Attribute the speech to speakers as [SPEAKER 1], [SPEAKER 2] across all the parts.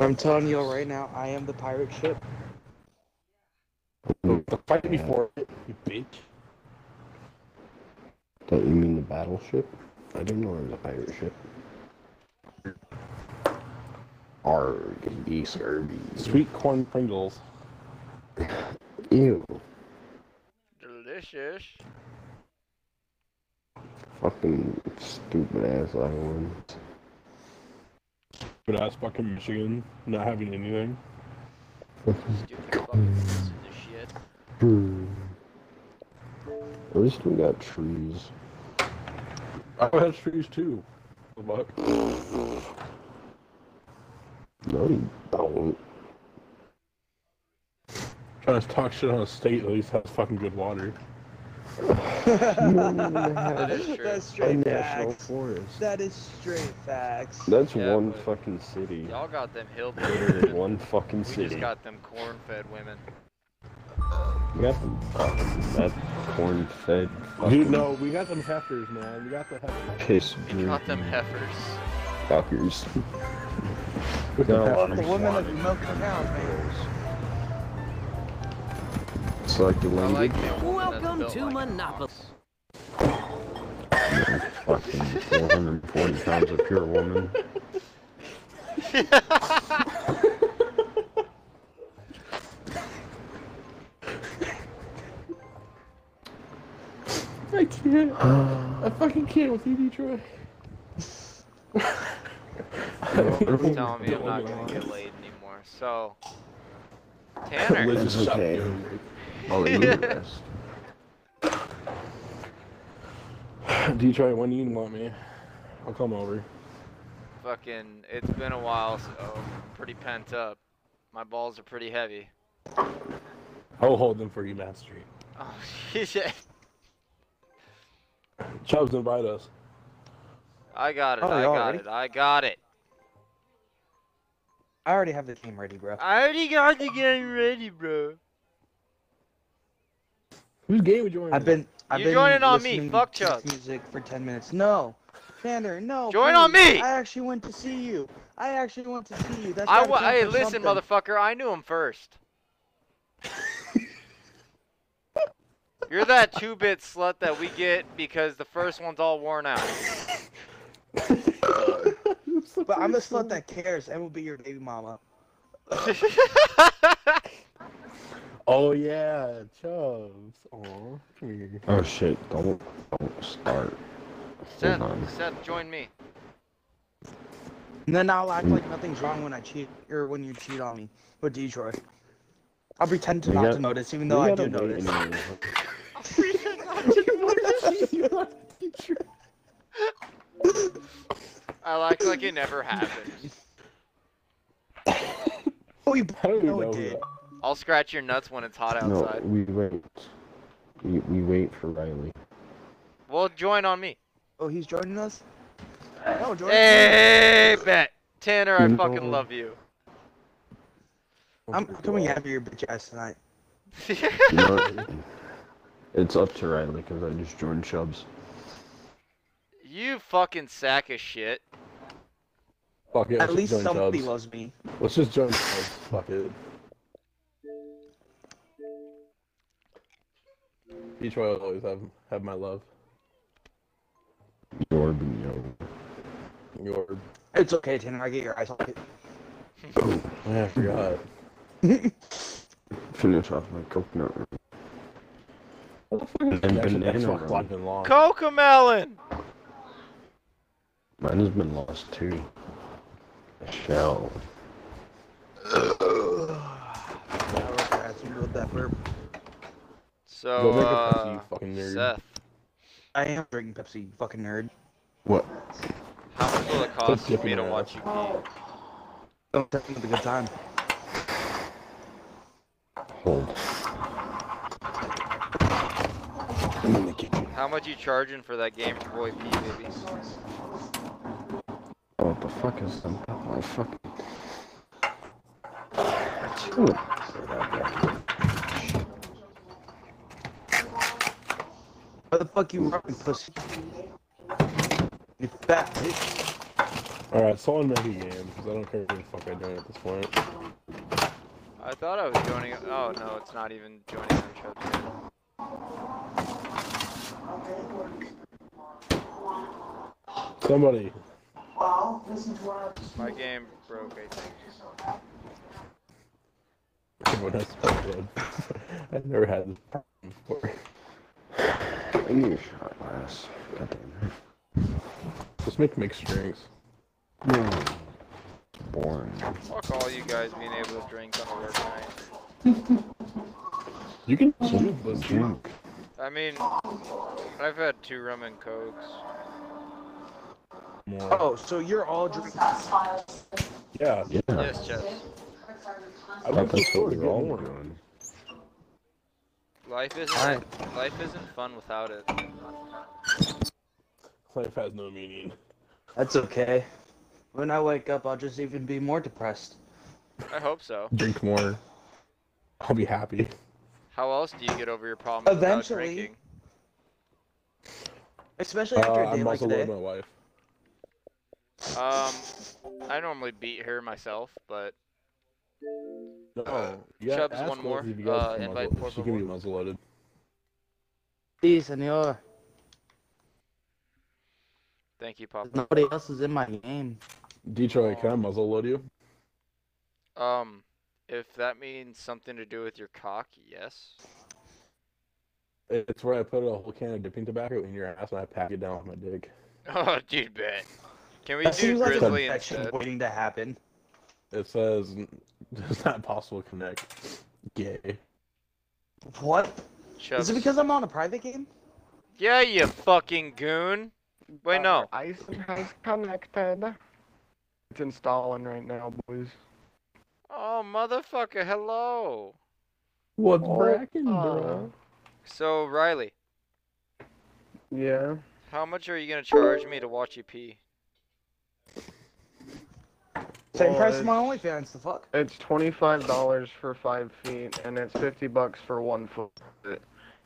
[SPEAKER 1] I'm telling you all right now, I am the pirate ship.
[SPEAKER 2] You
[SPEAKER 3] Fight me
[SPEAKER 2] Yeah.
[SPEAKER 3] for it, you bitch.
[SPEAKER 2] Don't you mean the battleship? I didn't know it was a pirate ship. Arg, ye scurvy.
[SPEAKER 3] Sweet corn Pringles.
[SPEAKER 2] Ew.
[SPEAKER 4] Delicious.
[SPEAKER 2] Fucking stupid ass islands.
[SPEAKER 3] But that's fucking Michigan. Not having anything.
[SPEAKER 4] Stupid fucking pieces of shit.
[SPEAKER 2] At least we got trees.
[SPEAKER 3] I had trees too. What the fuck?
[SPEAKER 2] No, you don't.
[SPEAKER 3] Trying to talk shit on a state that at least has fucking good water.
[SPEAKER 2] You don't even have
[SPEAKER 4] is true.
[SPEAKER 1] That's
[SPEAKER 2] a
[SPEAKER 1] straight
[SPEAKER 2] national
[SPEAKER 1] facts.
[SPEAKER 2] forest.
[SPEAKER 1] That is straight facts.
[SPEAKER 2] That's
[SPEAKER 4] Yeah,
[SPEAKER 2] one
[SPEAKER 4] but-
[SPEAKER 2] fucking city.
[SPEAKER 4] Y'all got them
[SPEAKER 2] Literally
[SPEAKER 4] hillbillies.
[SPEAKER 2] one fucking
[SPEAKER 4] We just
[SPEAKER 2] city.
[SPEAKER 4] got them corn-fed women.
[SPEAKER 2] You got the fucking that corn fed fucking
[SPEAKER 3] Dude, no, we got them heifers, man. We got the heifers.
[SPEAKER 2] piss
[SPEAKER 4] We got them
[SPEAKER 2] drinking
[SPEAKER 4] heifers.
[SPEAKER 2] fuckers.
[SPEAKER 3] We got
[SPEAKER 2] No.
[SPEAKER 3] heifers.
[SPEAKER 1] The women of milk the cows, man.
[SPEAKER 2] It's like the
[SPEAKER 4] I
[SPEAKER 2] language
[SPEAKER 4] like them.
[SPEAKER 5] Welcome to Monopoly.
[SPEAKER 4] Monopoly.
[SPEAKER 2] fucking 440 pounds of pure woman.
[SPEAKER 3] I can't. I fucking can't with you, Detroit.
[SPEAKER 4] He's telling me I'm not gonna get laid anymore. So, Tanner,
[SPEAKER 2] That's okay. I'll eat the rest.
[SPEAKER 3] Detroit, when do you want me? I'll come over.
[SPEAKER 4] fucking, it's been a while, so I'm pretty pent up. My balls are pretty heavy.
[SPEAKER 3] I'll hold them for you, Matt Street.
[SPEAKER 4] Oh shit!
[SPEAKER 3] Chubbs, invite us.
[SPEAKER 4] I got it.
[SPEAKER 1] Oh,
[SPEAKER 4] I
[SPEAKER 1] y'all
[SPEAKER 4] got
[SPEAKER 1] ready?
[SPEAKER 4] it. I got it.
[SPEAKER 1] I already have the team ready, bro.
[SPEAKER 4] I already got the game ready, bro.
[SPEAKER 3] Whose game would you want?
[SPEAKER 1] I've been. I've
[SPEAKER 4] You
[SPEAKER 1] been
[SPEAKER 4] join in on me,
[SPEAKER 1] listening
[SPEAKER 4] fuck
[SPEAKER 1] to this
[SPEAKER 4] Chuck.
[SPEAKER 1] Music for ten minutes. No, Xander, no.
[SPEAKER 4] Join on
[SPEAKER 1] please.
[SPEAKER 4] me!
[SPEAKER 1] I actually went to see you. I actually went to see you. That's
[SPEAKER 4] I
[SPEAKER 1] gotta
[SPEAKER 4] wa-
[SPEAKER 1] count
[SPEAKER 4] hey,
[SPEAKER 1] for
[SPEAKER 4] listen,
[SPEAKER 1] something.
[SPEAKER 4] motherfucker. I knew him first. You're that two-bit slut that we get because the first one's all worn out.
[SPEAKER 1] But I'm the slut that cares and will be your baby mama.
[SPEAKER 3] Oh yeah, Chubbs. Aw, come here.
[SPEAKER 2] Oh shit, don't, don't start.
[SPEAKER 4] Seth,
[SPEAKER 2] Hold on.
[SPEAKER 4] Seth, join me.
[SPEAKER 1] And then I'll act like nothing's wrong when I cheat or when you cheat on me with Detroit. I'll pretend to
[SPEAKER 2] We
[SPEAKER 1] not
[SPEAKER 2] got-
[SPEAKER 1] to notice, even though I do notice.
[SPEAKER 4] I act like it never happened.
[SPEAKER 1] Oh, you
[SPEAKER 3] I don't even
[SPEAKER 1] know
[SPEAKER 3] know
[SPEAKER 1] it
[SPEAKER 3] who
[SPEAKER 1] did.
[SPEAKER 3] that-
[SPEAKER 4] I'll scratch your nuts when it's hot
[SPEAKER 2] No,
[SPEAKER 4] outside.
[SPEAKER 2] we wait. We, we wait for Riley.
[SPEAKER 4] Well, join on me.
[SPEAKER 1] Oh, he's joining us. No, join.
[SPEAKER 4] Hey, bet. Tanner, I fucking
[SPEAKER 2] No.
[SPEAKER 4] love you.
[SPEAKER 1] I'm coming after your bitch ass tonight.
[SPEAKER 2] You know, it's up to Riley because I just joined Chubbs.
[SPEAKER 4] you fucking sack of shit.
[SPEAKER 3] Fuck it.
[SPEAKER 1] At
[SPEAKER 3] let's
[SPEAKER 1] least
[SPEAKER 3] just join
[SPEAKER 1] somebody
[SPEAKER 3] Chubbs.
[SPEAKER 1] loves me.
[SPEAKER 3] Let's just join Chubbs. Fuck it. Detroit will always have have my love.
[SPEAKER 2] You're being young.
[SPEAKER 3] Your
[SPEAKER 1] It's okay, Tanner. I get your eyes on it.
[SPEAKER 3] oh, I forgot.
[SPEAKER 2] Finish off my coconut. rum.
[SPEAKER 3] And
[SPEAKER 2] banana rum.
[SPEAKER 3] long.
[SPEAKER 4] Cocomelon!
[SPEAKER 2] Mine has been lost too. A shell.
[SPEAKER 1] I work your ass and build that burp.
[SPEAKER 4] So,
[SPEAKER 3] Go make a Pepsi, you
[SPEAKER 4] uh,
[SPEAKER 3] fucking nerd.
[SPEAKER 4] Seth,
[SPEAKER 1] I am drinking Pepsi, you fucking nerd.
[SPEAKER 2] What?
[SPEAKER 4] how much will it cost for
[SPEAKER 3] dip in
[SPEAKER 4] me to
[SPEAKER 3] your
[SPEAKER 4] watch you pee?
[SPEAKER 1] Don't tell me it's a good time.
[SPEAKER 2] Hold. I'm in the kitchen.
[SPEAKER 4] How much you charging for that Game Boy P, baby?
[SPEAKER 2] Oh, what the fuck is that? Oh, my fucking. Ooh.
[SPEAKER 1] Why the fuck you rubbing pussy? You fat bitch.
[SPEAKER 3] All right, so on any game because I don't care what the fuck I join at this point.
[SPEAKER 4] I thought I was joining. Oh no, it's not even joining our trips.
[SPEAKER 3] Somebody,
[SPEAKER 4] My game broke. I think.
[SPEAKER 3] everyone has to play blood. I've never had this problem before.
[SPEAKER 2] I need a shot glass. God damn
[SPEAKER 3] Just make mixed drinks.
[SPEAKER 2] it. No. Boring.
[SPEAKER 4] Fuck all you guys being able to drink on a work night.
[SPEAKER 3] You can do this.
[SPEAKER 2] Drunk.
[SPEAKER 4] I mean, I've had two rum and cokes.
[SPEAKER 3] More.
[SPEAKER 1] Oh, so you're all drinking.
[SPEAKER 3] Yeah.
[SPEAKER 2] Yeah.
[SPEAKER 4] Yes, Jess.
[SPEAKER 3] I would
[SPEAKER 2] That's
[SPEAKER 3] prefer
[SPEAKER 2] what
[SPEAKER 3] to
[SPEAKER 2] we're
[SPEAKER 3] get
[SPEAKER 2] all
[SPEAKER 3] more.
[SPEAKER 2] doing.
[SPEAKER 4] Life isn't
[SPEAKER 1] Alright.
[SPEAKER 4] life isn't fun without it.
[SPEAKER 3] Life has no meaning.
[SPEAKER 1] That's okay. When I wake up, I'll just even be more depressed.
[SPEAKER 4] I hope so.
[SPEAKER 3] Drink more. I'll be happy.
[SPEAKER 4] How else do you get over your problems
[SPEAKER 1] Eventually.
[SPEAKER 4] without drinking?
[SPEAKER 1] Especially
[SPEAKER 3] Uh,
[SPEAKER 1] after a day
[SPEAKER 3] I'm
[SPEAKER 1] like
[SPEAKER 3] also
[SPEAKER 1] today.
[SPEAKER 3] with my wife.
[SPEAKER 4] Um, I normally beat her myself, but
[SPEAKER 3] No, you gotta
[SPEAKER 4] Chubbs,
[SPEAKER 3] Oh, ask
[SPEAKER 4] one
[SPEAKER 3] her
[SPEAKER 4] more.
[SPEAKER 3] if you guys
[SPEAKER 4] Uh,
[SPEAKER 3] can
[SPEAKER 4] invite
[SPEAKER 3] muzzle-
[SPEAKER 4] four
[SPEAKER 3] She
[SPEAKER 4] for
[SPEAKER 3] can be
[SPEAKER 4] one.
[SPEAKER 3] muzzle loaded.
[SPEAKER 1] Sí, señor.
[SPEAKER 4] thank you, Papa.
[SPEAKER 1] Nobody else is in my game.
[SPEAKER 3] Detroit, can I muzzle load you?
[SPEAKER 4] Um, if that means something to do with your cock, yes.
[SPEAKER 3] It's where I put a whole can of dipping tobacco in your ass and I pack it down with my dick.
[SPEAKER 4] Oh, dude, bet. Can we
[SPEAKER 1] That
[SPEAKER 4] do
[SPEAKER 1] seems like an
[SPEAKER 4] grizzly
[SPEAKER 1] infection
[SPEAKER 4] instead?
[SPEAKER 1] waiting to happen.
[SPEAKER 3] It says it's not possible to connect. Gay.
[SPEAKER 1] What?
[SPEAKER 4] Chubbs.
[SPEAKER 1] Is it because I'm on a private game?
[SPEAKER 4] Yeah, you fucking goon. Wait, no.
[SPEAKER 5] Uh, Ison has connected. It's installing right now, boys.
[SPEAKER 4] Oh, motherfucker, hello.
[SPEAKER 3] What's
[SPEAKER 5] Oh,
[SPEAKER 3] bracken,
[SPEAKER 5] uh,
[SPEAKER 3] bro?
[SPEAKER 4] So, Riley,
[SPEAKER 5] Yeah.
[SPEAKER 4] how much are you gonna charge me to watch you pee?
[SPEAKER 1] Same
[SPEAKER 5] Well,
[SPEAKER 1] price as my
[SPEAKER 5] it's-
[SPEAKER 1] OnlyFans, the fuck?
[SPEAKER 5] It's twenty-five dollars for five feet, and it's fifty bucks for one foot.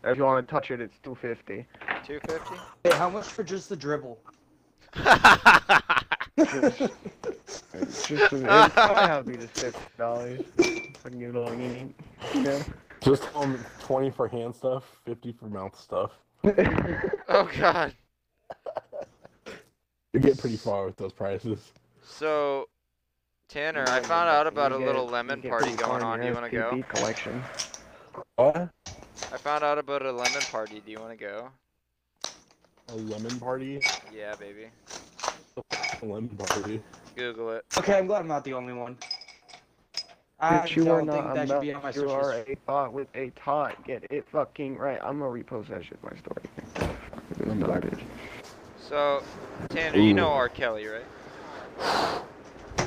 [SPEAKER 5] If you want to touch it, it's two fifty.
[SPEAKER 4] 250?
[SPEAKER 1] Hey, how much for just the dribble?
[SPEAKER 5] It's just it's probably how to be the six dollars. I can get a little meaning. Yeah.
[SPEAKER 3] Just tell 'em 20 for hand stuff, 50 for mouth stuff.
[SPEAKER 4] oh, God.
[SPEAKER 3] You get pretty far with those prices.
[SPEAKER 4] So, Tanner, I found out about a little lemon party going on. Do you wanna go?
[SPEAKER 5] Collection.
[SPEAKER 3] What?
[SPEAKER 4] I found out about a lemon party. Do you wanna go?
[SPEAKER 3] A lemon party?
[SPEAKER 4] Yeah, baby.
[SPEAKER 3] A lemon party.
[SPEAKER 4] Google it.
[SPEAKER 1] Okay, I'm glad I'm not the only one. I
[SPEAKER 5] Bitch, you are
[SPEAKER 1] don't think
[SPEAKER 5] not
[SPEAKER 1] that should be on my
[SPEAKER 5] enough. You
[SPEAKER 1] search
[SPEAKER 5] are
[SPEAKER 1] history.
[SPEAKER 5] a thought with a tot. Get it fucking right. I'm gonna repost that shit in my story. It's garbage.
[SPEAKER 4] So, Tanner, you know
[SPEAKER 2] Ooh.
[SPEAKER 4] R. Kelly, right?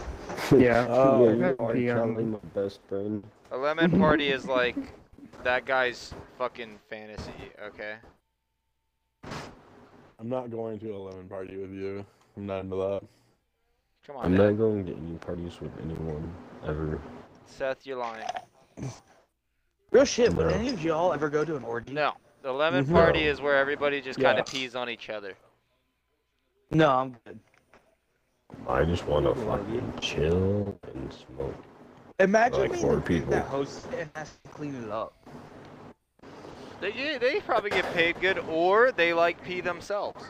[SPEAKER 5] Yeah.
[SPEAKER 3] Oh,
[SPEAKER 5] Yeah,
[SPEAKER 2] you are
[SPEAKER 5] the, um,
[SPEAKER 2] probably my best friend.
[SPEAKER 4] A lemon party is like that guy's fucking fantasy, okay?
[SPEAKER 3] I'm not going to a lemon party with you. I'm not into that.
[SPEAKER 4] Come on,
[SPEAKER 2] I'm
[SPEAKER 4] Dad.
[SPEAKER 2] not going to any parties with anyone ever.
[SPEAKER 4] Seth, you're lying.
[SPEAKER 1] Real shit, would
[SPEAKER 2] No.
[SPEAKER 1] any of y'all ever go to an orgy?
[SPEAKER 4] No, the lemon
[SPEAKER 3] Mhm.
[SPEAKER 4] party is where everybody just kind
[SPEAKER 3] Yeah.
[SPEAKER 4] of pees on each other.
[SPEAKER 1] No, I'm good.
[SPEAKER 2] I just want to
[SPEAKER 3] Lemon party.
[SPEAKER 2] fucking chill and smoke.
[SPEAKER 1] Imagine
[SPEAKER 2] Like
[SPEAKER 1] being
[SPEAKER 2] four
[SPEAKER 1] the dude
[SPEAKER 2] people.
[SPEAKER 1] that hosts it and has to clean it up.
[SPEAKER 4] They yeah, they probably get paid good, or they like pee themselves.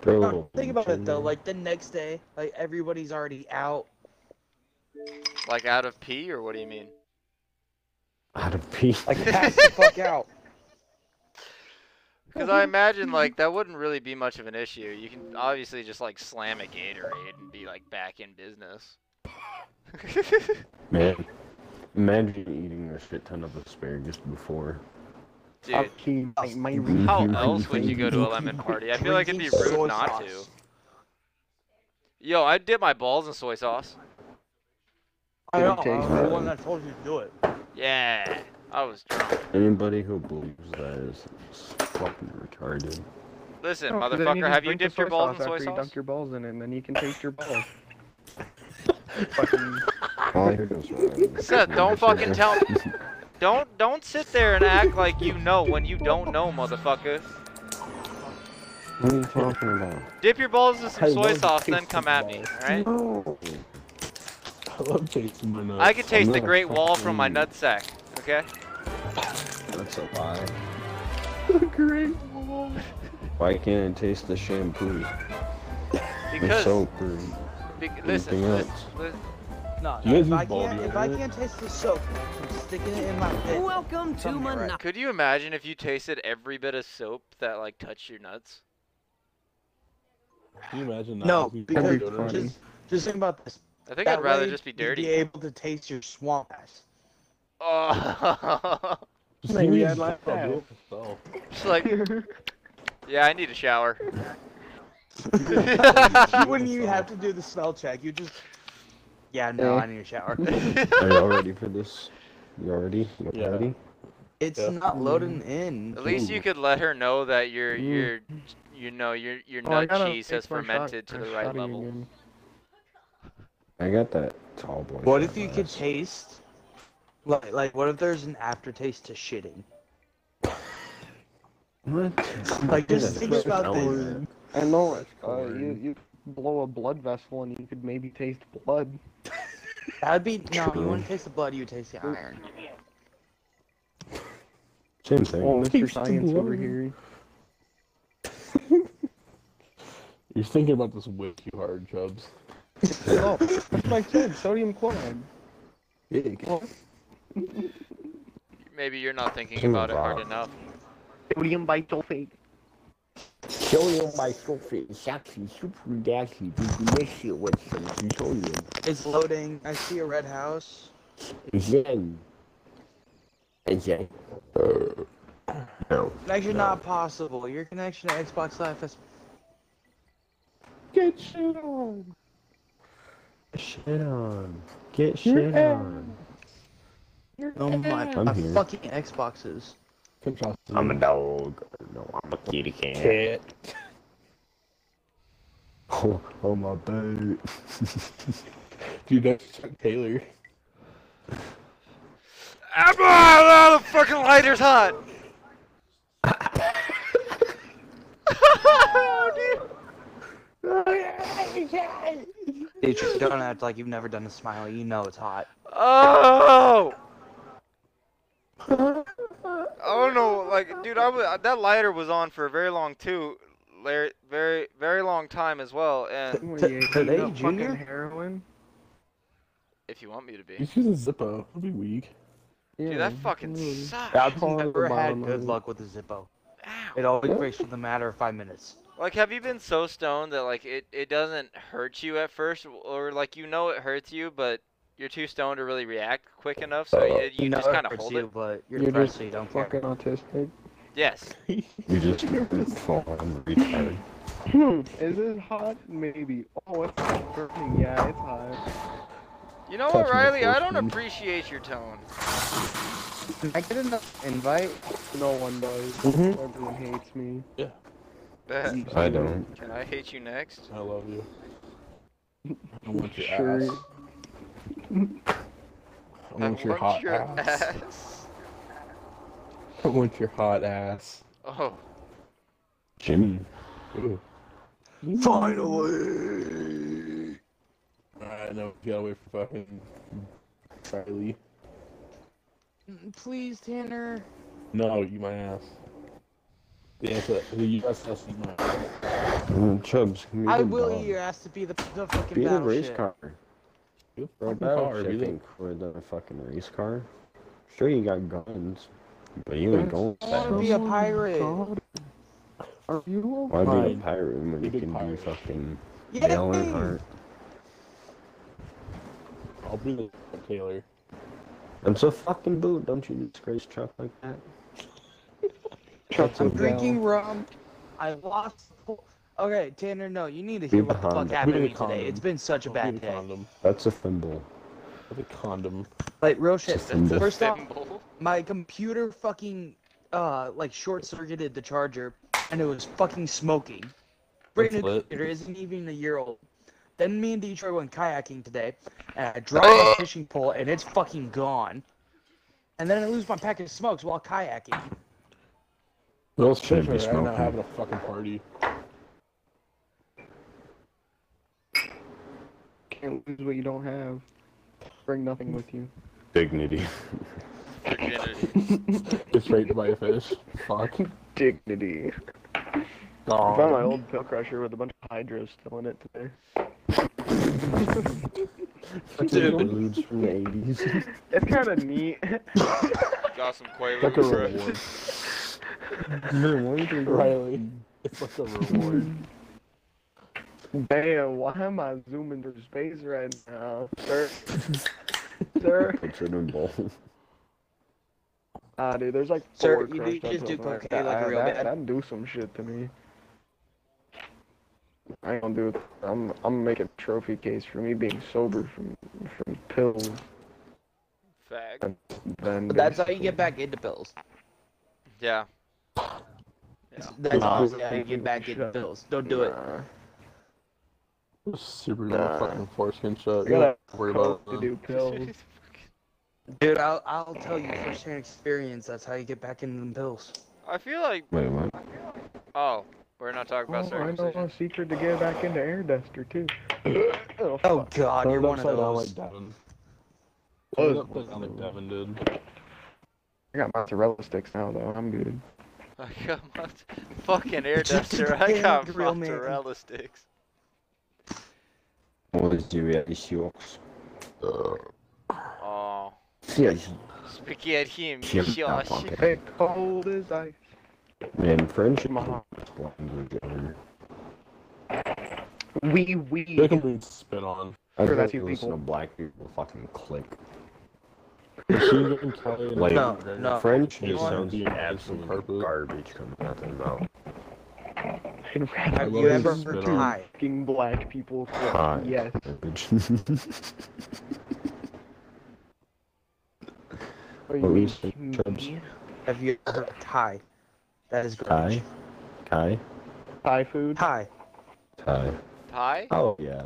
[SPEAKER 2] Bro,
[SPEAKER 1] No, think about it though,
[SPEAKER 2] chill.
[SPEAKER 1] like the next day, like everybody's already out.
[SPEAKER 4] Like out of pee, or what do you mean?
[SPEAKER 2] out of peace.
[SPEAKER 1] Like pass the fuck out.
[SPEAKER 4] Because I imagine like that wouldn't really be much of an issue. You can obviously just like slam a Gatorade and be like back in business.
[SPEAKER 2] Man, imagine eating a shit ton of asparagus before.
[SPEAKER 4] Dude,
[SPEAKER 5] Fucking my- my
[SPEAKER 2] Mhm.
[SPEAKER 4] how
[SPEAKER 2] Mhm.
[SPEAKER 4] else would you go to a lemon party? I feel like it'd be
[SPEAKER 1] Drinking soy
[SPEAKER 4] rude not to.
[SPEAKER 1] sauce.
[SPEAKER 4] Yo, I dip my balls in soy sauce.
[SPEAKER 1] I know,
[SPEAKER 5] Didn't
[SPEAKER 1] I
[SPEAKER 5] taste
[SPEAKER 1] was the
[SPEAKER 5] right.
[SPEAKER 1] one that told you to do it.
[SPEAKER 4] Yeah, I was drunk.
[SPEAKER 2] Anybody who believes that is fucking retarded.
[SPEAKER 4] Listen,
[SPEAKER 5] No, 'cause then
[SPEAKER 4] motherfucker,
[SPEAKER 5] just
[SPEAKER 4] have you
[SPEAKER 5] drink the
[SPEAKER 4] dipped your
[SPEAKER 5] soy
[SPEAKER 4] balls in
[SPEAKER 5] sauce
[SPEAKER 4] soy
[SPEAKER 5] after You
[SPEAKER 4] sauce?
[SPEAKER 5] dunk your balls in it, and then you can taste your balls. Fucking-
[SPEAKER 2] All I heard was wrong.
[SPEAKER 4] Seth, don't fucking tell me. Don't don't sit there and act like you know when you don't know, motherfucker.
[SPEAKER 2] What are you talking about?
[SPEAKER 4] Dip your balls in some
[SPEAKER 3] I
[SPEAKER 4] soy
[SPEAKER 3] love
[SPEAKER 4] sauce, then
[SPEAKER 3] tasting
[SPEAKER 4] come at me.
[SPEAKER 3] balls.
[SPEAKER 4] Alright?
[SPEAKER 2] No.
[SPEAKER 3] I love tasting my nuts.
[SPEAKER 4] I could taste the
[SPEAKER 2] not a
[SPEAKER 4] Great Wall from my
[SPEAKER 2] fucking-
[SPEAKER 4] nutsack. Okay.
[SPEAKER 2] That's a lie.
[SPEAKER 5] Great.
[SPEAKER 2] Why can't I taste the shampoo? The
[SPEAKER 4] Because
[SPEAKER 2] soap or
[SPEAKER 4] be- listen,
[SPEAKER 2] anything
[SPEAKER 4] listen,
[SPEAKER 2] else?
[SPEAKER 4] listen.
[SPEAKER 1] No,
[SPEAKER 3] You
[SPEAKER 1] no
[SPEAKER 3] guys
[SPEAKER 1] if
[SPEAKER 3] use
[SPEAKER 1] I
[SPEAKER 3] Baldy
[SPEAKER 1] can't, if
[SPEAKER 3] over
[SPEAKER 1] I
[SPEAKER 3] there?
[SPEAKER 1] can't taste the soap, I'm sticking it in my pit.
[SPEAKER 6] Welcome to
[SPEAKER 1] Something right.
[SPEAKER 6] Monopoly.
[SPEAKER 4] Could you imagine if you tasted every bit of soap that like touched your nuts?
[SPEAKER 3] Can you imagine that?
[SPEAKER 1] No,
[SPEAKER 3] If you
[SPEAKER 1] because
[SPEAKER 3] go to-
[SPEAKER 5] funny.
[SPEAKER 1] just, just think about this.
[SPEAKER 4] I think
[SPEAKER 1] That
[SPEAKER 4] I'd rather
[SPEAKER 1] way
[SPEAKER 4] just be
[SPEAKER 1] you'd
[SPEAKER 4] dirty.
[SPEAKER 1] Be able to taste your swamp ass.
[SPEAKER 4] Oh,
[SPEAKER 3] just
[SPEAKER 5] Maybe
[SPEAKER 3] use
[SPEAKER 5] I'd like
[SPEAKER 3] the
[SPEAKER 5] that.
[SPEAKER 3] bill itself.
[SPEAKER 4] just like yeah, I need a shower.
[SPEAKER 1] you wouldn't even have to do the smell check. You just. Yeah, no,
[SPEAKER 5] Yeah.
[SPEAKER 1] I need a shower.
[SPEAKER 2] Are y'all ready for this? You already? You
[SPEAKER 3] Yeah.
[SPEAKER 2] ready?
[SPEAKER 1] It's
[SPEAKER 3] Yeah.
[SPEAKER 1] not loading in.
[SPEAKER 4] At least you could let her know that your
[SPEAKER 5] Mm.
[SPEAKER 4] your you know your your
[SPEAKER 5] Well, Oh, I
[SPEAKER 4] nut
[SPEAKER 5] gotta
[SPEAKER 4] cheese has
[SPEAKER 5] take my shot-
[SPEAKER 4] fermented to
[SPEAKER 5] my
[SPEAKER 4] the right
[SPEAKER 5] shotty
[SPEAKER 4] level.
[SPEAKER 5] again.
[SPEAKER 2] I got that tall boy.
[SPEAKER 1] What
[SPEAKER 2] shot
[SPEAKER 1] if you could
[SPEAKER 2] glass.
[SPEAKER 1] taste? Like, like, what if there's an aftertaste to shitting?
[SPEAKER 2] What?
[SPEAKER 1] Like, just
[SPEAKER 2] Yeah,
[SPEAKER 1] think
[SPEAKER 2] that's
[SPEAKER 1] about
[SPEAKER 2] what I
[SPEAKER 1] this.
[SPEAKER 2] want.
[SPEAKER 5] I know it. Uh,
[SPEAKER 2] Corn.
[SPEAKER 5] you you blow a blood vessel and you could maybe taste blood.
[SPEAKER 1] That'd be no. You
[SPEAKER 2] True.
[SPEAKER 1] wouldn't taste the blood. You would taste the iron.
[SPEAKER 2] Same thing.
[SPEAKER 5] Oh, Mr.
[SPEAKER 3] Taste the
[SPEAKER 5] Science over
[SPEAKER 3] blood.
[SPEAKER 5] here.
[SPEAKER 3] You're thinking about this way too hard, Chubbs.
[SPEAKER 5] Oh, that's my kid. Sodium chloride.
[SPEAKER 2] Big.
[SPEAKER 4] Maybe you're not thinking
[SPEAKER 2] Too
[SPEAKER 4] about it hard
[SPEAKER 2] involved.
[SPEAKER 4] enough.
[SPEAKER 5] Sodium bisulfate.
[SPEAKER 7] Sodium bisulfate is actually super nasty. You can mix it with some plutonium.
[SPEAKER 1] It's loading. I see a red house.
[SPEAKER 7] And then... And then...
[SPEAKER 2] Uh, No.
[SPEAKER 1] Actually,
[SPEAKER 2] No.
[SPEAKER 1] not possible. Your connection to Xbox Live has
[SPEAKER 3] Get shit on.
[SPEAKER 2] Shit on. Get shit on.
[SPEAKER 1] no my
[SPEAKER 2] I'm
[SPEAKER 1] my
[SPEAKER 2] here.
[SPEAKER 1] Uh, fucking Xboxes.
[SPEAKER 3] Contrast.
[SPEAKER 7] I'm a dog. No, I'm a kitty cat.
[SPEAKER 2] Oh, oh my boot.
[SPEAKER 3] Dude, that's Chuck Taylor.
[SPEAKER 4] Ah, ah, the fucking lighter's hot.
[SPEAKER 1] Dude, you don't act like you've never done a smiley. You know it's hot.
[SPEAKER 4] Oh! I don't know, like, dude, I was, that lighter was on for a very long too, Larry, very, very long time as well. And
[SPEAKER 5] What
[SPEAKER 1] T-
[SPEAKER 5] are you,
[SPEAKER 1] today,
[SPEAKER 5] eating up
[SPEAKER 1] Junior?
[SPEAKER 5] fucking heroin?
[SPEAKER 4] if you want me to be,
[SPEAKER 3] He's using Zippo. It'll be weak.
[SPEAKER 4] dude, that fucking
[SPEAKER 1] I've
[SPEAKER 4] sucks.
[SPEAKER 1] never had good luck with the Zippo. It
[SPEAKER 4] Ow.
[SPEAKER 1] always breaks within a matter of five minutes.
[SPEAKER 4] Like, have you been so stoned that like it, it doesn't hurt you at first, or like you know it hurts you, but you're too stoned to really react quick enough, so you, you
[SPEAKER 1] know
[SPEAKER 4] just
[SPEAKER 1] Uh, it
[SPEAKER 4] kind of
[SPEAKER 1] hurts
[SPEAKER 4] hold
[SPEAKER 1] you,
[SPEAKER 4] it.
[SPEAKER 1] but you're,
[SPEAKER 5] You're
[SPEAKER 1] depressed,
[SPEAKER 5] just
[SPEAKER 1] so you don't care.
[SPEAKER 5] Fucking autistic.
[SPEAKER 4] Yes.
[SPEAKER 2] You just falling retard.
[SPEAKER 5] Hmm. Is it hot? Maybe. Oh, it's burning. Yeah, it's hot.
[SPEAKER 4] You know
[SPEAKER 3] Touch
[SPEAKER 4] what,
[SPEAKER 3] my
[SPEAKER 4] Riley? I don't
[SPEAKER 3] foreskin.
[SPEAKER 4] appreciate your tone.
[SPEAKER 5] I get an invite? No one does.
[SPEAKER 3] Mhm.
[SPEAKER 5] Everyone hates me.
[SPEAKER 4] Can
[SPEAKER 2] I don't.
[SPEAKER 4] I hate you next?
[SPEAKER 3] I love you. I want your
[SPEAKER 5] Sure.
[SPEAKER 3] ass. I want your hot ass.
[SPEAKER 4] ass.
[SPEAKER 3] I want your hot ass.
[SPEAKER 4] Oh.
[SPEAKER 2] Jimmy.
[SPEAKER 3] Ooh.
[SPEAKER 2] Finally!
[SPEAKER 3] Alright, no, you gotta wait for fucking Riley.
[SPEAKER 1] Please, Tanner.
[SPEAKER 3] No, eat my ass. The answer, the U.S. has to eat my ass.
[SPEAKER 2] Mm, Chubbs, give me
[SPEAKER 1] I
[SPEAKER 2] the
[SPEAKER 1] will
[SPEAKER 2] bomb.
[SPEAKER 1] eat your ass to be the, the fucking
[SPEAKER 2] Be the race
[SPEAKER 1] battleship.
[SPEAKER 2] car.
[SPEAKER 3] Be the
[SPEAKER 2] Throw a
[SPEAKER 3] fucking car,
[SPEAKER 2] battleship
[SPEAKER 3] be the-
[SPEAKER 2] in for the fucking race car. Sure, you got guns, but you ain't going
[SPEAKER 1] I wanna
[SPEAKER 2] fast.
[SPEAKER 5] Oh
[SPEAKER 1] be a pirate.
[SPEAKER 5] Are you
[SPEAKER 2] Why be
[SPEAKER 3] Fine.
[SPEAKER 2] a pirate when
[SPEAKER 3] Be
[SPEAKER 2] you
[SPEAKER 3] big
[SPEAKER 2] can be
[SPEAKER 3] pirate.
[SPEAKER 2] fucking
[SPEAKER 1] Yay!
[SPEAKER 2] Dale Earnhardt?
[SPEAKER 3] I'll be the Taylor.
[SPEAKER 2] I'm so fucking booed. Don't you disgrace Chuck like that?
[SPEAKER 5] Chuck's
[SPEAKER 1] I'm drinking rum. I lost. the pool. Okay, Tanner, no, you need to
[SPEAKER 2] Be
[SPEAKER 1] hear what the fuck
[SPEAKER 2] behind it.
[SPEAKER 1] happened to
[SPEAKER 3] Be
[SPEAKER 1] me today.
[SPEAKER 3] behind
[SPEAKER 1] It's
[SPEAKER 3] it.
[SPEAKER 1] been such a
[SPEAKER 3] I'll be
[SPEAKER 1] bad
[SPEAKER 3] the
[SPEAKER 1] day.
[SPEAKER 3] condom.
[SPEAKER 2] That's a thimble.
[SPEAKER 3] I'll be the condom.
[SPEAKER 1] Like real shit.
[SPEAKER 2] That's a
[SPEAKER 1] First off,
[SPEAKER 4] Thimble.
[SPEAKER 1] my computer fucking uh like short circuited the charger, and it was fucking smoking. Brand new
[SPEAKER 3] That's lit.
[SPEAKER 1] computer isn't even a year old. Then me and Detroit went kayaking today, and I dropped my fishing pole, and it's fucking gone. And then I lose my pack of smokes while kayaking.
[SPEAKER 3] Those fish
[SPEAKER 2] be
[SPEAKER 3] are right now
[SPEAKER 2] smoking.
[SPEAKER 3] having a fucking party.
[SPEAKER 5] can't lose what you don't have. Bring nothing with you.
[SPEAKER 2] Dignity.
[SPEAKER 4] Virginity.
[SPEAKER 3] It's raped by a fish. Fuck.
[SPEAKER 5] Dignity. I found my old pill crusher with a bunch of hydros still in it today.
[SPEAKER 1] Dude.
[SPEAKER 2] Dudes from the 80s.
[SPEAKER 5] It's kind of neat.
[SPEAKER 4] Got some
[SPEAKER 3] Like a
[SPEAKER 4] Quaaludes, bro.
[SPEAKER 3] reward. Reward?
[SPEAKER 2] Riley. It's like a reward.
[SPEAKER 5] Damn, why am I zooming through space right now, sir? sir?
[SPEAKER 2] Puts it in bowl.
[SPEAKER 5] Ah, dude, there's like
[SPEAKER 1] Sir,
[SPEAKER 5] four
[SPEAKER 1] you
[SPEAKER 5] crushed
[SPEAKER 1] do- you just
[SPEAKER 5] up
[SPEAKER 1] do
[SPEAKER 5] somewhere.
[SPEAKER 1] cocaine like a
[SPEAKER 5] Ah,
[SPEAKER 1] real
[SPEAKER 5] that,
[SPEAKER 1] man.
[SPEAKER 5] That do some shit to me. I don't do it. I'm I'm gonna make a trophy case for me being sober from from pills.
[SPEAKER 4] Fact.
[SPEAKER 5] Then
[SPEAKER 1] But that's how you get back into pills.
[SPEAKER 4] Yeah.
[SPEAKER 1] That's
[SPEAKER 5] Nah.
[SPEAKER 1] honestly how you get back into
[SPEAKER 5] Shut up.
[SPEAKER 1] pills. Don't do it.
[SPEAKER 3] Super long fucking foreskin shot.
[SPEAKER 5] I gotta
[SPEAKER 3] Don't worry about it.
[SPEAKER 5] to
[SPEAKER 3] man.
[SPEAKER 5] do pills. Oh,
[SPEAKER 1] Dude, I'll, I'll tell you firsthand experience. That's how you get back into them pills.
[SPEAKER 4] I feel like.
[SPEAKER 2] Wait, what?
[SPEAKER 4] Oh, we're not talking
[SPEAKER 5] Oh,
[SPEAKER 4] about
[SPEAKER 5] I know
[SPEAKER 4] circumcision.
[SPEAKER 5] a secret to get back into air duster too. oh,
[SPEAKER 1] Oh god, you're
[SPEAKER 3] Turn it
[SPEAKER 1] one of
[SPEAKER 3] upside down
[SPEAKER 1] those.
[SPEAKER 3] like Devin.
[SPEAKER 5] Oh.
[SPEAKER 3] Turn it upside down like Devin did.
[SPEAKER 5] I got mozzarella sticks now though. I'm good.
[SPEAKER 4] I got my fucking air
[SPEAKER 1] It's just a
[SPEAKER 4] duster. I
[SPEAKER 1] damn
[SPEAKER 4] got
[SPEAKER 1] grill, man.
[SPEAKER 4] mozzarella sticks.
[SPEAKER 2] What do we have? Seahawks.
[SPEAKER 4] Oh,
[SPEAKER 2] Yes.
[SPEAKER 4] spaghetti and
[SPEAKER 2] Shit, not
[SPEAKER 4] michiosh.
[SPEAKER 2] fucking-
[SPEAKER 5] Hey, cold as ice.
[SPEAKER 2] Man, French.
[SPEAKER 5] Mom.
[SPEAKER 2] Blondes are good.
[SPEAKER 5] Wee wee.
[SPEAKER 3] They can breathe spit on.
[SPEAKER 2] I'd
[SPEAKER 5] Sure, that's
[SPEAKER 2] rather listen
[SPEAKER 5] illegal.
[SPEAKER 2] to black people fucking click.
[SPEAKER 3] Machine Gun Kelly and
[SPEAKER 2] Like-
[SPEAKER 3] John
[SPEAKER 1] No,
[SPEAKER 3] Grennan.
[SPEAKER 4] Oh.
[SPEAKER 1] no.
[SPEAKER 2] French
[SPEAKER 3] You
[SPEAKER 2] just
[SPEAKER 3] wanna
[SPEAKER 2] sounds
[SPEAKER 3] be
[SPEAKER 2] like
[SPEAKER 3] an
[SPEAKER 2] absolute
[SPEAKER 3] absolute
[SPEAKER 2] garbage coming out their mouth.
[SPEAKER 1] Have
[SPEAKER 3] love
[SPEAKER 1] you
[SPEAKER 3] this
[SPEAKER 1] ever
[SPEAKER 3] spit
[SPEAKER 1] heard
[SPEAKER 3] on.
[SPEAKER 1] hi?
[SPEAKER 5] Fucking black people.
[SPEAKER 2] Hi.
[SPEAKER 5] Yes.
[SPEAKER 2] Garbage.
[SPEAKER 5] Are
[SPEAKER 2] What we
[SPEAKER 5] you
[SPEAKER 2] say,
[SPEAKER 5] kidding
[SPEAKER 2] Chubbs.
[SPEAKER 5] me?
[SPEAKER 1] Have you ever heard hi? That is garbage.
[SPEAKER 2] Kai?
[SPEAKER 5] Thai food.
[SPEAKER 1] Hi.
[SPEAKER 2] Kai.
[SPEAKER 4] Pie?
[SPEAKER 2] Oh, yeah.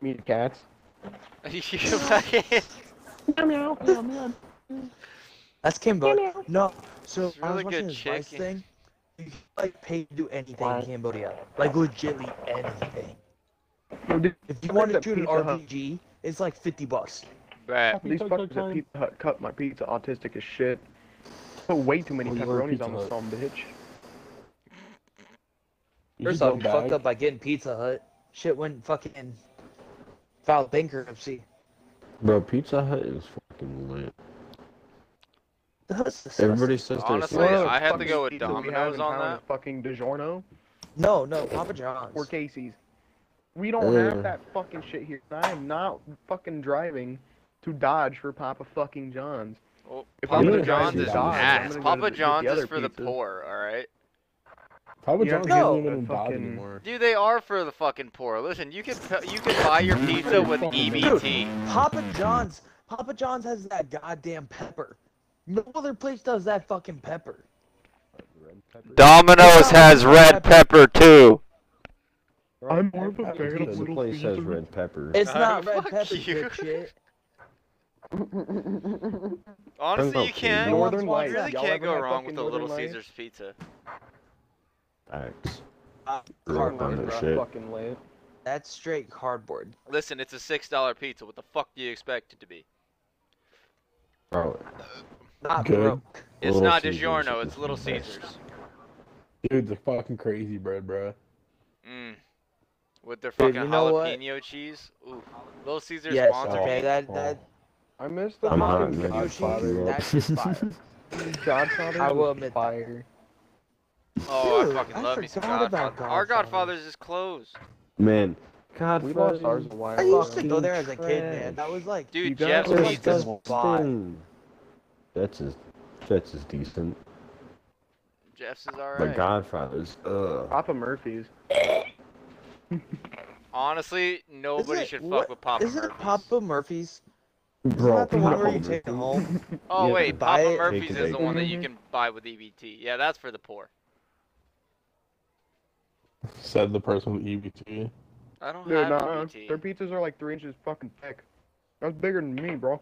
[SPEAKER 5] Meat cats.
[SPEAKER 4] You fucking-
[SPEAKER 1] That's Cambodia. No, so
[SPEAKER 4] It's
[SPEAKER 1] I was
[SPEAKER 4] really
[SPEAKER 1] watching
[SPEAKER 4] good
[SPEAKER 1] this Vice
[SPEAKER 4] chicken.
[SPEAKER 1] thing. You can, like pay to do anything in
[SPEAKER 5] What?
[SPEAKER 1] Cambodia, like legitly anything.
[SPEAKER 5] Yo, dude,
[SPEAKER 1] If you
[SPEAKER 5] Fuck
[SPEAKER 1] want to
[SPEAKER 5] the
[SPEAKER 1] shoot an
[SPEAKER 5] Pizza Hut.
[SPEAKER 1] RPG, it's like fifty bucks.
[SPEAKER 4] Bruh.
[SPEAKER 5] these
[SPEAKER 3] Tuck, tuck,
[SPEAKER 5] fuckers
[SPEAKER 3] tuck.
[SPEAKER 5] at Pizza Hut cut my pizza autistic as shit. Put way too many
[SPEAKER 3] Oh, you ordered
[SPEAKER 5] pepperonis on this
[SPEAKER 3] Pizza
[SPEAKER 5] son of a bitch.
[SPEAKER 3] You
[SPEAKER 1] First
[SPEAKER 3] should
[SPEAKER 1] off,
[SPEAKER 3] go
[SPEAKER 1] you fucked
[SPEAKER 3] back.
[SPEAKER 1] up by getting Pizza Hut. Shit went fucking filed bankruptcy.
[SPEAKER 2] Bro, Pizza Hut is fucking lit.
[SPEAKER 1] The Hut's disgusting.
[SPEAKER 2] Everybody says they're
[SPEAKER 4] Honestly,
[SPEAKER 2] so-
[SPEAKER 4] I have to
[SPEAKER 5] Fucking
[SPEAKER 4] go with
[SPEAKER 5] pizza we have
[SPEAKER 4] Domino's
[SPEAKER 5] in
[SPEAKER 4] on
[SPEAKER 5] town
[SPEAKER 4] that.
[SPEAKER 5] is Fucking DiGiorno
[SPEAKER 1] No, no, Papa John's.
[SPEAKER 5] or Casey's. We don't
[SPEAKER 2] Ugh.
[SPEAKER 5] have that fucking shit here. I am not fucking driving to Dodge for Papa fucking John's.
[SPEAKER 4] Well,
[SPEAKER 5] If I'm
[SPEAKER 4] Papa
[SPEAKER 2] gonna
[SPEAKER 4] John's
[SPEAKER 2] drive
[SPEAKER 4] is
[SPEAKER 2] to Domino's, I'm
[SPEAKER 4] ass.
[SPEAKER 5] gonna go to
[SPEAKER 4] Papa
[SPEAKER 5] the- the
[SPEAKER 4] John's is
[SPEAKER 5] other
[SPEAKER 4] for the
[SPEAKER 5] pizzas.
[SPEAKER 4] poor, alright?
[SPEAKER 3] Papa
[SPEAKER 5] You
[SPEAKER 3] John's
[SPEAKER 5] have to
[SPEAKER 3] isn't
[SPEAKER 5] get
[SPEAKER 3] even
[SPEAKER 5] a
[SPEAKER 3] in Bob
[SPEAKER 5] fucking-
[SPEAKER 3] anymore.
[SPEAKER 4] Dude, they are for the fucking poor. Listen, you can pe- you can buy your pizza with E EBT.
[SPEAKER 1] Papa John's. Papa John's has that goddamn pepper. No other place does that fucking pepper.
[SPEAKER 4] Domino's
[SPEAKER 1] has red
[SPEAKER 4] pepper too.
[SPEAKER 5] I'm more of a
[SPEAKER 2] Every
[SPEAKER 5] fan of
[SPEAKER 2] pizza
[SPEAKER 5] Little
[SPEAKER 2] place has
[SPEAKER 5] Caesars.
[SPEAKER 2] red pepper.
[SPEAKER 1] It's
[SPEAKER 4] Uh,
[SPEAKER 1] not red
[SPEAKER 4] fuck
[SPEAKER 1] pepper,
[SPEAKER 4] you.
[SPEAKER 1] good shit.
[SPEAKER 4] Honestly, you
[SPEAKER 2] Dunkin'
[SPEAKER 4] can't.
[SPEAKER 1] Donuts. Y'all
[SPEAKER 5] Northern
[SPEAKER 4] You
[SPEAKER 5] Lights.
[SPEAKER 4] really
[SPEAKER 5] Y'all
[SPEAKER 4] can't
[SPEAKER 5] ever
[SPEAKER 4] go
[SPEAKER 5] had
[SPEAKER 4] wrong with
[SPEAKER 5] fucking
[SPEAKER 4] the Little
[SPEAKER 5] Northern Lights?
[SPEAKER 4] Caesar's pizza.
[SPEAKER 2] Facts.
[SPEAKER 1] Uh,
[SPEAKER 2] Grew up on
[SPEAKER 1] cardboard,
[SPEAKER 2] that
[SPEAKER 1] bro.
[SPEAKER 2] Oh, shit.
[SPEAKER 5] Fucking lit.
[SPEAKER 1] That's straight cardboard.
[SPEAKER 4] Listen, it's a six dollar pizza. What the fuck do you expect it to be?
[SPEAKER 2] Bro,
[SPEAKER 1] Not
[SPEAKER 3] Good.
[SPEAKER 1] broke.
[SPEAKER 4] It's
[SPEAKER 2] Little
[SPEAKER 4] not
[SPEAKER 2] Caesars
[SPEAKER 4] DiGiorno.
[SPEAKER 2] is
[SPEAKER 4] It's Little
[SPEAKER 2] the best.
[SPEAKER 4] Caesars.
[SPEAKER 3] Dude, the fucking crazy bread, bro.
[SPEAKER 4] Mm. With their
[SPEAKER 1] Dude,
[SPEAKER 4] fucking
[SPEAKER 1] you know what?
[SPEAKER 4] jalapeno cheese. Ooh. Little Caesars
[SPEAKER 1] Yes,
[SPEAKER 4] sponsor
[SPEAKER 1] okay,
[SPEAKER 4] me.
[SPEAKER 1] that that
[SPEAKER 5] I miss the
[SPEAKER 2] I'm not
[SPEAKER 5] fucking
[SPEAKER 2] gonna
[SPEAKER 5] Godfather.
[SPEAKER 1] Yoshi, that shit's fire.
[SPEAKER 5] Godfather
[SPEAKER 1] I
[SPEAKER 5] was
[SPEAKER 1] will admit that.
[SPEAKER 5] fire.
[SPEAKER 4] Oh, I
[SPEAKER 1] Dude,
[SPEAKER 4] fucking
[SPEAKER 1] I
[SPEAKER 4] love me some
[SPEAKER 1] forgot about
[SPEAKER 4] Godfather. Our
[SPEAKER 1] Godfather.
[SPEAKER 4] Godfather's is closed.
[SPEAKER 2] man. God,
[SPEAKER 5] We lost
[SPEAKER 2] fucking-
[SPEAKER 5] ours a while
[SPEAKER 1] I used to
[SPEAKER 5] ago.
[SPEAKER 1] go there as a kid, man. That was like
[SPEAKER 4] Dude,
[SPEAKER 5] You
[SPEAKER 4] Jeff's
[SPEAKER 5] guys
[SPEAKER 2] That's
[SPEAKER 5] are
[SPEAKER 4] pizza.
[SPEAKER 1] disgusting.
[SPEAKER 2] disgusting. That's as that's as decent.
[SPEAKER 4] Jeff's is
[SPEAKER 2] The
[SPEAKER 4] alright.
[SPEAKER 2] Godfather's. Ugh.
[SPEAKER 5] Papa Murphy's.
[SPEAKER 4] Honestly, nobody
[SPEAKER 1] Isn't it-
[SPEAKER 4] should fuck
[SPEAKER 1] what-
[SPEAKER 4] with Papa
[SPEAKER 1] Isn't it
[SPEAKER 4] Murphy's.
[SPEAKER 1] Papa Murphy's? Isn't
[SPEAKER 2] Bro,
[SPEAKER 1] that the one where you
[SPEAKER 2] Papa
[SPEAKER 1] take it home?
[SPEAKER 4] oh
[SPEAKER 2] yeah,
[SPEAKER 4] wait,
[SPEAKER 1] buy
[SPEAKER 4] Papa
[SPEAKER 1] it. Mm-hmm.
[SPEAKER 4] Murphy's
[SPEAKER 2] Take it
[SPEAKER 4] is the
[SPEAKER 2] back.
[SPEAKER 4] one that you can buy with EBT. Yeah, that's for the poor.
[SPEAKER 3] Said the person with E EBT.
[SPEAKER 4] I don't
[SPEAKER 5] Dude,
[SPEAKER 4] have E
[SPEAKER 5] nah,
[SPEAKER 4] EBT.
[SPEAKER 5] their pizzas are like three inches fucking thick. That's bigger than me, bro.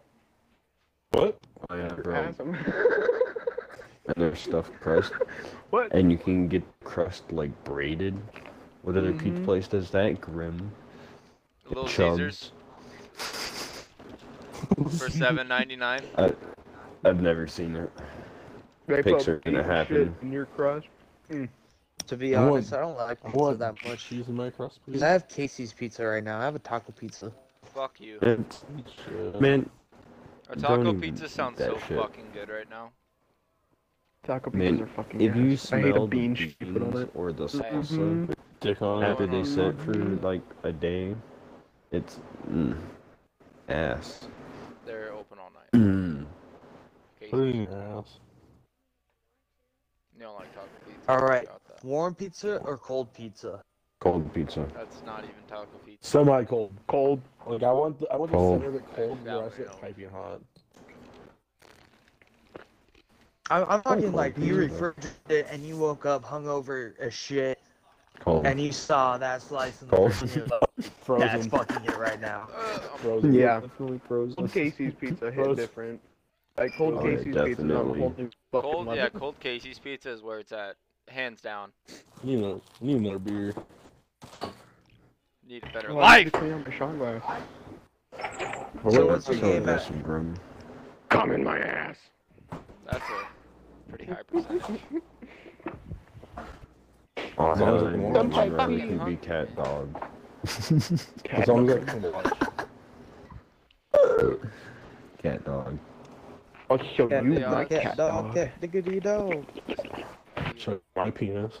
[SPEAKER 3] What?
[SPEAKER 2] Oh, yeah,
[SPEAKER 5] You're
[SPEAKER 2] bro.
[SPEAKER 5] Awesome.
[SPEAKER 2] And their stuffed crust,
[SPEAKER 5] what?
[SPEAKER 2] and you can get crust like
[SPEAKER 1] Mm-hmm.
[SPEAKER 2] braided. What other pizza place does that? Grim.
[SPEAKER 4] Little
[SPEAKER 2] Chubs.
[SPEAKER 4] Caesars. for seven ninety nine.
[SPEAKER 2] I've never seen it.
[SPEAKER 5] They
[SPEAKER 2] Pics are
[SPEAKER 5] put
[SPEAKER 2] gonna
[SPEAKER 5] deep
[SPEAKER 2] happen.
[SPEAKER 5] shit in your crust.
[SPEAKER 6] To be
[SPEAKER 3] I want-
[SPEAKER 6] honest, I don't like pizza
[SPEAKER 3] want
[SPEAKER 6] that much.
[SPEAKER 3] Cheese in my crust, please.
[SPEAKER 6] Cause I have Casey's pizza right now. I have a taco pizza.
[SPEAKER 4] Fuck you.
[SPEAKER 2] It's,
[SPEAKER 3] Shit.
[SPEAKER 2] man,
[SPEAKER 4] A
[SPEAKER 2] Don't
[SPEAKER 4] taco
[SPEAKER 2] even
[SPEAKER 4] pizza
[SPEAKER 2] eat
[SPEAKER 4] sounds
[SPEAKER 2] that
[SPEAKER 4] so
[SPEAKER 2] shit.
[SPEAKER 4] fucking good right now.
[SPEAKER 5] Taco
[SPEAKER 2] Man,
[SPEAKER 5] pizzas are fucking
[SPEAKER 2] if you
[SPEAKER 5] gas. I hate a
[SPEAKER 2] smell the
[SPEAKER 5] bean
[SPEAKER 2] beans
[SPEAKER 5] she put on it.
[SPEAKER 2] or the
[SPEAKER 1] Mm-hmm.
[SPEAKER 2] salsa
[SPEAKER 5] Mhm.
[SPEAKER 3] Dick on
[SPEAKER 2] after
[SPEAKER 3] it.
[SPEAKER 2] they sit for like a day, it's mm, ass.
[SPEAKER 4] They're open all night.
[SPEAKER 2] Mm.
[SPEAKER 4] Okay,
[SPEAKER 3] Put it in
[SPEAKER 4] you
[SPEAKER 3] your ass.
[SPEAKER 4] don't like taco pizza.
[SPEAKER 1] All right.
[SPEAKER 4] Got that.
[SPEAKER 1] Warm pizza or cold pizza?
[SPEAKER 2] Cold pizza.
[SPEAKER 4] That's not even taco pizza.
[SPEAKER 3] Semi cold.
[SPEAKER 5] Cold.
[SPEAKER 3] Like I want, the, I want
[SPEAKER 2] Cold.
[SPEAKER 3] the center of it cold, and the
[SPEAKER 4] That
[SPEAKER 3] rest
[SPEAKER 4] way,
[SPEAKER 3] of it
[SPEAKER 4] no.
[SPEAKER 3] piping hot.
[SPEAKER 1] I'm, I'm talking
[SPEAKER 2] cold
[SPEAKER 1] like you
[SPEAKER 2] pizza.
[SPEAKER 1] refrigerated and you woke up hungover as shit
[SPEAKER 2] Cold.
[SPEAKER 1] and you saw that slice in the
[SPEAKER 2] Cold.
[SPEAKER 1] fridge and you're like, That's
[SPEAKER 3] Frozen.
[SPEAKER 1] fucking it right now.
[SPEAKER 4] Uh,
[SPEAKER 3] Frozen.
[SPEAKER 5] Yeah.
[SPEAKER 3] Definitely frozen.
[SPEAKER 5] Cold Casey's pizza hit
[SPEAKER 3] Gross.
[SPEAKER 5] different. Like cold
[SPEAKER 2] Oh, yeah,
[SPEAKER 5] Casey's pizza is on a
[SPEAKER 2] definitely.
[SPEAKER 5] whole new fucking
[SPEAKER 4] cold,
[SPEAKER 5] level.
[SPEAKER 4] yeah, cold Casey's pizza is where it's at, hands down.
[SPEAKER 3] Need another, need another beer.
[SPEAKER 4] Need a better
[SPEAKER 5] Well, I
[SPEAKER 4] life.
[SPEAKER 5] just put it on my shot glass.
[SPEAKER 1] So what's your game at?
[SPEAKER 2] room.
[SPEAKER 5] Come in my ass.
[SPEAKER 4] That's a pretty high percentage.
[SPEAKER 2] Oh,
[SPEAKER 3] long as
[SPEAKER 2] hell,
[SPEAKER 3] it's
[SPEAKER 2] yeah,
[SPEAKER 3] warm.
[SPEAKER 2] mine
[SPEAKER 5] Don't
[SPEAKER 2] really
[SPEAKER 4] fucking
[SPEAKER 2] can be
[SPEAKER 4] hunt.
[SPEAKER 2] cat dog.
[SPEAKER 3] As long as I can watch.
[SPEAKER 2] Cat dog.
[SPEAKER 5] I'll show
[SPEAKER 6] Cat
[SPEAKER 5] you
[SPEAKER 4] dog,
[SPEAKER 5] my
[SPEAKER 6] cat, dog,
[SPEAKER 5] dog.
[SPEAKER 6] cat diggity dog.
[SPEAKER 3] Show my penis.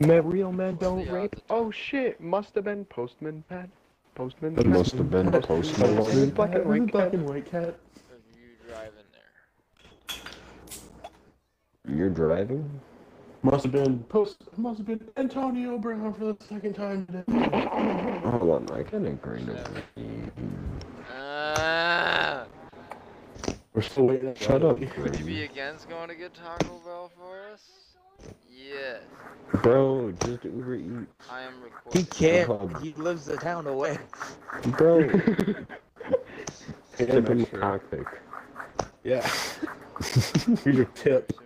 [SPEAKER 5] Men, real men
[SPEAKER 4] What's
[SPEAKER 5] don't
[SPEAKER 4] the
[SPEAKER 5] rape.
[SPEAKER 4] odds of-
[SPEAKER 5] Oh shit, must have been Postman Pat. Postman
[SPEAKER 2] It
[SPEAKER 5] Pat.
[SPEAKER 2] must have been
[SPEAKER 5] Is
[SPEAKER 2] postman.
[SPEAKER 5] it black and white cat?
[SPEAKER 3] white cat.
[SPEAKER 4] If you drive in there.
[SPEAKER 2] You're driving?
[SPEAKER 3] Must have been post. Must have been Antonio Brown for the second time today.
[SPEAKER 2] Hold on, I can agree to
[SPEAKER 4] Ah,
[SPEAKER 3] We're still waiting.
[SPEAKER 2] Shut up,
[SPEAKER 4] would you be against going to get Taco Bell for us? Yes,
[SPEAKER 2] bro. Just Uber Eats,
[SPEAKER 4] I am
[SPEAKER 1] He
[SPEAKER 4] recording.
[SPEAKER 1] can't.
[SPEAKER 2] Cold.
[SPEAKER 1] He lives the town away.
[SPEAKER 2] bro.
[SPEAKER 3] Yeah,
[SPEAKER 2] Tip in the
[SPEAKER 3] sure.
[SPEAKER 2] cockpit.
[SPEAKER 3] Yeah. Here's your tip.
[SPEAKER 4] Soon.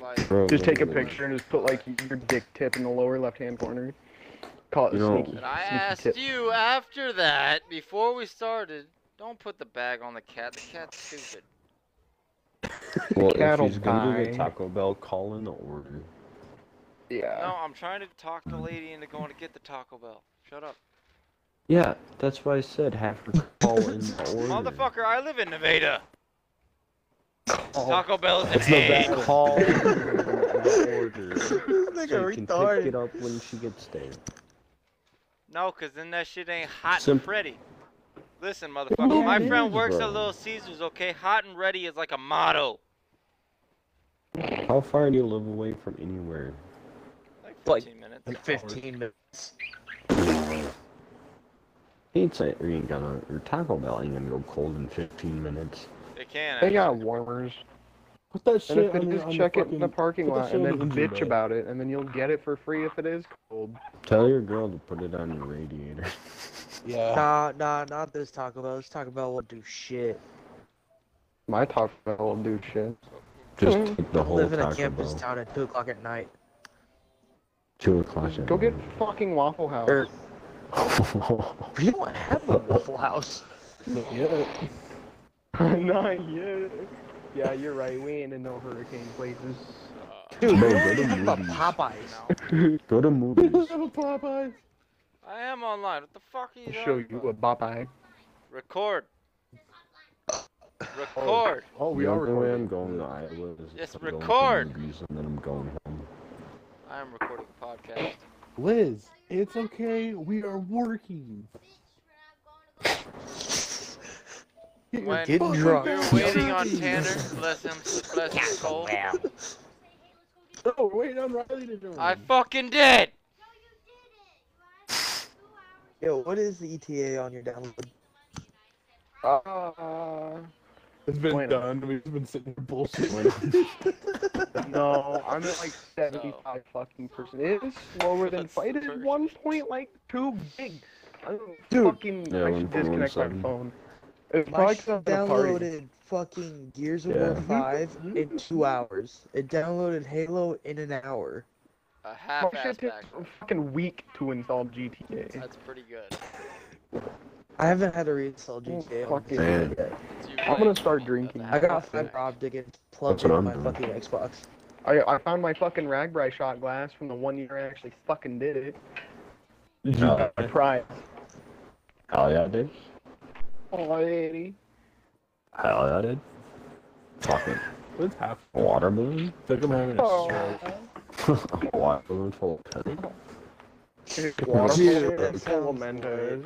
[SPEAKER 4] Like,
[SPEAKER 2] Bro,
[SPEAKER 5] Just take a
[SPEAKER 2] literally.
[SPEAKER 5] picture and just put like your dick tip in the lower left hand corner. Call it
[SPEAKER 2] You know-
[SPEAKER 5] sneaky.
[SPEAKER 4] but I
[SPEAKER 5] sneaky
[SPEAKER 4] asked
[SPEAKER 5] tip.
[SPEAKER 4] you after that, before we started, don't put the bag on the cat. The cat's stupid.
[SPEAKER 2] Well, if
[SPEAKER 5] Cattle
[SPEAKER 2] he's gonna do
[SPEAKER 5] pie.
[SPEAKER 2] the Taco Bell, call in the order.
[SPEAKER 5] Yeah.
[SPEAKER 4] No, I'm trying to talk the lady into going to get the Taco Bell. Shut up.
[SPEAKER 2] Yeah, that's why I said have her call in the order.
[SPEAKER 4] Motherfucker, I live in Nevada. Taco Bell is an
[SPEAKER 2] Hey,
[SPEAKER 4] A.
[SPEAKER 2] call in the order.
[SPEAKER 1] this
[SPEAKER 2] so
[SPEAKER 1] nigga
[SPEAKER 2] you can pick it
[SPEAKER 1] retarded.
[SPEAKER 2] up when she gets there.
[SPEAKER 4] No, cause then that shit ain't hot
[SPEAKER 2] Sim-
[SPEAKER 4] and ready. Listen, motherfucker,
[SPEAKER 2] Yeah,
[SPEAKER 4] my
[SPEAKER 2] it
[SPEAKER 4] friend
[SPEAKER 2] is,
[SPEAKER 4] works
[SPEAKER 2] bro.
[SPEAKER 4] at Little Caesars, okay? Hot and ready is like a motto.
[SPEAKER 2] How far do you live away from anywhere?
[SPEAKER 4] Like
[SPEAKER 1] Like-
[SPEAKER 4] 15 minutes.
[SPEAKER 1] In 15 minutes.
[SPEAKER 2] Pizza ain't gonna, or Taco Bell ain't gonna go cold in 15 minutes.
[SPEAKER 4] It can.
[SPEAKER 5] They
[SPEAKER 4] actually.
[SPEAKER 5] got warmers.
[SPEAKER 3] Put that
[SPEAKER 5] And if
[SPEAKER 3] shit
[SPEAKER 5] they
[SPEAKER 3] on the,
[SPEAKER 5] just
[SPEAKER 3] on the
[SPEAKER 5] check it
[SPEAKER 3] fucking-
[SPEAKER 5] in the parking
[SPEAKER 3] put that
[SPEAKER 5] lot
[SPEAKER 3] shit
[SPEAKER 5] and
[SPEAKER 3] on
[SPEAKER 5] then
[SPEAKER 3] the engine
[SPEAKER 5] bitch
[SPEAKER 3] bay.
[SPEAKER 5] about it, and then you'll get it for free if it is cold.
[SPEAKER 2] Tell your girl to put it on your radiator.
[SPEAKER 3] Yeah.
[SPEAKER 1] Nah, nah, not this Taco Bell. This Taco Bell won't do shit.
[SPEAKER 5] My Taco Bell will do shit.
[SPEAKER 2] Just take the
[SPEAKER 1] I
[SPEAKER 2] whole
[SPEAKER 1] live in a
[SPEAKER 2] Taco
[SPEAKER 1] campus
[SPEAKER 2] Bell.
[SPEAKER 1] town at 2 o'clock at night.
[SPEAKER 2] Two o'clock. at
[SPEAKER 5] Go get
[SPEAKER 2] night.
[SPEAKER 5] fucking Waffle House.
[SPEAKER 3] Er.
[SPEAKER 1] Or, Er, we don't have a Waffle House.
[SPEAKER 3] Yeah.
[SPEAKER 5] Not yet. Yeah, you're right. We ain't in no hurricane places.
[SPEAKER 1] Dude,
[SPEAKER 2] Bro, go
[SPEAKER 1] we don't
[SPEAKER 2] to
[SPEAKER 1] even have a
[SPEAKER 2] movies.
[SPEAKER 1] Popeyes.
[SPEAKER 4] No.
[SPEAKER 2] Go to
[SPEAKER 3] We
[SPEAKER 2] movies.
[SPEAKER 3] don't have a Popeyes.
[SPEAKER 4] I am online. What the fuck are you talking
[SPEAKER 5] I'll show you a
[SPEAKER 4] about?
[SPEAKER 5] bop eye.
[SPEAKER 4] Record. Record.
[SPEAKER 5] Oh, we
[SPEAKER 2] the
[SPEAKER 5] are
[SPEAKER 2] only way I'm going
[SPEAKER 5] recording.
[SPEAKER 2] to Iowa is
[SPEAKER 4] Yes,
[SPEAKER 2] I'm going to
[SPEAKER 4] record.
[SPEAKER 2] movies and then I'm going home.
[SPEAKER 4] I am recording a podcast.
[SPEAKER 3] Liz, it's okay. We are working. Get your
[SPEAKER 4] When
[SPEAKER 1] getting
[SPEAKER 3] fucking
[SPEAKER 1] drunk.
[SPEAKER 4] we were
[SPEAKER 3] back.
[SPEAKER 4] waiting on Tanner, bless him, bless his soul.
[SPEAKER 3] No, we're waiting on Riley to join.
[SPEAKER 4] I fucking did.
[SPEAKER 1] Yo, what is the ETA on your download?
[SPEAKER 5] Uh,
[SPEAKER 3] It's been
[SPEAKER 5] Bueno.
[SPEAKER 3] done. We've been sitting here bullshitting.
[SPEAKER 5] no, I'm at like 75 fucking percent. It is slower than
[SPEAKER 4] That's
[SPEAKER 5] fi- It
[SPEAKER 4] first.
[SPEAKER 5] is one point like two gig. I'm
[SPEAKER 1] Dude.
[SPEAKER 5] fucking.
[SPEAKER 2] Yeah,
[SPEAKER 5] I should
[SPEAKER 2] 1.17.
[SPEAKER 5] disconnect my phone. It's
[SPEAKER 1] I
[SPEAKER 5] probably 'cause I'm at a party.
[SPEAKER 1] downloaded fucking Gears of
[SPEAKER 2] Yeah.
[SPEAKER 1] War 5 in two hours. It downloaded Halo in an hour.
[SPEAKER 4] a
[SPEAKER 5] My
[SPEAKER 4] half-ass
[SPEAKER 5] shit took
[SPEAKER 4] back.
[SPEAKER 5] a fucking week to install GTA.
[SPEAKER 4] That's pretty good.
[SPEAKER 1] I haven't had a reinstall GTA.
[SPEAKER 5] Oh, fucking-
[SPEAKER 2] Man.
[SPEAKER 4] It's
[SPEAKER 5] I'm
[SPEAKER 4] usually
[SPEAKER 5] gonna start drinking.
[SPEAKER 1] I got
[SPEAKER 4] half-ass.
[SPEAKER 1] fiber optic and plugged
[SPEAKER 2] That's what
[SPEAKER 1] into
[SPEAKER 2] I'm
[SPEAKER 1] my
[SPEAKER 2] doing.
[SPEAKER 1] fucking Xbox.
[SPEAKER 5] I, I found my fucking Ragbri shot glass from the one year I actually fucking did it.
[SPEAKER 3] Did you
[SPEAKER 2] No.
[SPEAKER 5] My pride.
[SPEAKER 2] Hell yeah, dude.
[SPEAKER 5] Oh, lady.
[SPEAKER 2] Hell yeah, dude. Fucking
[SPEAKER 3] What's happening?
[SPEAKER 2] water balloon?
[SPEAKER 3] I think I'm having a
[SPEAKER 5] Oh.
[SPEAKER 3] stroke.
[SPEAKER 2] water balloon full of pennies?
[SPEAKER 5] Waterfall
[SPEAKER 1] that
[SPEAKER 5] and
[SPEAKER 1] sounds
[SPEAKER 5] Mentos.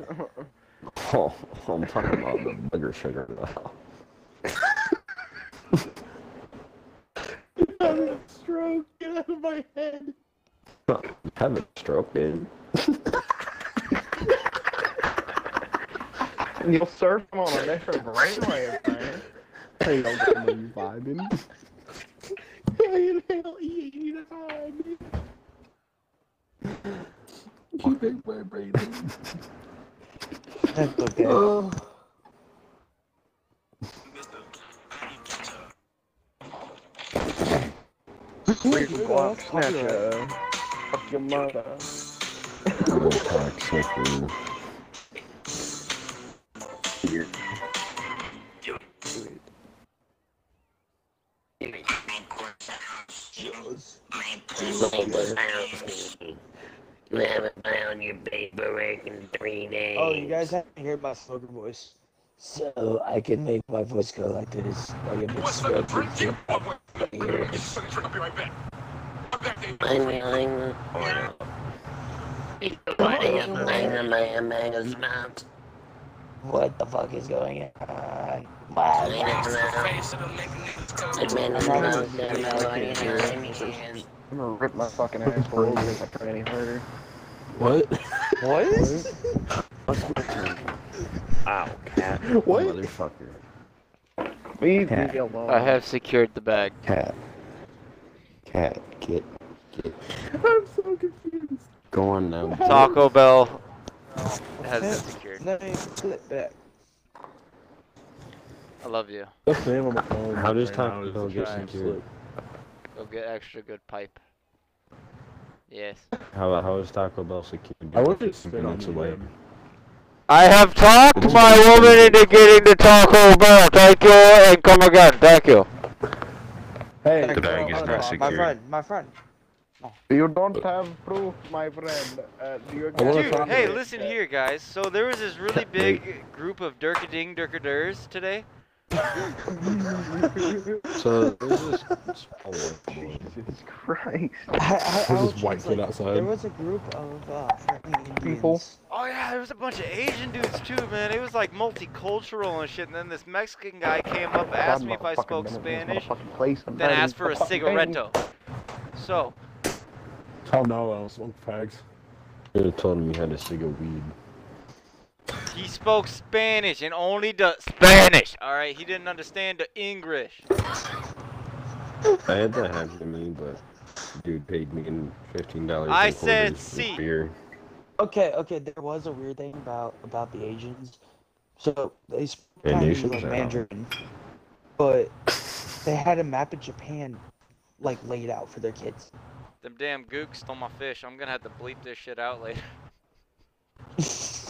[SPEAKER 2] Oh, I'm talking about the bigger sugar now.
[SPEAKER 5] Stroke, get out of my head.
[SPEAKER 2] Having a stroke, dude.
[SPEAKER 5] And you'll surf them on a different brainwave, man.
[SPEAKER 8] Hey, yo, are you vibing?
[SPEAKER 5] E
[SPEAKER 1] That's okay.
[SPEAKER 5] Wait, block, snatcher. Fuck your mother.
[SPEAKER 2] I'm a cocksucker.
[SPEAKER 9] You haven't found your paperwork in three days.
[SPEAKER 1] Oh, you guys haven't heard my smoker voice. So I can make my voice go like this. Like if it's smoking.
[SPEAKER 9] I'm willing. What is lying in my mango's mouth?
[SPEAKER 1] What the fuck is going on? My
[SPEAKER 9] Clean his mouth. It's been a long time, nobody knows me.
[SPEAKER 5] I'm gonna rip my fucking asshole over if I try any harder.
[SPEAKER 2] What?
[SPEAKER 1] what?
[SPEAKER 2] Ow, cat.
[SPEAKER 5] What?
[SPEAKER 2] Motherfucker.
[SPEAKER 5] Leave me alone.
[SPEAKER 4] I have secured the bag.
[SPEAKER 8] Cat. Cat, get, get. Go on now.
[SPEAKER 4] Taco Bell has been secured.
[SPEAKER 1] Let me flip back.
[SPEAKER 4] I love you.
[SPEAKER 3] That's the name of my phone.
[SPEAKER 2] How does
[SPEAKER 3] right now
[SPEAKER 2] Taco
[SPEAKER 3] is
[SPEAKER 2] Bell get
[SPEAKER 3] Giant
[SPEAKER 2] secured?
[SPEAKER 3] Slip.
[SPEAKER 4] Go get extra good pipe. Yes.
[SPEAKER 2] How, how is Taco Bell secured?
[SPEAKER 3] I wonder if it's
[SPEAKER 2] something else
[SPEAKER 3] spinning,
[SPEAKER 2] away.
[SPEAKER 3] man.
[SPEAKER 4] I have talked my woman into getting the Taco Bell. Thank you and come again. Thank you.
[SPEAKER 5] Hey,
[SPEAKER 10] The bag is
[SPEAKER 5] hold
[SPEAKER 10] not
[SPEAKER 5] on.
[SPEAKER 10] secure.
[SPEAKER 1] My friend, my friend.
[SPEAKER 5] You don't have proof, my friend. Uh, do you
[SPEAKER 3] wanna
[SPEAKER 4] Dude,
[SPEAKER 3] talk
[SPEAKER 4] hey,
[SPEAKER 3] about
[SPEAKER 4] listen here, guys. So there was this really big group of Durkading Durkaders today.
[SPEAKER 2] So, there's this small one.
[SPEAKER 5] Jesus Christ.
[SPEAKER 1] I, I, I
[SPEAKER 3] There's
[SPEAKER 1] was
[SPEAKER 3] this white kid
[SPEAKER 1] translate.
[SPEAKER 3] outside.
[SPEAKER 1] There was a group of uh, fucking
[SPEAKER 5] People?
[SPEAKER 1] Indians.
[SPEAKER 4] Oh yeah, there was a bunch of Asian dudes too, man. It was like multicultural and shit. And then this Mexican guy came up, asked me if I spoke Spanish, then asked for a cigaretto. So
[SPEAKER 3] Oh no, I don't smoke fags.
[SPEAKER 2] Should have told him you had a cig of weed.
[SPEAKER 4] he spoke Spanish and only the Spanish. All right, he didn't understand the English.
[SPEAKER 2] I had that happen to me, but dude paid me in fifteen dollars.
[SPEAKER 4] I said C.
[SPEAKER 2] Beer.
[SPEAKER 1] Okay, okay. There was a weird thing about about the Asians. So they spoke
[SPEAKER 2] And
[SPEAKER 1] Chinese,
[SPEAKER 2] Asians
[SPEAKER 1] like
[SPEAKER 2] are-
[SPEAKER 1] Mandarin, but they had a map of Japan like laid out for their kids.
[SPEAKER 4] Them damn gooks stole my fish. I'm gonna have to bleep this shit out later.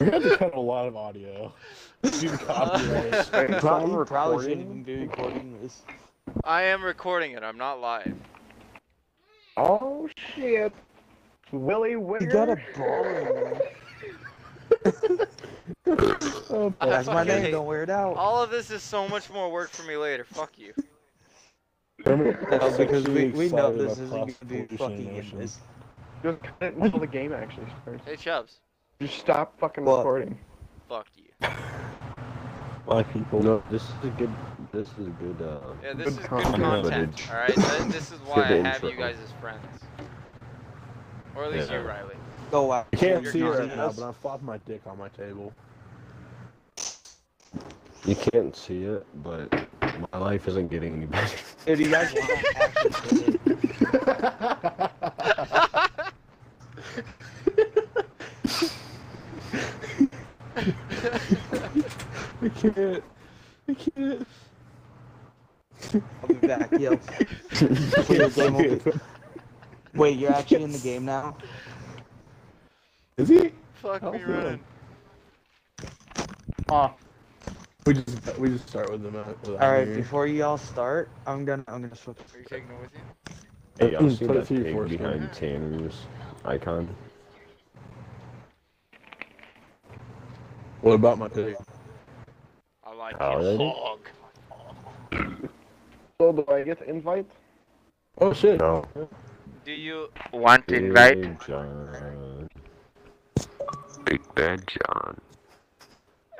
[SPEAKER 3] We had to cut a lot of audio. Due to copyright.
[SPEAKER 5] Probably,
[SPEAKER 1] Probably shouldn't even be recording this.
[SPEAKER 4] I am recording it. I'm not live.
[SPEAKER 5] Oh shit. Willy Wigger.
[SPEAKER 1] You got a ball in there. That's my
[SPEAKER 4] fucking
[SPEAKER 1] name.
[SPEAKER 4] hate-
[SPEAKER 1] Don't wear it out.
[SPEAKER 4] All of this is so much more work for me later. Fuck you.
[SPEAKER 1] No, because we,
[SPEAKER 3] Sexually
[SPEAKER 1] we know
[SPEAKER 3] excited
[SPEAKER 1] this isn't
[SPEAKER 3] about
[SPEAKER 1] gonna be
[SPEAKER 3] prostitution
[SPEAKER 1] fucking
[SPEAKER 3] notion.
[SPEAKER 1] in this.
[SPEAKER 5] Just cut it until the game actually starts.
[SPEAKER 4] Hey Chubbs.
[SPEAKER 5] Just stop fucking
[SPEAKER 1] What?
[SPEAKER 5] recording.
[SPEAKER 4] Fuck you.
[SPEAKER 3] My people.
[SPEAKER 2] No, this is a good. This is a good. Uh,
[SPEAKER 4] Yeah, this is
[SPEAKER 5] Good
[SPEAKER 4] good
[SPEAKER 5] content.
[SPEAKER 4] content.
[SPEAKER 2] Footage.
[SPEAKER 4] All right, Th- this is why I
[SPEAKER 2] Good
[SPEAKER 4] have you
[SPEAKER 2] intro.
[SPEAKER 4] guys as friends. Or at least you,
[SPEAKER 2] Yeah.
[SPEAKER 4] Riley.
[SPEAKER 1] Go out.
[SPEAKER 3] I can't
[SPEAKER 4] You're
[SPEAKER 3] see
[SPEAKER 4] not-
[SPEAKER 3] right now, but I flopped my dick on my table.
[SPEAKER 2] you can't see it, but my life isn't getting any better.
[SPEAKER 1] Dude, you guys want action with it.
[SPEAKER 3] I can't. I can't.
[SPEAKER 1] I'll be back, yo. Wait, game will be- Wait, you're actually in the game now?
[SPEAKER 2] Is he?
[SPEAKER 4] Fuck me
[SPEAKER 2] Hopefully.
[SPEAKER 4] running.
[SPEAKER 3] Ah. We just we just start with the map. with
[SPEAKER 1] All right,
[SPEAKER 3] Amir.
[SPEAKER 1] before you all start, I'm gonna I'm gonna switch.
[SPEAKER 4] Are you taking it with you?
[SPEAKER 2] Hey, y'all seen
[SPEAKER 3] Put it
[SPEAKER 2] that
[SPEAKER 3] through your
[SPEAKER 2] pig
[SPEAKER 3] force field.
[SPEAKER 2] behind Tanner's icon?
[SPEAKER 3] What about my pig?
[SPEAKER 9] I like
[SPEAKER 2] Oh,
[SPEAKER 9] your
[SPEAKER 2] really?
[SPEAKER 9] hog.
[SPEAKER 5] So do I get the invite?
[SPEAKER 3] Oh shit!
[SPEAKER 2] No.
[SPEAKER 4] Do you want to
[SPEAKER 2] Big
[SPEAKER 4] invite?
[SPEAKER 2] John.
[SPEAKER 7] Big Bad John.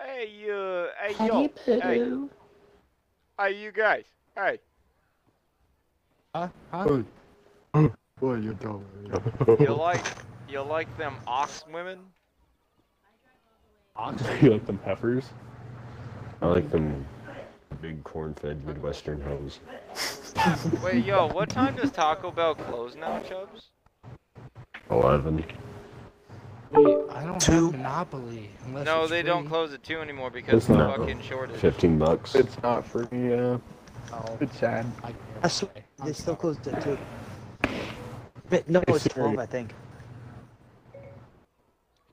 [SPEAKER 4] Hey, you, hey, yo, hey, hey, you guys, hey,
[SPEAKER 3] What are you doing?
[SPEAKER 4] you like, you like them ox women?
[SPEAKER 3] you like them heifers?
[SPEAKER 2] I like them big corn-fed Midwestern hoes.
[SPEAKER 4] Wait, yo, what time does Taco Bell close now, Chubbs?
[SPEAKER 2] Eleven.
[SPEAKER 11] I don't
[SPEAKER 1] Two.
[SPEAKER 11] have Monopoly. Unless
[SPEAKER 4] No,
[SPEAKER 11] it's
[SPEAKER 4] they don't
[SPEAKER 11] free.
[SPEAKER 4] close at two anymore because
[SPEAKER 2] It's
[SPEAKER 4] of the
[SPEAKER 2] not.
[SPEAKER 4] fucking shortage.
[SPEAKER 2] Fifteen bucks.
[SPEAKER 5] It's not free. Yeah,
[SPEAKER 11] Oh,
[SPEAKER 5] it's sad.
[SPEAKER 11] I-
[SPEAKER 1] I sw-
[SPEAKER 11] I'm
[SPEAKER 1] They still
[SPEAKER 11] sorry.
[SPEAKER 1] closed at two. But no, it's twelve, I think.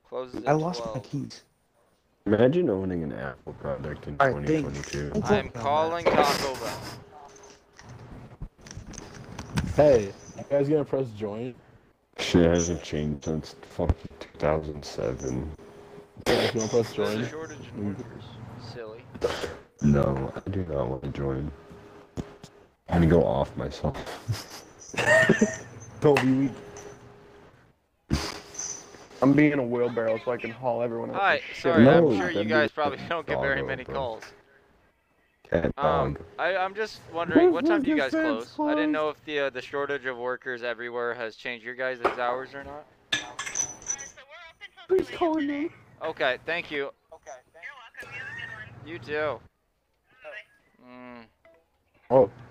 [SPEAKER 4] Closes at
[SPEAKER 1] I lost my
[SPEAKER 4] 12.
[SPEAKER 1] keys.
[SPEAKER 2] Imagine owning an Apple product in
[SPEAKER 1] I think-
[SPEAKER 2] 2022.
[SPEAKER 4] I'm calling Taco Bell.
[SPEAKER 3] Hey, you guys gonna press join?
[SPEAKER 2] Shit hasn't changed since fucking 2007.
[SPEAKER 3] You guys gonna
[SPEAKER 4] There's
[SPEAKER 3] press join?
[SPEAKER 4] a shortage in
[SPEAKER 2] Mm.
[SPEAKER 4] orders. Silly.
[SPEAKER 2] No, I do not want to join. I'm gonna go off myself.
[SPEAKER 3] Don't be weak.
[SPEAKER 5] I'm being a wheelbarrow so I can haul everyone out.
[SPEAKER 4] Hi,
[SPEAKER 5] Shit.
[SPEAKER 4] sorry,
[SPEAKER 2] No,
[SPEAKER 4] I'm sure you
[SPEAKER 2] that'd be
[SPEAKER 4] guys
[SPEAKER 2] a
[SPEAKER 4] probably don't get very
[SPEAKER 2] dog,
[SPEAKER 4] many
[SPEAKER 2] bro.
[SPEAKER 4] calls.
[SPEAKER 2] Cat
[SPEAKER 4] Um,
[SPEAKER 2] dog.
[SPEAKER 4] I, I'm just wondering, what time do you guys
[SPEAKER 3] Defense
[SPEAKER 4] close? I didn't know if the uh, the shortage of workers everywhere has changed your guys' hours or not.
[SPEAKER 9] Who's calling me?
[SPEAKER 4] Okay, thank you. You too. Mm.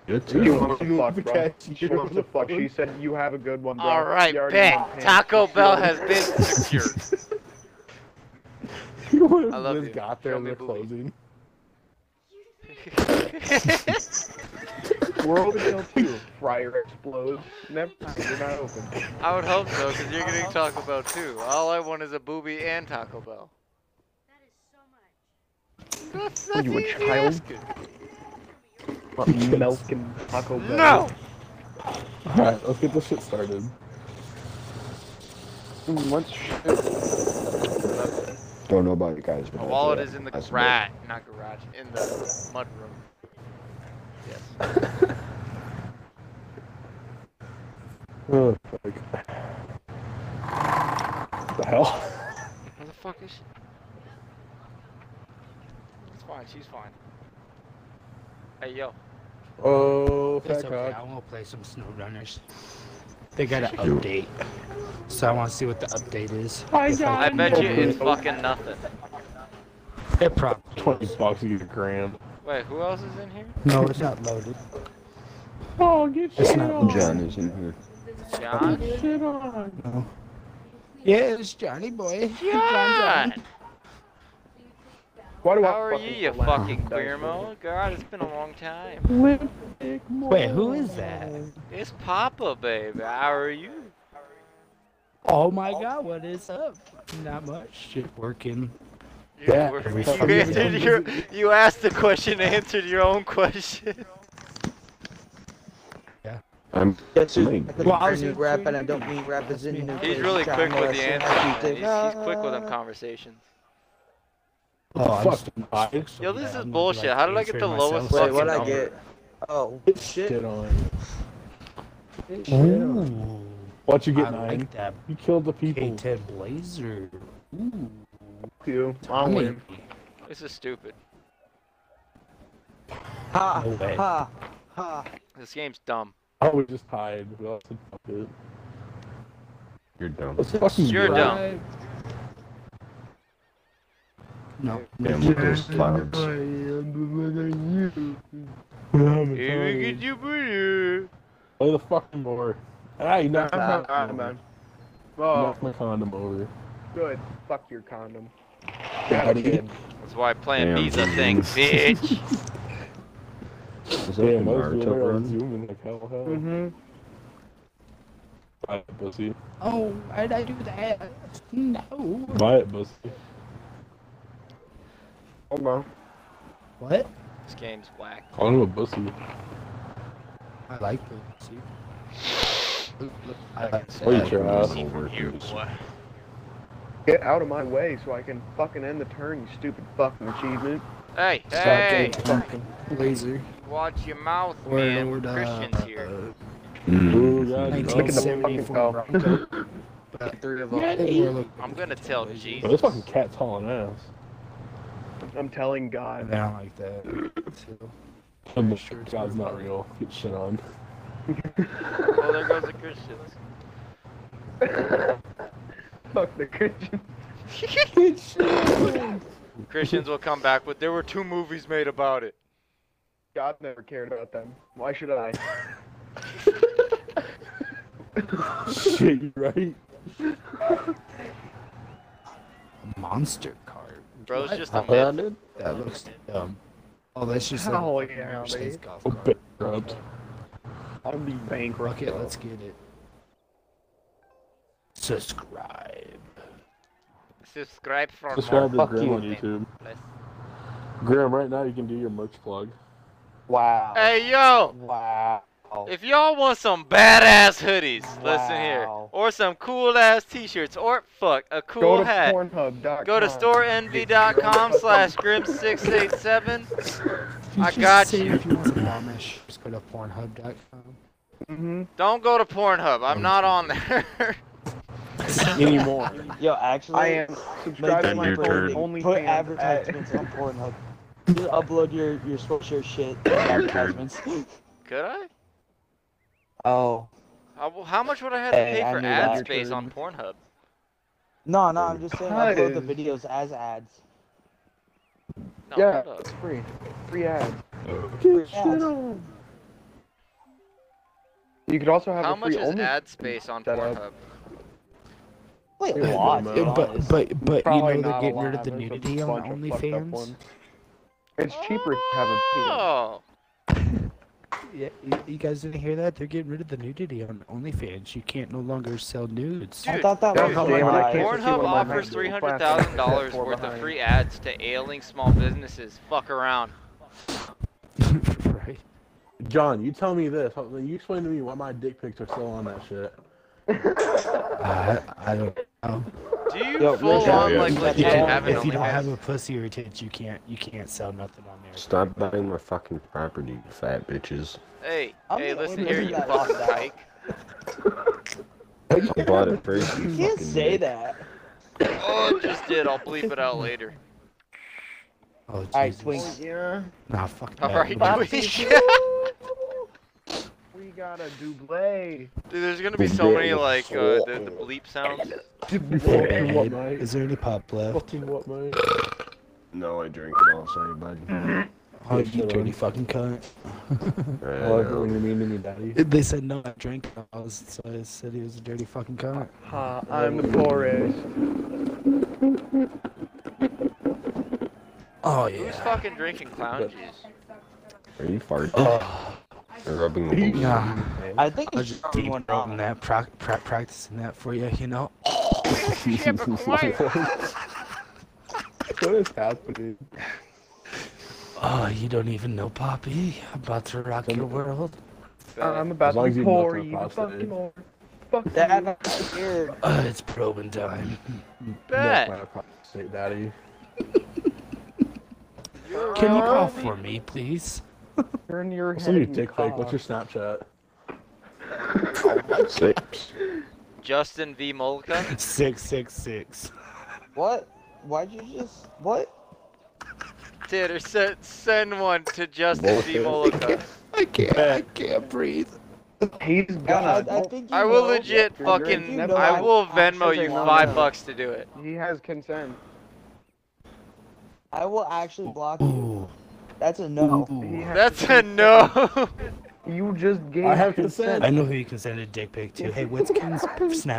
[SPEAKER 2] Good
[SPEAKER 5] You
[SPEAKER 2] too.
[SPEAKER 5] want to fuck, bro. She wants to fuck. She said you have a good one, bro.
[SPEAKER 9] All right,
[SPEAKER 5] You already won
[SPEAKER 9] bet.
[SPEAKER 5] pants.
[SPEAKER 9] Taco
[SPEAKER 5] She
[SPEAKER 9] Bell
[SPEAKER 5] already-
[SPEAKER 9] has been secured.
[SPEAKER 3] You would
[SPEAKER 4] I love
[SPEAKER 3] have just
[SPEAKER 4] you.
[SPEAKER 3] got there
[SPEAKER 4] Show
[SPEAKER 3] and
[SPEAKER 4] me
[SPEAKER 3] they're
[SPEAKER 4] booty.
[SPEAKER 3] closing.
[SPEAKER 5] We're open till two. Fryer explodes. Never mind, you're not open.
[SPEAKER 4] I would hope so, because you're getting Taco Bell too. All I want is a booby and Taco Bell. That's, that's
[SPEAKER 5] you a
[SPEAKER 4] easy
[SPEAKER 5] child?
[SPEAKER 4] asking.
[SPEAKER 5] But milk and Taco Bell.
[SPEAKER 4] No!
[SPEAKER 3] Alright, let's get this shit started.
[SPEAKER 5] Mm, Let's
[SPEAKER 2] Don't know about you guys, but
[SPEAKER 4] My
[SPEAKER 2] I
[SPEAKER 4] wallet
[SPEAKER 2] do.
[SPEAKER 4] is in the
[SPEAKER 2] That's
[SPEAKER 4] garage, not garage, in the mud room. Yes.
[SPEAKER 3] Oh, fuck. the hell?
[SPEAKER 4] Where the fuck is she? It's fine, she's fine. Hey yo,
[SPEAKER 3] Oh, fat
[SPEAKER 11] It's okay. I
[SPEAKER 3] cock.
[SPEAKER 11] want to play some snow runners. They got an update, so I want to see what the update is. If
[SPEAKER 4] I bet you it's fucking nothing.
[SPEAKER 11] It probably.
[SPEAKER 3] 20 bucks to get a grand.
[SPEAKER 4] Wait, who else is in here?
[SPEAKER 11] No, it's not loaded.
[SPEAKER 3] Oh, get
[SPEAKER 11] It's
[SPEAKER 3] shit
[SPEAKER 11] not
[SPEAKER 2] What
[SPEAKER 11] loaded.
[SPEAKER 2] John is in here.
[SPEAKER 4] John?
[SPEAKER 3] shit on.
[SPEAKER 11] Yeah, it's Johnny Boy.
[SPEAKER 4] John!
[SPEAKER 5] Why do I
[SPEAKER 4] How are
[SPEAKER 5] fucking
[SPEAKER 4] you, you
[SPEAKER 5] laugh?
[SPEAKER 4] fucking Guillermo? God, it's been a long time.
[SPEAKER 11] Wait, who is that?
[SPEAKER 4] It's Papa, baby. How are you?
[SPEAKER 11] Oh my God, what is up? Not much. Shit working.
[SPEAKER 4] You,
[SPEAKER 3] Yeah,
[SPEAKER 4] were-
[SPEAKER 3] we
[SPEAKER 4] you
[SPEAKER 3] fucking-
[SPEAKER 4] answered your, you asked the question, answered your own question.
[SPEAKER 2] I'm
[SPEAKER 1] That's
[SPEAKER 2] Wait.
[SPEAKER 1] it.
[SPEAKER 11] Well,
[SPEAKER 1] Well,
[SPEAKER 11] I
[SPEAKER 1] I
[SPEAKER 11] was
[SPEAKER 1] new
[SPEAKER 11] just
[SPEAKER 1] rap, and I
[SPEAKER 11] saying-
[SPEAKER 1] don't mean rap as in. new
[SPEAKER 4] He's
[SPEAKER 1] age
[SPEAKER 4] really quick
[SPEAKER 1] genre,
[SPEAKER 4] with the
[SPEAKER 1] so
[SPEAKER 4] answers.
[SPEAKER 1] I
[SPEAKER 4] man.
[SPEAKER 1] think-
[SPEAKER 4] He's, he's quick with them conversations.
[SPEAKER 11] Oh, I'm
[SPEAKER 3] Fuck.
[SPEAKER 11] still stuck, so
[SPEAKER 4] Yo, this
[SPEAKER 11] yeah,
[SPEAKER 4] is
[SPEAKER 11] I'm gonna,
[SPEAKER 4] bullshit.
[SPEAKER 11] like,
[SPEAKER 4] How did I get the
[SPEAKER 11] answering
[SPEAKER 4] lowest
[SPEAKER 11] myself.
[SPEAKER 1] Wait,
[SPEAKER 4] fucking
[SPEAKER 1] what I
[SPEAKER 4] number.
[SPEAKER 1] get? Oh shit!
[SPEAKER 3] Get on.
[SPEAKER 5] Shit.
[SPEAKER 11] Ooh,
[SPEAKER 3] What you
[SPEAKER 11] I
[SPEAKER 3] get, nine?
[SPEAKER 11] like that
[SPEAKER 3] You killed the people.
[SPEAKER 11] K10 Blazer. Ooh,
[SPEAKER 5] Fuck you. I'm
[SPEAKER 11] Tommy.
[SPEAKER 5] winning.
[SPEAKER 4] This is stupid.
[SPEAKER 1] Ha
[SPEAKER 11] No way.
[SPEAKER 1] ha ha!
[SPEAKER 4] This game's dumb.
[SPEAKER 3] Oh, we just hide. We all said fuck it.
[SPEAKER 2] You're dumb.
[SPEAKER 3] Let's fucking
[SPEAKER 4] You're
[SPEAKER 3] go.
[SPEAKER 4] dumb.
[SPEAKER 11] No.
[SPEAKER 2] Damn, look at those clouds.
[SPEAKER 3] I'm
[SPEAKER 4] Hey,
[SPEAKER 3] Italian.
[SPEAKER 4] look at you, brother.
[SPEAKER 3] Play the fucking more. Ah, you knocked
[SPEAKER 5] I'm
[SPEAKER 3] my
[SPEAKER 5] not
[SPEAKER 3] condom
[SPEAKER 5] I'm
[SPEAKER 3] over.
[SPEAKER 5] man.
[SPEAKER 3] You
[SPEAKER 5] Oh,
[SPEAKER 3] knocked my condom over.
[SPEAKER 5] good. Fuck your condom.
[SPEAKER 3] Got it.
[SPEAKER 4] That's why playing
[SPEAKER 2] Damn.
[SPEAKER 4] B's a thing, bitch.
[SPEAKER 2] This Is that
[SPEAKER 3] Damn,
[SPEAKER 2] the
[SPEAKER 3] I was
[SPEAKER 2] Naruto
[SPEAKER 3] doing it on
[SPEAKER 2] run?
[SPEAKER 3] Zoom and like hell, hell.
[SPEAKER 5] Mm-hmm.
[SPEAKER 3] Buy it, pussy.
[SPEAKER 11] Oh, why'd I do that? No.
[SPEAKER 3] Buy it, pussy.
[SPEAKER 5] Hold on.
[SPEAKER 11] What?
[SPEAKER 4] This game's whack.
[SPEAKER 3] Call him a pussy.
[SPEAKER 11] I like blue pussy. Blue- blue- I like
[SPEAKER 3] Wait your ass.
[SPEAKER 2] Over to
[SPEAKER 5] Get out of my way so I can fucking end the turn, you stupid fucking achievement.
[SPEAKER 4] Hey, hey,
[SPEAKER 9] fucking laser.
[SPEAKER 4] watch your mouth, man. We're
[SPEAKER 9] Word,
[SPEAKER 4] Christians
[SPEAKER 9] uh,
[SPEAKER 4] here.
[SPEAKER 9] uh,
[SPEAKER 2] Mm.
[SPEAKER 3] Ooh,
[SPEAKER 11] uh,
[SPEAKER 3] God,
[SPEAKER 5] Look at the
[SPEAKER 3] no.
[SPEAKER 5] fucking cow.
[SPEAKER 1] Three of
[SPEAKER 11] Yeah,
[SPEAKER 1] them.
[SPEAKER 11] they-
[SPEAKER 4] I'm gonna tell
[SPEAKER 3] Bro, this
[SPEAKER 4] Jesus.
[SPEAKER 3] fucking cat's hauling ass.
[SPEAKER 5] I'm telling
[SPEAKER 11] I
[SPEAKER 5] God.
[SPEAKER 11] don't like that. Too.
[SPEAKER 3] I'm sure God's not real. Get shit on.
[SPEAKER 4] Well, Oh, there goes the Christians.
[SPEAKER 5] Fuck the Christian.
[SPEAKER 4] Christians will come back with. There were two movies made about it.
[SPEAKER 5] God never cared about them. Why should I?
[SPEAKER 3] shit, you right?
[SPEAKER 11] Monster card.
[SPEAKER 4] Bro, it's
[SPEAKER 11] What?
[SPEAKER 4] just a
[SPEAKER 7] Oh, yeah,
[SPEAKER 4] myth.
[SPEAKER 7] dude.
[SPEAKER 11] That looks dumb. Oh, that's just
[SPEAKER 5] Hell
[SPEAKER 11] like
[SPEAKER 5] yeah,
[SPEAKER 11] Rich
[SPEAKER 5] baby.
[SPEAKER 11] Dad's golf
[SPEAKER 3] Oh,
[SPEAKER 11] cart.
[SPEAKER 3] bankrupt.
[SPEAKER 11] I'll be bankrupt. Okay, let's get it. Subscribe.
[SPEAKER 4] Subscribe for
[SPEAKER 3] Subscribe to
[SPEAKER 4] more.
[SPEAKER 3] Grim on YouTube. Grim, right now you can do your merch plug.
[SPEAKER 6] Wow.
[SPEAKER 4] Hey, yo.
[SPEAKER 6] Wow.
[SPEAKER 4] If y'all want some badass hoodies, listen here,
[SPEAKER 6] Wow.
[SPEAKER 4] or some cool ass t-shirts, or fuck a cool
[SPEAKER 5] Go to
[SPEAKER 4] hat,
[SPEAKER 5] Pornhub.com.
[SPEAKER 4] go to storeenvy.com slash grim687. I
[SPEAKER 11] Just
[SPEAKER 4] got
[SPEAKER 11] say
[SPEAKER 4] you.
[SPEAKER 11] If you want some Amish, just go to Pornhub.com.
[SPEAKER 5] Mm-hmm.
[SPEAKER 4] Don't go to Pornhub. I'm not on there.
[SPEAKER 6] Anymore. Yo, actually,
[SPEAKER 5] I am subscribed to
[SPEAKER 2] Bend
[SPEAKER 5] my
[SPEAKER 2] your turn.
[SPEAKER 5] phone. Only
[SPEAKER 6] Only put advertisements on Pornhub. Just upload your your sweatshirt shit to advertisements.
[SPEAKER 4] Could I?
[SPEAKER 6] oh.
[SPEAKER 4] How, well, how much would I have to
[SPEAKER 6] Hey,
[SPEAKER 4] pay
[SPEAKER 6] I
[SPEAKER 4] for
[SPEAKER 6] knew
[SPEAKER 4] ad
[SPEAKER 6] that.
[SPEAKER 4] space on Pornhub?
[SPEAKER 6] No, no, I'm just saying upload the
[SPEAKER 5] Guys.
[SPEAKER 6] videos as ads.
[SPEAKER 4] No,
[SPEAKER 5] Yeah.
[SPEAKER 4] hold up.
[SPEAKER 6] It's free.
[SPEAKER 5] Free ads.
[SPEAKER 6] Free ads.
[SPEAKER 5] You could also have
[SPEAKER 4] How
[SPEAKER 5] a
[SPEAKER 4] much
[SPEAKER 5] free
[SPEAKER 4] is
[SPEAKER 5] only.
[SPEAKER 4] ad space on
[SPEAKER 5] Set up.
[SPEAKER 4] Pornhub?
[SPEAKER 6] Wait,
[SPEAKER 5] Yeah,
[SPEAKER 6] lots.
[SPEAKER 3] but-
[SPEAKER 6] to be
[SPEAKER 11] But
[SPEAKER 6] honest.
[SPEAKER 11] but but
[SPEAKER 5] Probably
[SPEAKER 11] you know they're
[SPEAKER 5] not
[SPEAKER 11] getting
[SPEAKER 5] a
[SPEAKER 11] rid of
[SPEAKER 5] lot.
[SPEAKER 11] the
[SPEAKER 5] There's a
[SPEAKER 11] nudity on
[SPEAKER 5] bunch of fucked up
[SPEAKER 11] OnlyFans.
[SPEAKER 5] ones. It's cheaper to have a video.
[SPEAKER 4] Oh,
[SPEAKER 11] Yeah, you, you guys didn't hear that? They're getting rid of the nudity on OnlyFans. You can't no longer sell nudes.
[SPEAKER 6] I
[SPEAKER 4] dude.
[SPEAKER 6] thought that
[SPEAKER 5] Yeah,
[SPEAKER 6] was
[SPEAKER 5] damn
[SPEAKER 6] a
[SPEAKER 5] it, I
[SPEAKER 6] lie.
[SPEAKER 5] can't see
[SPEAKER 4] Pornhub
[SPEAKER 5] one of my
[SPEAKER 4] offers
[SPEAKER 5] videos.
[SPEAKER 4] three hundred thousand dollars
[SPEAKER 5] Four
[SPEAKER 4] worth of
[SPEAKER 5] behind.
[SPEAKER 4] free ads to ailing small businesses. Fuck around.
[SPEAKER 11] right.
[SPEAKER 3] John, you tell me this. How- You explain to me why my dick pics are still on that shit.
[SPEAKER 11] I, I don't know.
[SPEAKER 4] Do you
[SPEAKER 6] Yo,
[SPEAKER 4] full
[SPEAKER 6] listen,
[SPEAKER 4] on
[SPEAKER 2] yeah.
[SPEAKER 4] like
[SPEAKER 6] Yeah,
[SPEAKER 4] legit
[SPEAKER 6] yeah.
[SPEAKER 4] have an
[SPEAKER 6] If
[SPEAKER 11] If you don't
[SPEAKER 4] OnlyFans?
[SPEAKER 11] have a pussy or a tits, you can't you can't sell nothing on there.
[SPEAKER 2] Stop buying my fucking property, you fat bitches.
[SPEAKER 4] Hey,
[SPEAKER 6] I'm
[SPEAKER 4] hey,
[SPEAKER 6] the
[SPEAKER 4] listen
[SPEAKER 6] only
[SPEAKER 4] here,
[SPEAKER 6] one
[SPEAKER 4] you
[SPEAKER 6] that
[SPEAKER 4] fucking
[SPEAKER 6] does that.
[SPEAKER 4] tyke.
[SPEAKER 2] I bought it first.
[SPEAKER 6] You can't say that.
[SPEAKER 4] Oh, it just did. I'll bleep it out later.
[SPEAKER 11] Oh,
[SPEAKER 6] Alright,
[SPEAKER 11] Jesus.
[SPEAKER 6] Twink.
[SPEAKER 5] Yeah.
[SPEAKER 11] Nah, fuck that.
[SPEAKER 4] All right,
[SPEAKER 11] Nobody-
[SPEAKER 4] Twitch.
[SPEAKER 5] We got a double.
[SPEAKER 4] Dude, there's gonna be so many like uh, the, the bleep sounds.
[SPEAKER 3] Fucking what,
[SPEAKER 11] Ed,
[SPEAKER 3] mate?
[SPEAKER 11] Is there any pop left?
[SPEAKER 3] Fucking what, mate?
[SPEAKER 2] No, I drink it all. Sorry, bud.
[SPEAKER 3] Mm-hmm.
[SPEAKER 11] Oh, you dirty fucking cunt.
[SPEAKER 2] I
[SPEAKER 3] Oh, I like it
[SPEAKER 2] know.
[SPEAKER 3] when you're mean to me, daddy.
[SPEAKER 11] They said no, I drank. it. I was, so I said he was a dirty fucking cunt.
[SPEAKER 5] Ha, I'm the poorest.
[SPEAKER 11] Oh
[SPEAKER 4] Who's
[SPEAKER 11] yeah.
[SPEAKER 4] fucking drinking clown juice?
[SPEAKER 2] Are you farting?
[SPEAKER 11] Oh,
[SPEAKER 2] You're rubbing the balloon.
[SPEAKER 11] yeah.
[SPEAKER 6] I think
[SPEAKER 11] I
[SPEAKER 6] you
[SPEAKER 11] was
[SPEAKER 6] should
[SPEAKER 11] just
[SPEAKER 6] probably
[SPEAKER 11] keep
[SPEAKER 6] one
[SPEAKER 11] on that, pra- pra- practicing that for you, you know.
[SPEAKER 3] What is happening?
[SPEAKER 11] Oh, you don't even know, Poppy. About to rock your world.
[SPEAKER 5] I'm about
[SPEAKER 3] long
[SPEAKER 5] to
[SPEAKER 3] as
[SPEAKER 5] be
[SPEAKER 3] you milk
[SPEAKER 5] poor,
[SPEAKER 3] my
[SPEAKER 5] you
[SPEAKER 3] prostate.
[SPEAKER 5] fucking whore. Fuck
[SPEAKER 6] That
[SPEAKER 5] you.
[SPEAKER 6] right there.
[SPEAKER 11] Uh, it's probing time.
[SPEAKER 3] Milk
[SPEAKER 4] Bet.
[SPEAKER 3] my prostate, daddy.
[SPEAKER 11] Can you call for me, please?
[SPEAKER 5] Turn your
[SPEAKER 3] What's
[SPEAKER 5] head
[SPEAKER 3] your
[SPEAKER 5] and
[SPEAKER 3] dick pic?
[SPEAKER 5] cock.
[SPEAKER 3] What's your Snapchat?
[SPEAKER 2] Six.
[SPEAKER 4] Justin V. Molka.
[SPEAKER 11] Six six six.
[SPEAKER 6] What? Why'd you just? What?
[SPEAKER 4] Titter, send, send one to Justin V. Molka.
[SPEAKER 11] I can't. I can't breathe.
[SPEAKER 5] He's
[SPEAKER 6] I,
[SPEAKER 5] gonna.
[SPEAKER 6] I think you
[SPEAKER 4] I will
[SPEAKER 6] know.
[SPEAKER 4] legit
[SPEAKER 5] you're
[SPEAKER 4] fucking.
[SPEAKER 6] right. You
[SPEAKER 4] I
[SPEAKER 6] know
[SPEAKER 4] will
[SPEAKER 6] I'm- I'm
[SPEAKER 4] Venmo you
[SPEAKER 6] sure they
[SPEAKER 4] five
[SPEAKER 6] know.
[SPEAKER 4] bucks to do it.
[SPEAKER 5] He has consent.
[SPEAKER 6] I will actually block you.
[SPEAKER 11] Ooh.
[SPEAKER 6] That's a no.
[SPEAKER 5] He
[SPEAKER 11] Ooh.
[SPEAKER 5] has
[SPEAKER 4] That's a
[SPEAKER 5] consent.
[SPEAKER 4] no.
[SPEAKER 5] You just gave.
[SPEAKER 3] I have consent.
[SPEAKER 11] I know who you can send a dick pic to. Hey, what's Ken's Snapchat?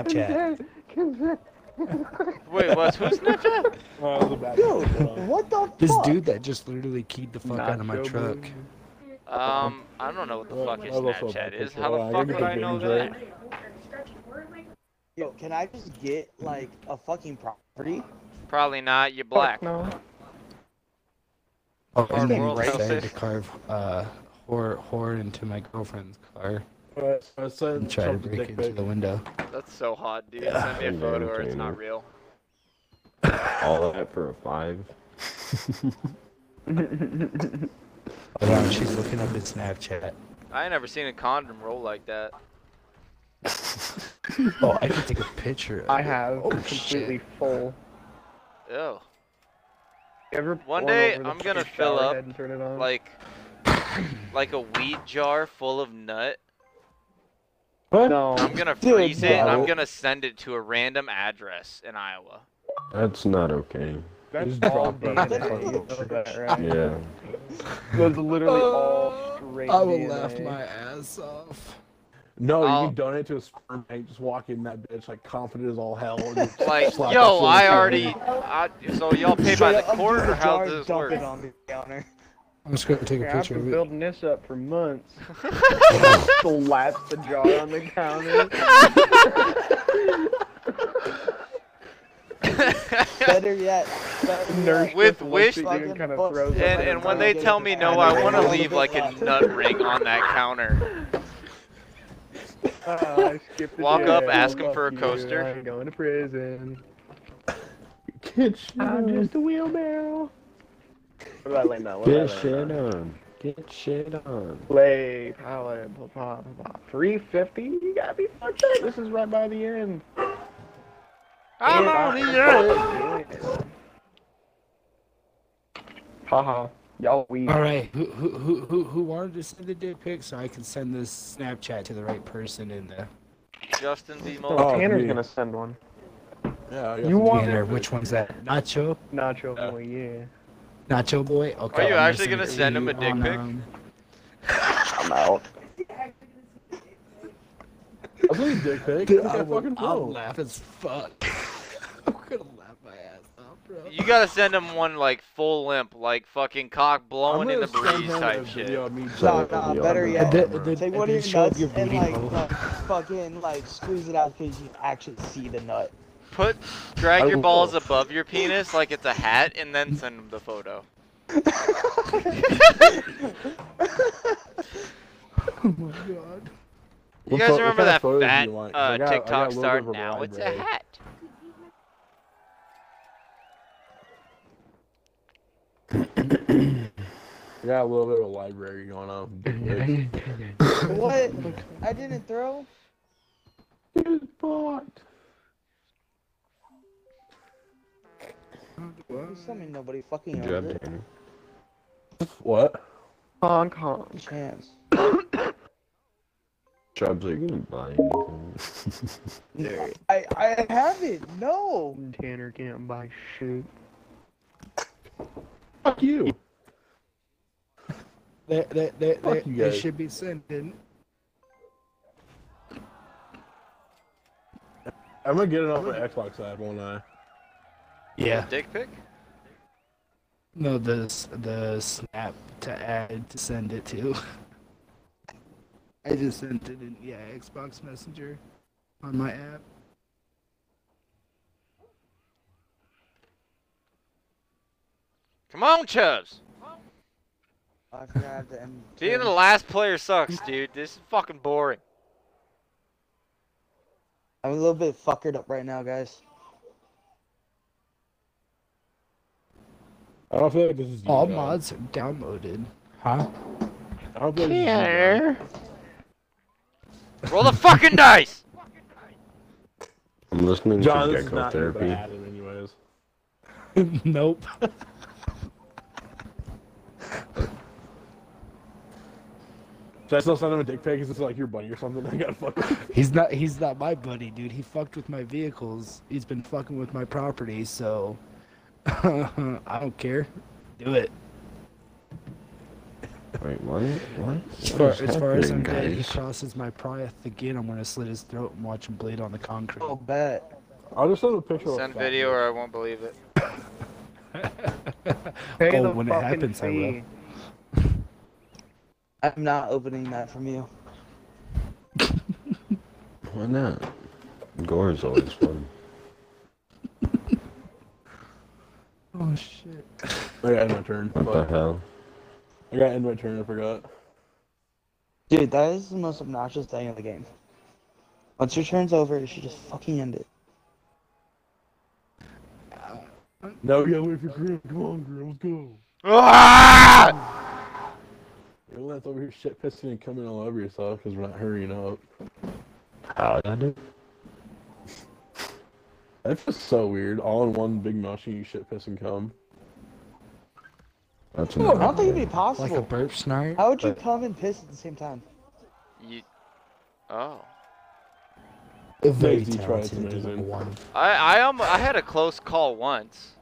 [SPEAKER 5] Consent. Consent.
[SPEAKER 4] Wait, what's who's Snapchat?
[SPEAKER 3] Oh, that was a bad
[SPEAKER 6] Dude, what the
[SPEAKER 11] This
[SPEAKER 6] fuck?
[SPEAKER 11] dude that just literally keyed the fuck out of my
[SPEAKER 5] Nacho
[SPEAKER 11] truck.
[SPEAKER 5] Boogie.
[SPEAKER 4] Um, I don't know what the fuck his
[SPEAKER 3] I was also about
[SPEAKER 4] Snapchat
[SPEAKER 3] to
[SPEAKER 4] is.
[SPEAKER 3] say,
[SPEAKER 4] How
[SPEAKER 3] I
[SPEAKER 4] the fuck
[SPEAKER 3] gotta
[SPEAKER 4] would
[SPEAKER 3] get
[SPEAKER 4] I know
[SPEAKER 3] things right.
[SPEAKER 4] that?
[SPEAKER 1] Yo, can I just get like a fucking property?
[SPEAKER 4] Probably not. You're black.
[SPEAKER 5] No.
[SPEAKER 11] Oh,
[SPEAKER 4] Hard
[SPEAKER 11] I'm getting
[SPEAKER 4] world,
[SPEAKER 11] excited
[SPEAKER 4] Joseph.
[SPEAKER 11] to carve uh, whore, whore into my girlfriend's car
[SPEAKER 3] Alright, I said
[SPEAKER 11] and try to
[SPEAKER 3] Trump's
[SPEAKER 11] break
[SPEAKER 3] dick
[SPEAKER 11] into
[SPEAKER 3] pic.
[SPEAKER 11] the window.
[SPEAKER 4] That's so hot, dude. Send me a
[SPEAKER 2] Yeah,
[SPEAKER 4] photo or it's
[SPEAKER 2] dude.
[SPEAKER 4] not real.
[SPEAKER 2] All that for a five.
[SPEAKER 11] Hold on, she's looking up his Snapchat.
[SPEAKER 4] I ain't never seen a condom roll like that.
[SPEAKER 11] Oh, I can take a picture. Of
[SPEAKER 5] I
[SPEAKER 11] it.
[SPEAKER 5] have
[SPEAKER 11] Oh,
[SPEAKER 5] completely
[SPEAKER 11] shit.
[SPEAKER 5] full.
[SPEAKER 4] Ew.
[SPEAKER 5] You ever
[SPEAKER 4] One
[SPEAKER 5] pour
[SPEAKER 4] day,
[SPEAKER 5] over the
[SPEAKER 4] I'm gonna
[SPEAKER 5] fucking
[SPEAKER 4] fill
[SPEAKER 5] shower
[SPEAKER 4] up,
[SPEAKER 5] head and turn it on?
[SPEAKER 4] Like, like a wheat jar full of nut.
[SPEAKER 5] no.
[SPEAKER 4] I'm gonna
[SPEAKER 1] Dude,
[SPEAKER 4] freeze it and I'm
[SPEAKER 1] no.
[SPEAKER 4] gonna send it to a random address in Iowa.
[SPEAKER 2] That's not okay.
[SPEAKER 3] Just
[SPEAKER 5] That's all
[SPEAKER 3] drop that
[SPEAKER 5] DNA.
[SPEAKER 3] fucking
[SPEAKER 5] You know
[SPEAKER 3] shit.
[SPEAKER 5] that, right?
[SPEAKER 2] Yeah.
[SPEAKER 5] That's literally
[SPEAKER 4] Oh.
[SPEAKER 5] all straight DNA.
[SPEAKER 11] ass off.
[SPEAKER 3] No, you
[SPEAKER 4] I'll-
[SPEAKER 11] Oh.
[SPEAKER 3] can donate to a sperm bank. Just walk in that bitch like confident as all hell. and just
[SPEAKER 4] Like,
[SPEAKER 3] slap
[SPEAKER 4] yo,
[SPEAKER 3] that
[SPEAKER 4] I
[SPEAKER 3] shit in the
[SPEAKER 4] already. I,
[SPEAKER 3] face.
[SPEAKER 4] so y'all pay by the quart or how does this
[SPEAKER 1] dump
[SPEAKER 4] work?
[SPEAKER 1] it on the counter.
[SPEAKER 11] I'm just gonna take a
[SPEAKER 5] Yeah, I've
[SPEAKER 11] picture
[SPEAKER 5] been
[SPEAKER 11] of it.
[SPEAKER 5] building this up for months. Slaps the jar on the counter.
[SPEAKER 1] Better yet, better
[SPEAKER 5] Nurse
[SPEAKER 1] yet,
[SPEAKER 4] With
[SPEAKER 5] just looks
[SPEAKER 4] wish-
[SPEAKER 5] at you and kinda
[SPEAKER 1] Fucking
[SPEAKER 5] throws
[SPEAKER 1] book.
[SPEAKER 5] up
[SPEAKER 4] And,
[SPEAKER 5] at
[SPEAKER 4] and
[SPEAKER 5] her
[SPEAKER 4] when they
[SPEAKER 5] mouth.
[SPEAKER 4] tell me no, I want to leave like a nut ring on that counter.
[SPEAKER 5] Uh, I skipped the
[SPEAKER 4] Walk up,
[SPEAKER 5] jail,
[SPEAKER 4] ask 'em
[SPEAKER 5] fuck
[SPEAKER 4] for a
[SPEAKER 5] you,
[SPEAKER 4] coaster.
[SPEAKER 5] I'm going to prison.
[SPEAKER 2] Get shit
[SPEAKER 5] I'm
[SPEAKER 2] on.
[SPEAKER 5] just a wheelbarrow. What about lay now? What
[SPEAKER 2] Get
[SPEAKER 5] about lay
[SPEAKER 2] shit
[SPEAKER 5] now?
[SPEAKER 2] on. Get shit on.
[SPEAKER 5] Lay, pallet, blah, blah, blah. 350? You gotta be fucked up. This is right by the end.
[SPEAKER 4] I'm on the
[SPEAKER 5] Haha. Y'all weak.
[SPEAKER 11] All right, who who who who who wanted to send the dick pic so I can send this Snapchat to the right person in the
[SPEAKER 4] edge. Justin B.
[SPEAKER 3] Oh,
[SPEAKER 4] Mulder.
[SPEAKER 5] Tanner's
[SPEAKER 3] yeah.
[SPEAKER 5] gonna send one.
[SPEAKER 3] Yeah, I got
[SPEAKER 5] You
[SPEAKER 3] some-
[SPEAKER 5] want-
[SPEAKER 11] banner. Which one's that? Nacho,
[SPEAKER 5] Nacho boy, yeah.
[SPEAKER 11] Nacho boy. Okay.
[SPEAKER 4] you
[SPEAKER 11] I'm
[SPEAKER 4] actually
[SPEAKER 11] send
[SPEAKER 4] gonna
[SPEAKER 11] it to
[SPEAKER 4] send him
[SPEAKER 11] you
[SPEAKER 4] a dick
[SPEAKER 11] on,
[SPEAKER 4] pic?
[SPEAKER 11] um,
[SPEAKER 5] I'm out.
[SPEAKER 3] I think dick pic.
[SPEAKER 11] Dude,
[SPEAKER 3] Look
[SPEAKER 11] I
[SPEAKER 3] at
[SPEAKER 11] will,
[SPEAKER 3] fucking
[SPEAKER 11] I'll
[SPEAKER 3] Phil.
[SPEAKER 11] laugh as fuck. I'm gonna laugh my ass off, bro.
[SPEAKER 4] You gotta send him one like full limp, like fucking cock
[SPEAKER 3] I'm
[SPEAKER 4] blowing in the
[SPEAKER 3] gonna send
[SPEAKER 4] breeze
[SPEAKER 3] him a
[SPEAKER 4] type
[SPEAKER 3] video
[SPEAKER 4] shit.
[SPEAKER 3] of me
[SPEAKER 1] No,
[SPEAKER 2] Sorry,
[SPEAKER 1] no,
[SPEAKER 2] y'all.
[SPEAKER 1] better yet.
[SPEAKER 11] And then-
[SPEAKER 1] Take
[SPEAKER 11] and
[SPEAKER 1] one
[SPEAKER 11] then
[SPEAKER 1] of
[SPEAKER 11] show
[SPEAKER 1] your
[SPEAKER 11] off
[SPEAKER 1] nuts
[SPEAKER 11] your
[SPEAKER 1] and
[SPEAKER 11] booty
[SPEAKER 1] like
[SPEAKER 11] hole.
[SPEAKER 1] uh, fucking like squeeze it out so you can actually see the nut.
[SPEAKER 4] Put, drag your balls above your penis like it's a hat, and then send him the photo.
[SPEAKER 11] Oh my god.
[SPEAKER 4] You
[SPEAKER 3] What
[SPEAKER 4] guys
[SPEAKER 3] pho- what
[SPEAKER 4] remember
[SPEAKER 3] kind of
[SPEAKER 4] that
[SPEAKER 3] photos do
[SPEAKER 4] fat
[SPEAKER 3] you want? 'Cause
[SPEAKER 4] uh,
[SPEAKER 3] I got- I got a
[SPEAKER 4] TikTok
[SPEAKER 3] little
[SPEAKER 4] star?
[SPEAKER 3] bit of a
[SPEAKER 4] Now it's a
[SPEAKER 3] library.
[SPEAKER 4] hat.
[SPEAKER 3] I got a little bit of a library going on. Dick pics.
[SPEAKER 1] What? I didn't throw. Please tell me nobody fucking
[SPEAKER 2] Good
[SPEAKER 1] owns
[SPEAKER 2] job,
[SPEAKER 1] it.
[SPEAKER 2] Tanner.
[SPEAKER 3] What?
[SPEAKER 5] Hong Kong.
[SPEAKER 1] Chance.
[SPEAKER 2] Jobs are you gonna buy anything?
[SPEAKER 1] I I haven't. No.
[SPEAKER 5] Tanner can't buy shit.
[SPEAKER 3] Fuck you.
[SPEAKER 11] They, they, they, they,
[SPEAKER 3] Fuck you
[SPEAKER 11] they
[SPEAKER 3] guys.
[SPEAKER 11] should be sending.
[SPEAKER 3] I'm gonna get it on the Xbox ad, won't I?
[SPEAKER 11] Yeah.
[SPEAKER 4] Dick pic?
[SPEAKER 11] No, the s- the snap to add to send it to. I just sent it in yeah Xbox Messenger on my app.
[SPEAKER 4] Come on, Chubbs.
[SPEAKER 1] I forgot to end.
[SPEAKER 4] Being the last player sucks, dude. This is fucking boring.
[SPEAKER 1] I'm a little bit fuckered up right now, guys.
[SPEAKER 3] I don't feel like this is you,
[SPEAKER 11] All
[SPEAKER 3] though.
[SPEAKER 11] mods are downloaded. Huh?
[SPEAKER 3] I don't feel like this is you, though.
[SPEAKER 4] Roll the fucking dice.
[SPEAKER 2] I'm listening
[SPEAKER 3] John,
[SPEAKER 2] to
[SPEAKER 3] this is
[SPEAKER 2] Gecko
[SPEAKER 3] not you, but I
[SPEAKER 2] Therapy.
[SPEAKER 3] had it anyways.
[SPEAKER 11] nope.
[SPEAKER 3] Should I still send him a dick pic? Is this like your buddy or something? I gotta fucking.
[SPEAKER 11] He's not he's not my buddy, dude. He fucked with my vehicles. He's been fucking with my property, so I don't care. Do it.
[SPEAKER 2] Wait, what? What?
[SPEAKER 11] As
[SPEAKER 2] What
[SPEAKER 11] far,
[SPEAKER 2] is
[SPEAKER 11] as, far as I'm
[SPEAKER 2] happening,
[SPEAKER 11] dead, he
[SPEAKER 2] guys?
[SPEAKER 11] crosses my path again. I'm gonna slit his throat and watch him bleed on the concrete.
[SPEAKER 1] Oh, bet.
[SPEAKER 3] I'll just send him a picture. of a
[SPEAKER 4] Send
[SPEAKER 3] fat
[SPEAKER 4] video
[SPEAKER 3] dick.
[SPEAKER 4] or I won't believe it.
[SPEAKER 5] Pay
[SPEAKER 11] Oh,
[SPEAKER 5] the
[SPEAKER 11] when it
[SPEAKER 5] fucking
[SPEAKER 11] happens, I will.
[SPEAKER 5] fee.
[SPEAKER 1] I I'm not opening that from you.
[SPEAKER 2] Why not? Gore is always fun.
[SPEAKER 11] Oh shit.
[SPEAKER 3] I gotta end my turn.
[SPEAKER 2] What the
[SPEAKER 3] Fuck.
[SPEAKER 2] hell?
[SPEAKER 3] I gotta end my turn. I forgot.
[SPEAKER 1] Dude, that is the most obnoxious thing in the game. Once your turn's over, you should just fucking end it.
[SPEAKER 3] Now we gotta wait for Grim. Come on, Grim. Let's go.
[SPEAKER 4] Ah!
[SPEAKER 3] You're gonna over here shit pissing and coming all over yourself because we're not hurrying up.
[SPEAKER 2] How did I do?
[SPEAKER 3] That's just so weird. All in one big motion, you shit piss and come.
[SPEAKER 2] That's
[SPEAKER 1] I don't
[SPEAKER 2] another
[SPEAKER 1] think it'd be
[SPEAKER 2] thing.
[SPEAKER 1] possible.
[SPEAKER 11] Like a burp snort?
[SPEAKER 1] How would you come and piss at the same time?
[SPEAKER 4] You. Oh.
[SPEAKER 11] A
[SPEAKER 3] very
[SPEAKER 11] very
[SPEAKER 3] talented
[SPEAKER 11] talented
[SPEAKER 3] little
[SPEAKER 11] one.
[SPEAKER 4] I I um, I had a close call once.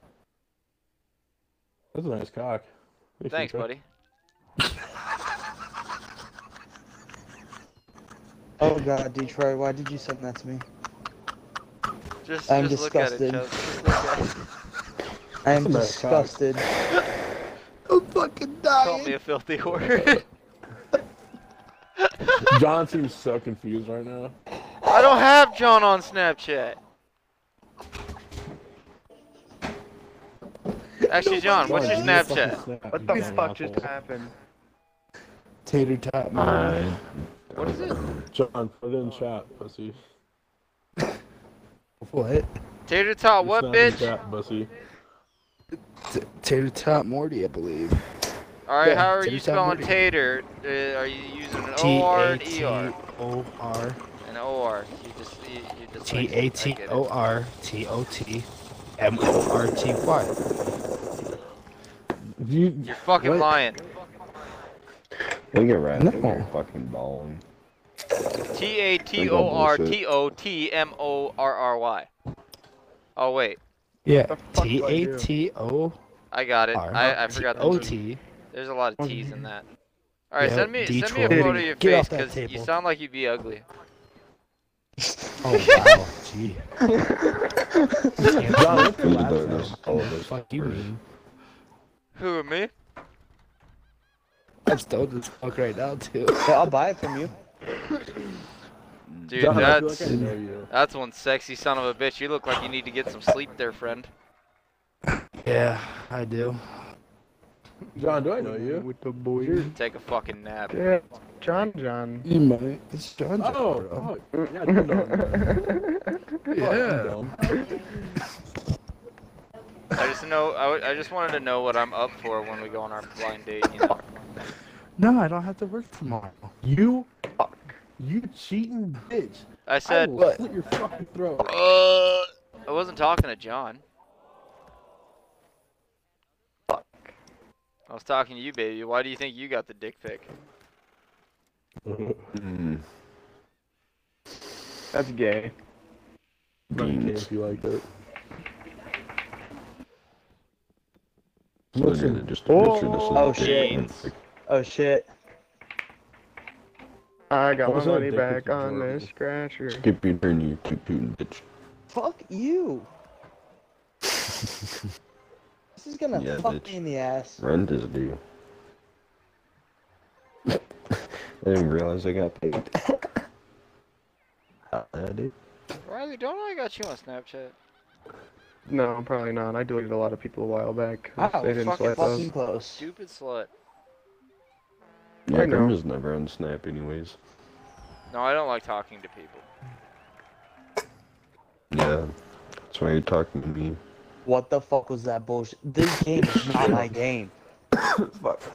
[SPEAKER 3] That's a nice cock. Thanks,
[SPEAKER 4] Thanks,
[SPEAKER 3] Chuck.
[SPEAKER 4] buddy.
[SPEAKER 1] Oh god, Detroit, why did you send that to me?
[SPEAKER 4] Just
[SPEAKER 1] I'm
[SPEAKER 4] just look at it, Chubb. Just
[SPEAKER 1] disgusted.
[SPEAKER 4] look at it.
[SPEAKER 1] I am
[SPEAKER 3] That's a nice cock.
[SPEAKER 1] disgusted.
[SPEAKER 11] I'm fucking
[SPEAKER 4] Call me a filthy word.
[SPEAKER 3] John seems so confused right now.
[SPEAKER 4] I don't have John on Snapchat. Actually, John, what's your
[SPEAKER 11] John, you
[SPEAKER 4] Snapchat?
[SPEAKER 5] What the fuck just happened?
[SPEAKER 11] Tater tot man.
[SPEAKER 2] I
[SPEAKER 4] What is it?
[SPEAKER 3] John, put it in chat, pussy.
[SPEAKER 11] What?
[SPEAKER 4] Tater tot, what,
[SPEAKER 3] It's not in
[SPEAKER 4] bitch?
[SPEAKER 3] Chat, pussy.
[SPEAKER 11] T- tater tot Morty, I believe.
[SPEAKER 4] All right,
[SPEAKER 11] Yeah,
[SPEAKER 4] how are
[SPEAKER 11] tater
[SPEAKER 4] you
[SPEAKER 11] tot
[SPEAKER 4] spelling
[SPEAKER 11] Morty.
[SPEAKER 4] tater? Uh, are you using an
[SPEAKER 11] T
[SPEAKER 4] O R
[SPEAKER 11] A
[SPEAKER 4] and E
[SPEAKER 11] T
[SPEAKER 4] R?
[SPEAKER 11] O R
[SPEAKER 4] An O R. You just you, you just.
[SPEAKER 11] T A T O R T O T M O R T Y.
[SPEAKER 3] You,
[SPEAKER 4] You're fucking
[SPEAKER 11] What?
[SPEAKER 4] lying.
[SPEAKER 2] think you're right. I think
[SPEAKER 11] No.
[SPEAKER 2] you're fucking balling.
[SPEAKER 4] T A T O R T O T M O R R Y. Oh wait,
[SPEAKER 11] Yeah.
[SPEAKER 5] What the fuck
[SPEAKER 11] T
[SPEAKER 5] do I do?
[SPEAKER 11] A T O
[SPEAKER 4] I got it.
[SPEAKER 11] R
[SPEAKER 4] I, I forgot
[SPEAKER 11] T
[SPEAKER 4] the
[SPEAKER 11] O
[SPEAKER 4] T.
[SPEAKER 11] T.
[SPEAKER 4] There's a lot of T's in that. All right,
[SPEAKER 11] Yeah,
[SPEAKER 4] send me send me a
[SPEAKER 11] Detroit.
[SPEAKER 4] photo of your
[SPEAKER 11] Get
[SPEAKER 4] face
[SPEAKER 11] off that
[SPEAKER 4] because you
[SPEAKER 11] table.
[SPEAKER 4] sound like you'd be ugly.
[SPEAKER 11] Oh wow. Gee.
[SPEAKER 3] John,
[SPEAKER 2] Who's
[SPEAKER 3] what's your last
[SPEAKER 2] better?
[SPEAKER 3] name?
[SPEAKER 2] All of us.
[SPEAKER 11] Fuck you mean?
[SPEAKER 4] Who me?
[SPEAKER 11] I'm stoned as fuck right now too.
[SPEAKER 1] Yeah, I'll buy it from you.
[SPEAKER 4] Dude,
[SPEAKER 3] John, I feel
[SPEAKER 4] that's
[SPEAKER 3] like I know you.
[SPEAKER 4] that's one sexy son of a bitch. You look like you need to get some sleep there, friend.
[SPEAKER 11] Yeah, I do.
[SPEAKER 3] John, do I know you?
[SPEAKER 5] With the boy.
[SPEAKER 4] Take a fucking nap.
[SPEAKER 5] Yeah, John John.
[SPEAKER 11] You might. It's John.
[SPEAKER 3] Oh, oh, yeah, John, John.
[SPEAKER 11] yeah.
[SPEAKER 3] John.
[SPEAKER 4] I just know I, w- I just wanted to know what I'm up for when we go on our blind date. You know?
[SPEAKER 11] No, I don't have to work tomorrow.
[SPEAKER 3] You, you cheating bitch.
[SPEAKER 4] I
[SPEAKER 3] I
[SPEAKER 4] said
[SPEAKER 3] will slit your fucking throat.
[SPEAKER 4] uh, I wasn't talking to John. I was talking to you, baby. Why do you think you got the dick pic?
[SPEAKER 2] Mm.
[SPEAKER 5] That's gay.
[SPEAKER 3] Not okay
[SPEAKER 2] Beans.
[SPEAKER 3] if you like it.
[SPEAKER 2] Listen, just
[SPEAKER 5] Oh,
[SPEAKER 2] picture this as
[SPEAKER 1] oh,
[SPEAKER 2] a dick and
[SPEAKER 1] shades.
[SPEAKER 2] it's
[SPEAKER 1] Oh shit.
[SPEAKER 5] I got
[SPEAKER 3] What was
[SPEAKER 5] my
[SPEAKER 3] that
[SPEAKER 5] money
[SPEAKER 3] dick
[SPEAKER 5] back
[SPEAKER 3] picture
[SPEAKER 5] on
[SPEAKER 3] for?
[SPEAKER 5] this scratcher.
[SPEAKER 2] like, Skip your turn, you toot tootin' bitch.
[SPEAKER 1] Fuck you. this is gonna
[SPEAKER 2] Yeah,
[SPEAKER 1] fuck
[SPEAKER 2] bitch.
[SPEAKER 1] me in the ass.
[SPEAKER 2] Rent is due. I didn't realize I got paid. How did I do?
[SPEAKER 4] Riley, don't I got you on Snapchat?
[SPEAKER 5] No, probably not. I deleted a lot of people a while back. 'cause
[SPEAKER 1] Wow,
[SPEAKER 5] they
[SPEAKER 1] we're
[SPEAKER 5] didn't
[SPEAKER 4] fucking
[SPEAKER 5] swipe us.
[SPEAKER 1] Fucking close.
[SPEAKER 4] Stupid slut.
[SPEAKER 2] Yeah,
[SPEAKER 5] I know.
[SPEAKER 2] Grim is never on Snap anyways.
[SPEAKER 4] No, I don't like talking to people.
[SPEAKER 2] Yeah. That's why you're talking to me.
[SPEAKER 1] What the fuck was that bullshit? This game is not my game.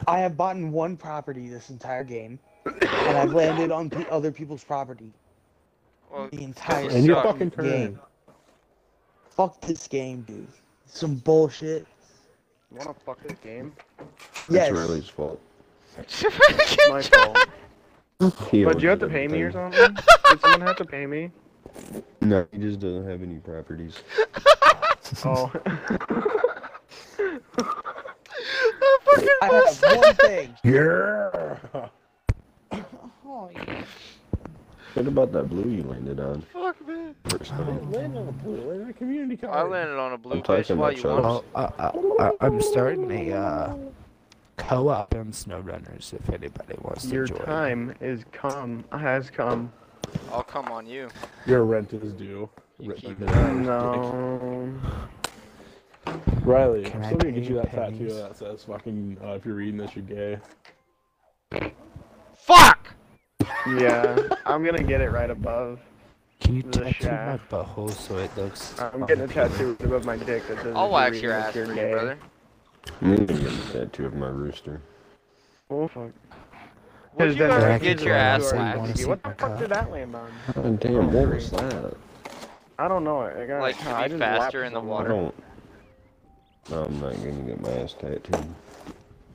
[SPEAKER 1] I have bought in one property this entire game, and I've landed on pe- other people's property
[SPEAKER 4] Well,
[SPEAKER 1] the entire
[SPEAKER 4] And you
[SPEAKER 1] fucking
[SPEAKER 3] fucking turn.
[SPEAKER 1] game. Fuck this game, dude. Some bullshit.
[SPEAKER 5] Wanna fuck this game?
[SPEAKER 1] Yes.
[SPEAKER 2] It's Riley's fault.
[SPEAKER 5] My fault.
[SPEAKER 2] He
[SPEAKER 5] But do you have
[SPEAKER 2] owns
[SPEAKER 5] to pay me or
[SPEAKER 2] everything.
[SPEAKER 5] something? Did someone have to pay me?
[SPEAKER 2] No, he just doesn't have any properties.
[SPEAKER 5] Oh.
[SPEAKER 1] I have one thing.
[SPEAKER 3] Yeah.
[SPEAKER 2] What about that blue you landed on
[SPEAKER 4] fuck man.
[SPEAKER 2] first time?
[SPEAKER 3] Land on the blue. Land on the community
[SPEAKER 4] I
[SPEAKER 3] college.
[SPEAKER 4] landed on a blue
[SPEAKER 2] I'm
[SPEAKER 4] bitch
[SPEAKER 2] talking
[SPEAKER 4] while
[SPEAKER 2] about
[SPEAKER 4] you
[SPEAKER 2] Chubbs.
[SPEAKER 4] want
[SPEAKER 11] Well, I, I, I, I'm starting a uh, co-op and SnowRunners if anybody wants to
[SPEAKER 5] Your
[SPEAKER 11] join.
[SPEAKER 5] time is come. Has come.
[SPEAKER 4] I'll come on you.
[SPEAKER 3] Your rent is due.
[SPEAKER 4] You
[SPEAKER 3] Rent-
[SPEAKER 4] keep
[SPEAKER 5] No.
[SPEAKER 3] Riley,
[SPEAKER 11] Can
[SPEAKER 3] I'm
[SPEAKER 11] I
[SPEAKER 3] still gonna
[SPEAKER 11] pay
[SPEAKER 3] get you that tattoo
[SPEAKER 11] pennies?
[SPEAKER 3] that says fucking, uh, if you're reading this, you're gay.
[SPEAKER 4] Fuck!
[SPEAKER 5] Yeah. I'm gonna get it right above.
[SPEAKER 11] Can you
[SPEAKER 5] The
[SPEAKER 11] tattoo
[SPEAKER 5] shaft.
[SPEAKER 11] my butthole so it looks?
[SPEAKER 5] I'm
[SPEAKER 3] Oh.
[SPEAKER 5] getting a
[SPEAKER 11] bumpy?
[SPEAKER 5] tattoo right above my dick that says.
[SPEAKER 4] I'll
[SPEAKER 5] "If
[SPEAKER 4] wax
[SPEAKER 5] you're
[SPEAKER 4] your
[SPEAKER 5] reading
[SPEAKER 4] ass
[SPEAKER 5] this,
[SPEAKER 4] for
[SPEAKER 5] you're
[SPEAKER 4] you,
[SPEAKER 5] gay."
[SPEAKER 4] brother.
[SPEAKER 2] I'm gonna get a tattoo of my rooster.
[SPEAKER 5] Oh fuck.
[SPEAKER 4] Would
[SPEAKER 5] Is
[SPEAKER 4] you
[SPEAKER 5] that
[SPEAKER 4] ever
[SPEAKER 5] back
[SPEAKER 4] get
[SPEAKER 5] to
[SPEAKER 4] your
[SPEAKER 5] the
[SPEAKER 4] ass
[SPEAKER 5] door?
[SPEAKER 11] Actually,
[SPEAKER 4] waxed?
[SPEAKER 11] wanna see
[SPEAKER 5] What
[SPEAKER 11] my
[SPEAKER 5] the fuck
[SPEAKER 11] cock?
[SPEAKER 5] did that land on?
[SPEAKER 2] God damn, what was that?
[SPEAKER 5] I don't know. I got,
[SPEAKER 4] Like, to be
[SPEAKER 5] I just
[SPEAKER 4] faster
[SPEAKER 5] lapped
[SPEAKER 4] in the
[SPEAKER 5] someone.
[SPEAKER 2] I
[SPEAKER 4] water.
[SPEAKER 2] don't. I'm not gonna get my ass tattooed.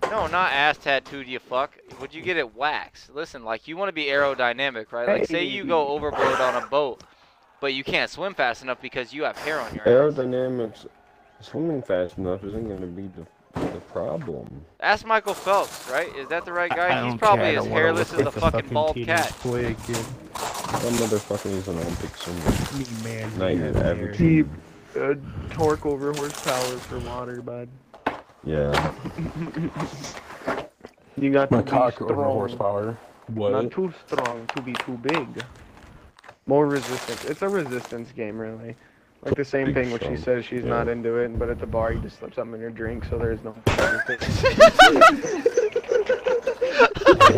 [SPEAKER 4] No, not ass tattooed, you fuck. Would you get it waxed? Listen, like you want to be aerodynamic, right? Like say you go overboard on a boat, but you can't swim fast enough because you have hair on your ass.
[SPEAKER 2] Aerodynamics, swimming fast enough isn't gonna be the, the problem.
[SPEAKER 4] Ask Michael Phelps, right? Is that the right
[SPEAKER 11] I- I
[SPEAKER 4] guy? He's
[SPEAKER 11] don't care, I
[SPEAKER 4] probably
[SPEAKER 11] don't
[SPEAKER 4] as
[SPEAKER 11] wanna
[SPEAKER 4] hairless as
[SPEAKER 11] look
[SPEAKER 4] a
[SPEAKER 11] like a
[SPEAKER 4] fucking bald
[SPEAKER 11] teenage
[SPEAKER 4] cat.
[SPEAKER 11] Boy again.
[SPEAKER 2] That motherfucker is an Olympic swimmer.
[SPEAKER 11] Me, man,
[SPEAKER 2] Not
[SPEAKER 11] you,
[SPEAKER 2] your
[SPEAKER 11] man.
[SPEAKER 2] average.
[SPEAKER 5] Deep uh, torque over horsepower for water, bud.
[SPEAKER 2] Yeah.
[SPEAKER 5] You got
[SPEAKER 3] My
[SPEAKER 5] to
[SPEAKER 3] cock
[SPEAKER 5] be
[SPEAKER 3] over
[SPEAKER 5] strong,
[SPEAKER 3] horsepower. eh?
[SPEAKER 5] not
[SPEAKER 3] What?
[SPEAKER 5] too strong to be too big. More resistance. It's a resistance game, really. Like the same
[SPEAKER 2] Big
[SPEAKER 5] thing, which she
[SPEAKER 2] strong,
[SPEAKER 5] says she's
[SPEAKER 2] yeah.
[SPEAKER 5] not into it, but at the bar you just slip something in your drink, so there's no.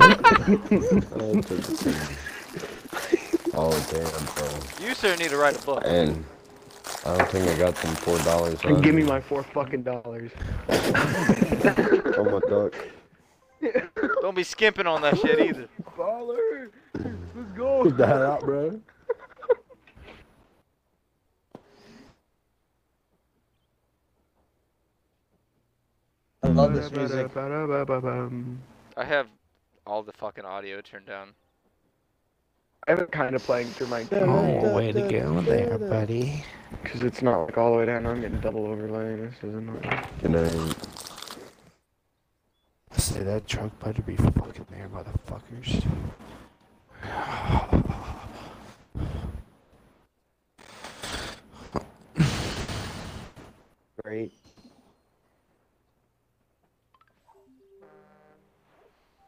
[SPEAKER 2] I'll take the thing. oh damn,
[SPEAKER 4] You sir need to write a book.
[SPEAKER 2] bro. And I don't think I got them four dollars.
[SPEAKER 5] And give me my four fucking dollars.
[SPEAKER 2] Oh my duck.
[SPEAKER 4] Don't be skimping on that shit either.
[SPEAKER 5] Baller, let's go.
[SPEAKER 3] Put that out, bro.
[SPEAKER 1] I love this music.
[SPEAKER 4] I have all the fucking audio turned down.
[SPEAKER 5] I've been kind of playing through my
[SPEAKER 11] Oh, way to go there, buddy.
[SPEAKER 5] because it's not like all the way down. I'm getting double overlay. This is annoying.
[SPEAKER 2] Good night.
[SPEAKER 11] Say that truck better be fucking there, motherfuckers.
[SPEAKER 1] Great.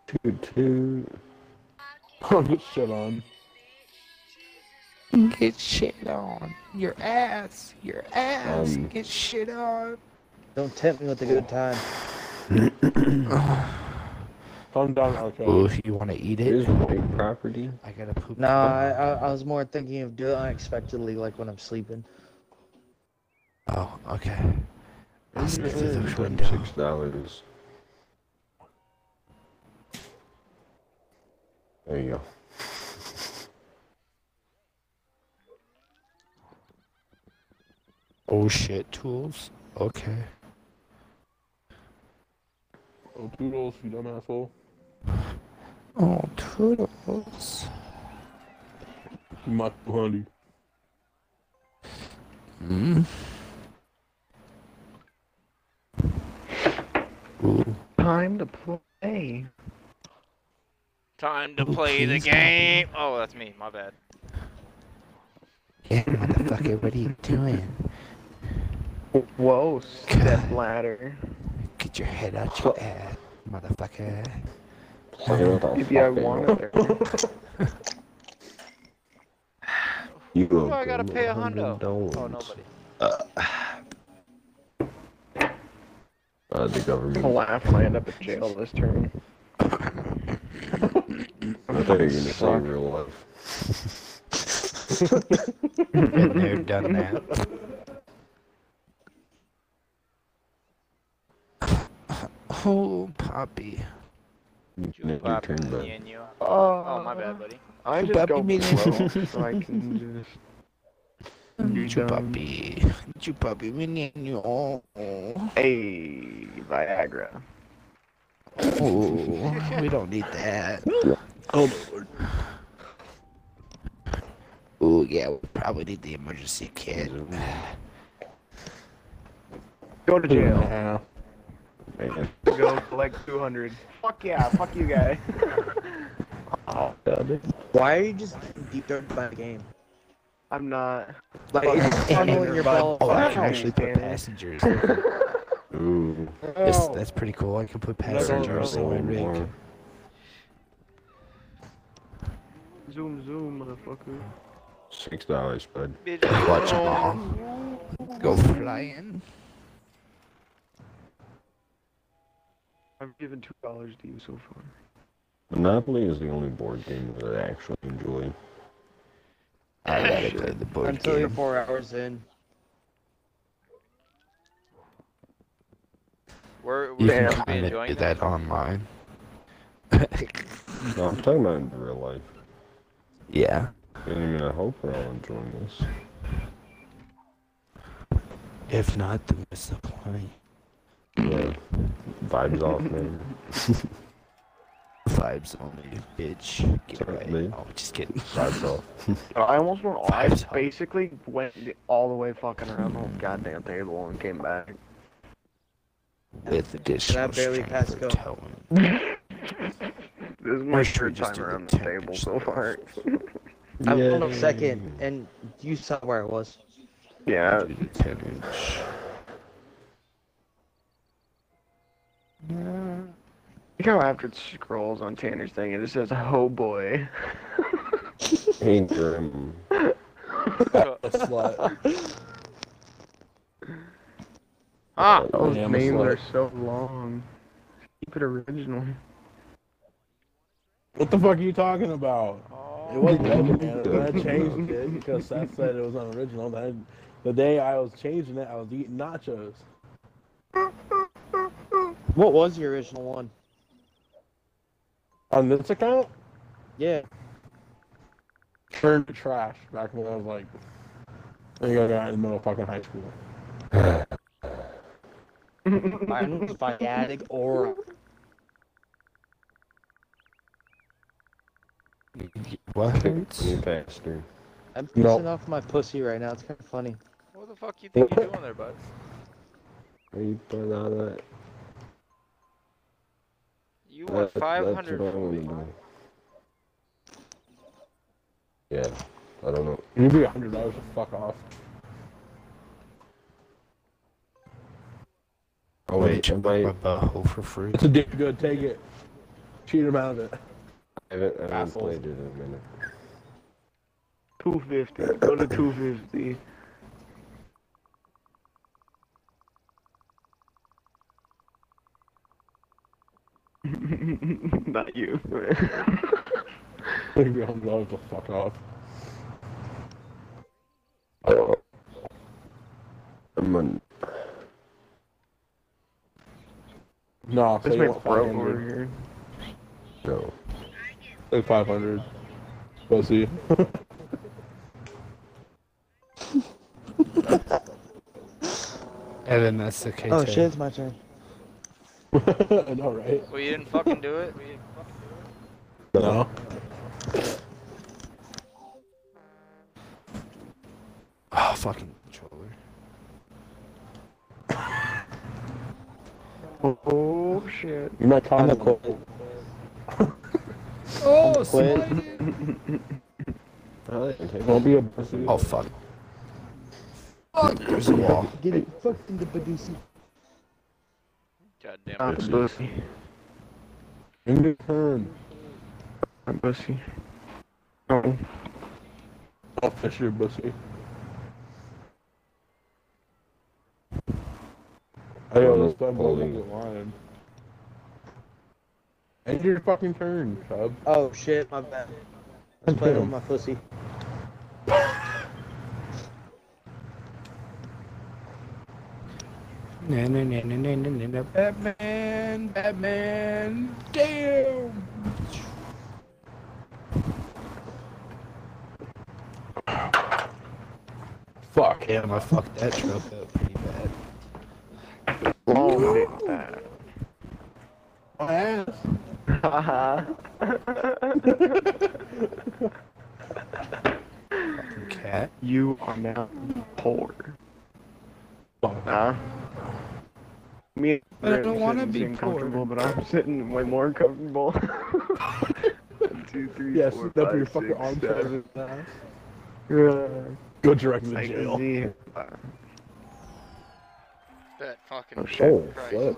[SPEAKER 2] Toot toot.
[SPEAKER 3] I'll get shit on.
[SPEAKER 11] Get shit on. Your ass. Your ass.
[SPEAKER 2] Um,
[SPEAKER 11] Get shit on.
[SPEAKER 1] Don't tempt me with a good time.
[SPEAKER 3] Calm down, Alco.
[SPEAKER 11] Ooh, if you want to eat
[SPEAKER 2] Here's
[SPEAKER 11] it,
[SPEAKER 2] a big property.
[SPEAKER 11] I gotta poop.
[SPEAKER 1] No, I, I, I was more thinking of do it unexpectedly, like when I'm sleeping.
[SPEAKER 11] Oh, okay. I'll sneak through the window.
[SPEAKER 2] Six dollars. There you go.
[SPEAKER 11] Oh shit, tools. Okay.
[SPEAKER 3] Oh, poodles, you dumb asshole.
[SPEAKER 11] Oh, toodles.
[SPEAKER 3] You muck hundy.
[SPEAKER 11] Mm. Ooh,
[SPEAKER 5] Time to play.
[SPEAKER 4] Time to
[SPEAKER 11] Ooh,
[SPEAKER 4] play the
[SPEAKER 11] please, Papa.
[SPEAKER 4] game. Oh, that's me. My bad.
[SPEAKER 11] yeah, motherfucker, what are you doing?
[SPEAKER 5] Whoa, step ladder.
[SPEAKER 11] Get your head out your ass, motherfucker.
[SPEAKER 2] Play with a
[SPEAKER 5] Maybe I
[SPEAKER 2] fucking-
[SPEAKER 5] want it there.
[SPEAKER 2] You
[SPEAKER 4] Who do Oh, I gotta pay a hundo? Oh,
[SPEAKER 2] $100.
[SPEAKER 4] nobody.
[SPEAKER 2] Uh, the government.
[SPEAKER 5] I'll laugh when I end up in jail this term.
[SPEAKER 2] I thought you were gonna say real life.
[SPEAKER 11] Been there, done that. Oh, Poppy.
[SPEAKER 2] You need your
[SPEAKER 4] Bobby,
[SPEAKER 2] turn, bud.
[SPEAKER 4] me and you.
[SPEAKER 5] Oh,
[SPEAKER 4] Oh, my bad, buddy.
[SPEAKER 5] I just
[SPEAKER 11] Puppy
[SPEAKER 5] go
[SPEAKER 11] mean-
[SPEAKER 5] slow, so I can just. You
[SPEAKER 11] You
[SPEAKER 5] dumb.
[SPEAKER 11] puppy. You puppy. We need you. Oh, oh,
[SPEAKER 5] Hey, Viagra.
[SPEAKER 11] oh. we don't need that.
[SPEAKER 3] Oh,
[SPEAKER 11] Oh, yeah, we probably need the emergency kit.
[SPEAKER 5] Go to jail.
[SPEAKER 3] yeah.
[SPEAKER 2] Man,
[SPEAKER 5] Go collect 200. Fuck yeah, fuck you guys.
[SPEAKER 2] that is-
[SPEAKER 1] Why are you just deep dirt by the game?
[SPEAKER 5] I'm not.
[SPEAKER 1] Like,
[SPEAKER 5] Fucking
[SPEAKER 1] it's funneling
[SPEAKER 5] Tinder,
[SPEAKER 1] your
[SPEAKER 5] bud.
[SPEAKER 1] ball.
[SPEAKER 11] Oh, I
[SPEAKER 5] Fuck
[SPEAKER 11] can
[SPEAKER 5] you,
[SPEAKER 11] actually put
[SPEAKER 5] Tanner.
[SPEAKER 11] passengers.
[SPEAKER 2] Ooh.
[SPEAKER 11] It's
[SPEAKER 5] Oh,
[SPEAKER 11] that's pretty cool. I can put
[SPEAKER 1] That's all
[SPEAKER 11] passenger
[SPEAKER 1] right.
[SPEAKER 11] on my rig.
[SPEAKER 2] Warm.
[SPEAKER 5] Zoom, zoom, motherfucker.
[SPEAKER 2] Six dollars, bud.
[SPEAKER 4] Bitch,
[SPEAKER 11] Watch
[SPEAKER 4] Oh.
[SPEAKER 11] mom. Go flying.
[SPEAKER 5] I've given two dollars to you so far.
[SPEAKER 2] Monopoly is the only board game that I actually enjoy.
[SPEAKER 11] I gotta play the board
[SPEAKER 1] Until you're
[SPEAKER 11] game.
[SPEAKER 1] four hours in.
[SPEAKER 4] we're
[SPEAKER 11] You
[SPEAKER 4] we're
[SPEAKER 11] can
[SPEAKER 4] gonna be
[SPEAKER 11] kind of
[SPEAKER 4] enjoying
[SPEAKER 11] do
[SPEAKER 4] that.
[SPEAKER 11] that online.
[SPEAKER 2] No, I'm talking about in real life.
[SPEAKER 11] yeah.
[SPEAKER 2] I mean, I hope we're all enjoying this.
[SPEAKER 11] If not, then miss the point.
[SPEAKER 2] Yeah. Vibes off, man.
[SPEAKER 11] Vibes only, bitch. Get
[SPEAKER 2] Sorry,
[SPEAKER 11] right.
[SPEAKER 2] man.
[SPEAKER 11] Oh, just kidding.
[SPEAKER 2] Vibes off.
[SPEAKER 5] I almost went. all- I
[SPEAKER 11] Five's hot.
[SPEAKER 5] basically went the- all the way fucking around the whole goddamn table and came back.
[SPEAKER 11] With additional
[SPEAKER 1] barely
[SPEAKER 11] strength
[SPEAKER 1] passed
[SPEAKER 11] for
[SPEAKER 1] go.
[SPEAKER 11] towing.
[SPEAKER 5] This is my
[SPEAKER 11] Or should we
[SPEAKER 5] third time
[SPEAKER 11] just do the
[SPEAKER 5] around the
[SPEAKER 11] temp
[SPEAKER 5] table
[SPEAKER 11] or
[SPEAKER 5] so far.
[SPEAKER 1] I went up second, and you saw where I was.
[SPEAKER 5] Yeah.
[SPEAKER 11] Do the 10 inch.
[SPEAKER 5] You go after it scrolls on Tanner's thing and it says, "Oh boy."
[SPEAKER 2] Hey, Grim.
[SPEAKER 4] Ah,
[SPEAKER 5] Those
[SPEAKER 3] Yeah, I'm a
[SPEAKER 5] names
[SPEAKER 3] slut.
[SPEAKER 5] are so long. Keep it original.
[SPEAKER 3] What the fuck are you talking about? It wasn't
[SPEAKER 5] Oh,
[SPEAKER 3] original. I changed it because Seth said it was unoriginal. Then the day I was changing it, I was eating nachos.
[SPEAKER 1] What was your original one?
[SPEAKER 3] On this account,
[SPEAKER 1] Yeah.
[SPEAKER 3] turned to trash back when I was like, I think I got in the middle of fucking high school.
[SPEAKER 1] Mine was Viatic Aura.
[SPEAKER 11] What?
[SPEAKER 2] You bastard.
[SPEAKER 1] I'm pissing
[SPEAKER 3] No.
[SPEAKER 1] off my pussy right now. It's kind of funny.
[SPEAKER 4] what the fuck you think you're doing there, bud?
[SPEAKER 2] Where you put all that?
[SPEAKER 4] You want
[SPEAKER 2] That- that's what I
[SPEAKER 4] five
[SPEAKER 2] wanna
[SPEAKER 4] hundred forty-five?
[SPEAKER 2] know. Yeah. I don't know.
[SPEAKER 3] You'd be a hundred dollars to fuck off.
[SPEAKER 2] Oh,
[SPEAKER 11] Wait,
[SPEAKER 2] wait.
[SPEAKER 11] check my
[SPEAKER 2] Wait.
[SPEAKER 11] butthole for fruit.
[SPEAKER 3] It's a damn good. Take it. Cheat him out of it.
[SPEAKER 2] I haven't, I haven't
[SPEAKER 3] Assholes.
[SPEAKER 2] played it in a minute.
[SPEAKER 5] 250. Go to 250. Not you.
[SPEAKER 3] You'd be a hundred dollars to fuck off.
[SPEAKER 2] Oh. I'm on.
[SPEAKER 3] No, so
[SPEAKER 5] this
[SPEAKER 3] you
[SPEAKER 5] man's
[SPEAKER 3] want
[SPEAKER 5] broke
[SPEAKER 3] 500.
[SPEAKER 5] over here.
[SPEAKER 2] No.
[SPEAKER 3] Like 500. Pussy.
[SPEAKER 11] And then that's the case.
[SPEAKER 1] Oh
[SPEAKER 11] I-
[SPEAKER 1] shit, it's my turn.
[SPEAKER 3] I know, right?
[SPEAKER 4] Well, you didn't fucking do it.
[SPEAKER 2] No.
[SPEAKER 11] Oh, fucking controller.
[SPEAKER 5] Oh shit.
[SPEAKER 3] You're not talking about
[SPEAKER 11] Oh,
[SPEAKER 3] Don't be a pussy.
[SPEAKER 11] Oh, fuck. Fuck, there's a wall.
[SPEAKER 1] Get it fucked in the Badusi.
[SPEAKER 4] God damn
[SPEAKER 5] I'm
[SPEAKER 4] it.
[SPEAKER 5] pussy.
[SPEAKER 3] In your turn.
[SPEAKER 5] I'm pussy. No.
[SPEAKER 3] I'll fish your pussy. I
[SPEAKER 2] Oh,
[SPEAKER 3] know
[SPEAKER 2] no,
[SPEAKER 3] this bum
[SPEAKER 2] holding.
[SPEAKER 3] holding line. End your fucking turn, Cub.
[SPEAKER 1] Oh shit, my bad. I was playing with my pussy.
[SPEAKER 11] Na na na na na na na na. Batman, Batman, damn.
[SPEAKER 3] Fuck.
[SPEAKER 11] Damn, I fucked that truck up pretty bad.
[SPEAKER 5] Long dick that.
[SPEAKER 3] My ass.
[SPEAKER 5] Haha.
[SPEAKER 11] Fucking cat.
[SPEAKER 5] you are now poor.
[SPEAKER 3] Fuck.
[SPEAKER 5] Huh? Me and
[SPEAKER 11] But I
[SPEAKER 5] Grant
[SPEAKER 11] don't
[SPEAKER 5] are
[SPEAKER 11] wanna
[SPEAKER 5] sitting
[SPEAKER 11] be
[SPEAKER 5] same
[SPEAKER 11] poor.
[SPEAKER 5] comfortable, but I'm sitting way more comfortable. One, two, three,
[SPEAKER 3] Yes,
[SPEAKER 5] four,
[SPEAKER 3] that'd be your
[SPEAKER 5] five,
[SPEAKER 3] fucking
[SPEAKER 5] six,
[SPEAKER 3] arm
[SPEAKER 5] seven.
[SPEAKER 3] seven. ass.
[SPEAKER 5] Yeah.
[SPEAKER 3] Go direct to
[SPEAKER 5] I
[SPEAKER 3] jail.
[SPEAKER 5] can see.
[SPEAKER 9] That fucking.
[SPEAKER 7] Oh,
[SPEAKER 9] Christ.
[SPEAKER 7] shit.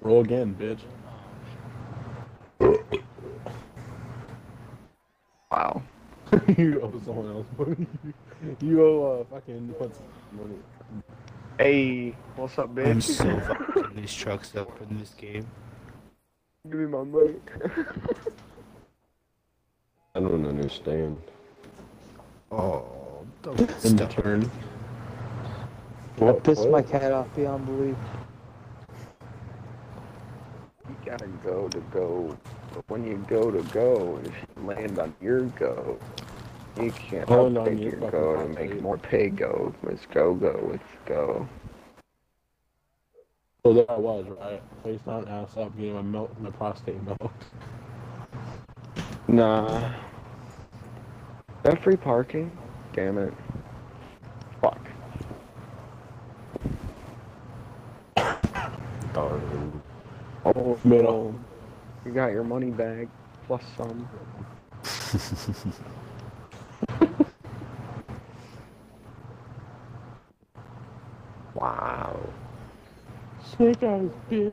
[SPEAKER 3] Roll again, bitch.
[SPEAKER 5] Wow.
[SPEAKER 3] you owe someone else money. You owe uh, fucking what's money?
[SPEAKER 5] Hey, what's up,
[SPEAKER 11] I'm
[SPEAKER 5] bitch?
[SPEAKER 11] so fucking these trucks up in this game.
[SPEAKER 5] Give me my money.
[SPEAKER 2] I don't understand.
[SPEAKER 11] Oh, don't stop.
[SPEAKER 1] I pissed my cat off beyond belief.
[SPEAKER 7] You gotta go to go. But when you go to go, if you land on your go, you can't
[SPEAKER 3] Hold on,
[SPEAKER 7] update
[SPEAKER 3] you
[SPEAKER 7] your
[SPEAKER 3] fucking
[SPEAKER 7] go to
[SPEAKER 3] fucker.
[SPEAKER 7] make more pay go. Let's go go. Let's go.
[SPEAKER 3] So Oh, there I was, right? Face down, ass up, getting my milk, my prostate milk.
[SPEAKER 7] Nah. That free parking? Damn it. Fuck.
[SPEAKER 2] Darn.
[SPEAKER 7] Oh,
[SPEAKER 3] Middle.
[SPEAKER 7] you got your money back plus some. wow.
[SPEAKER 3] Snake eyes, bitch.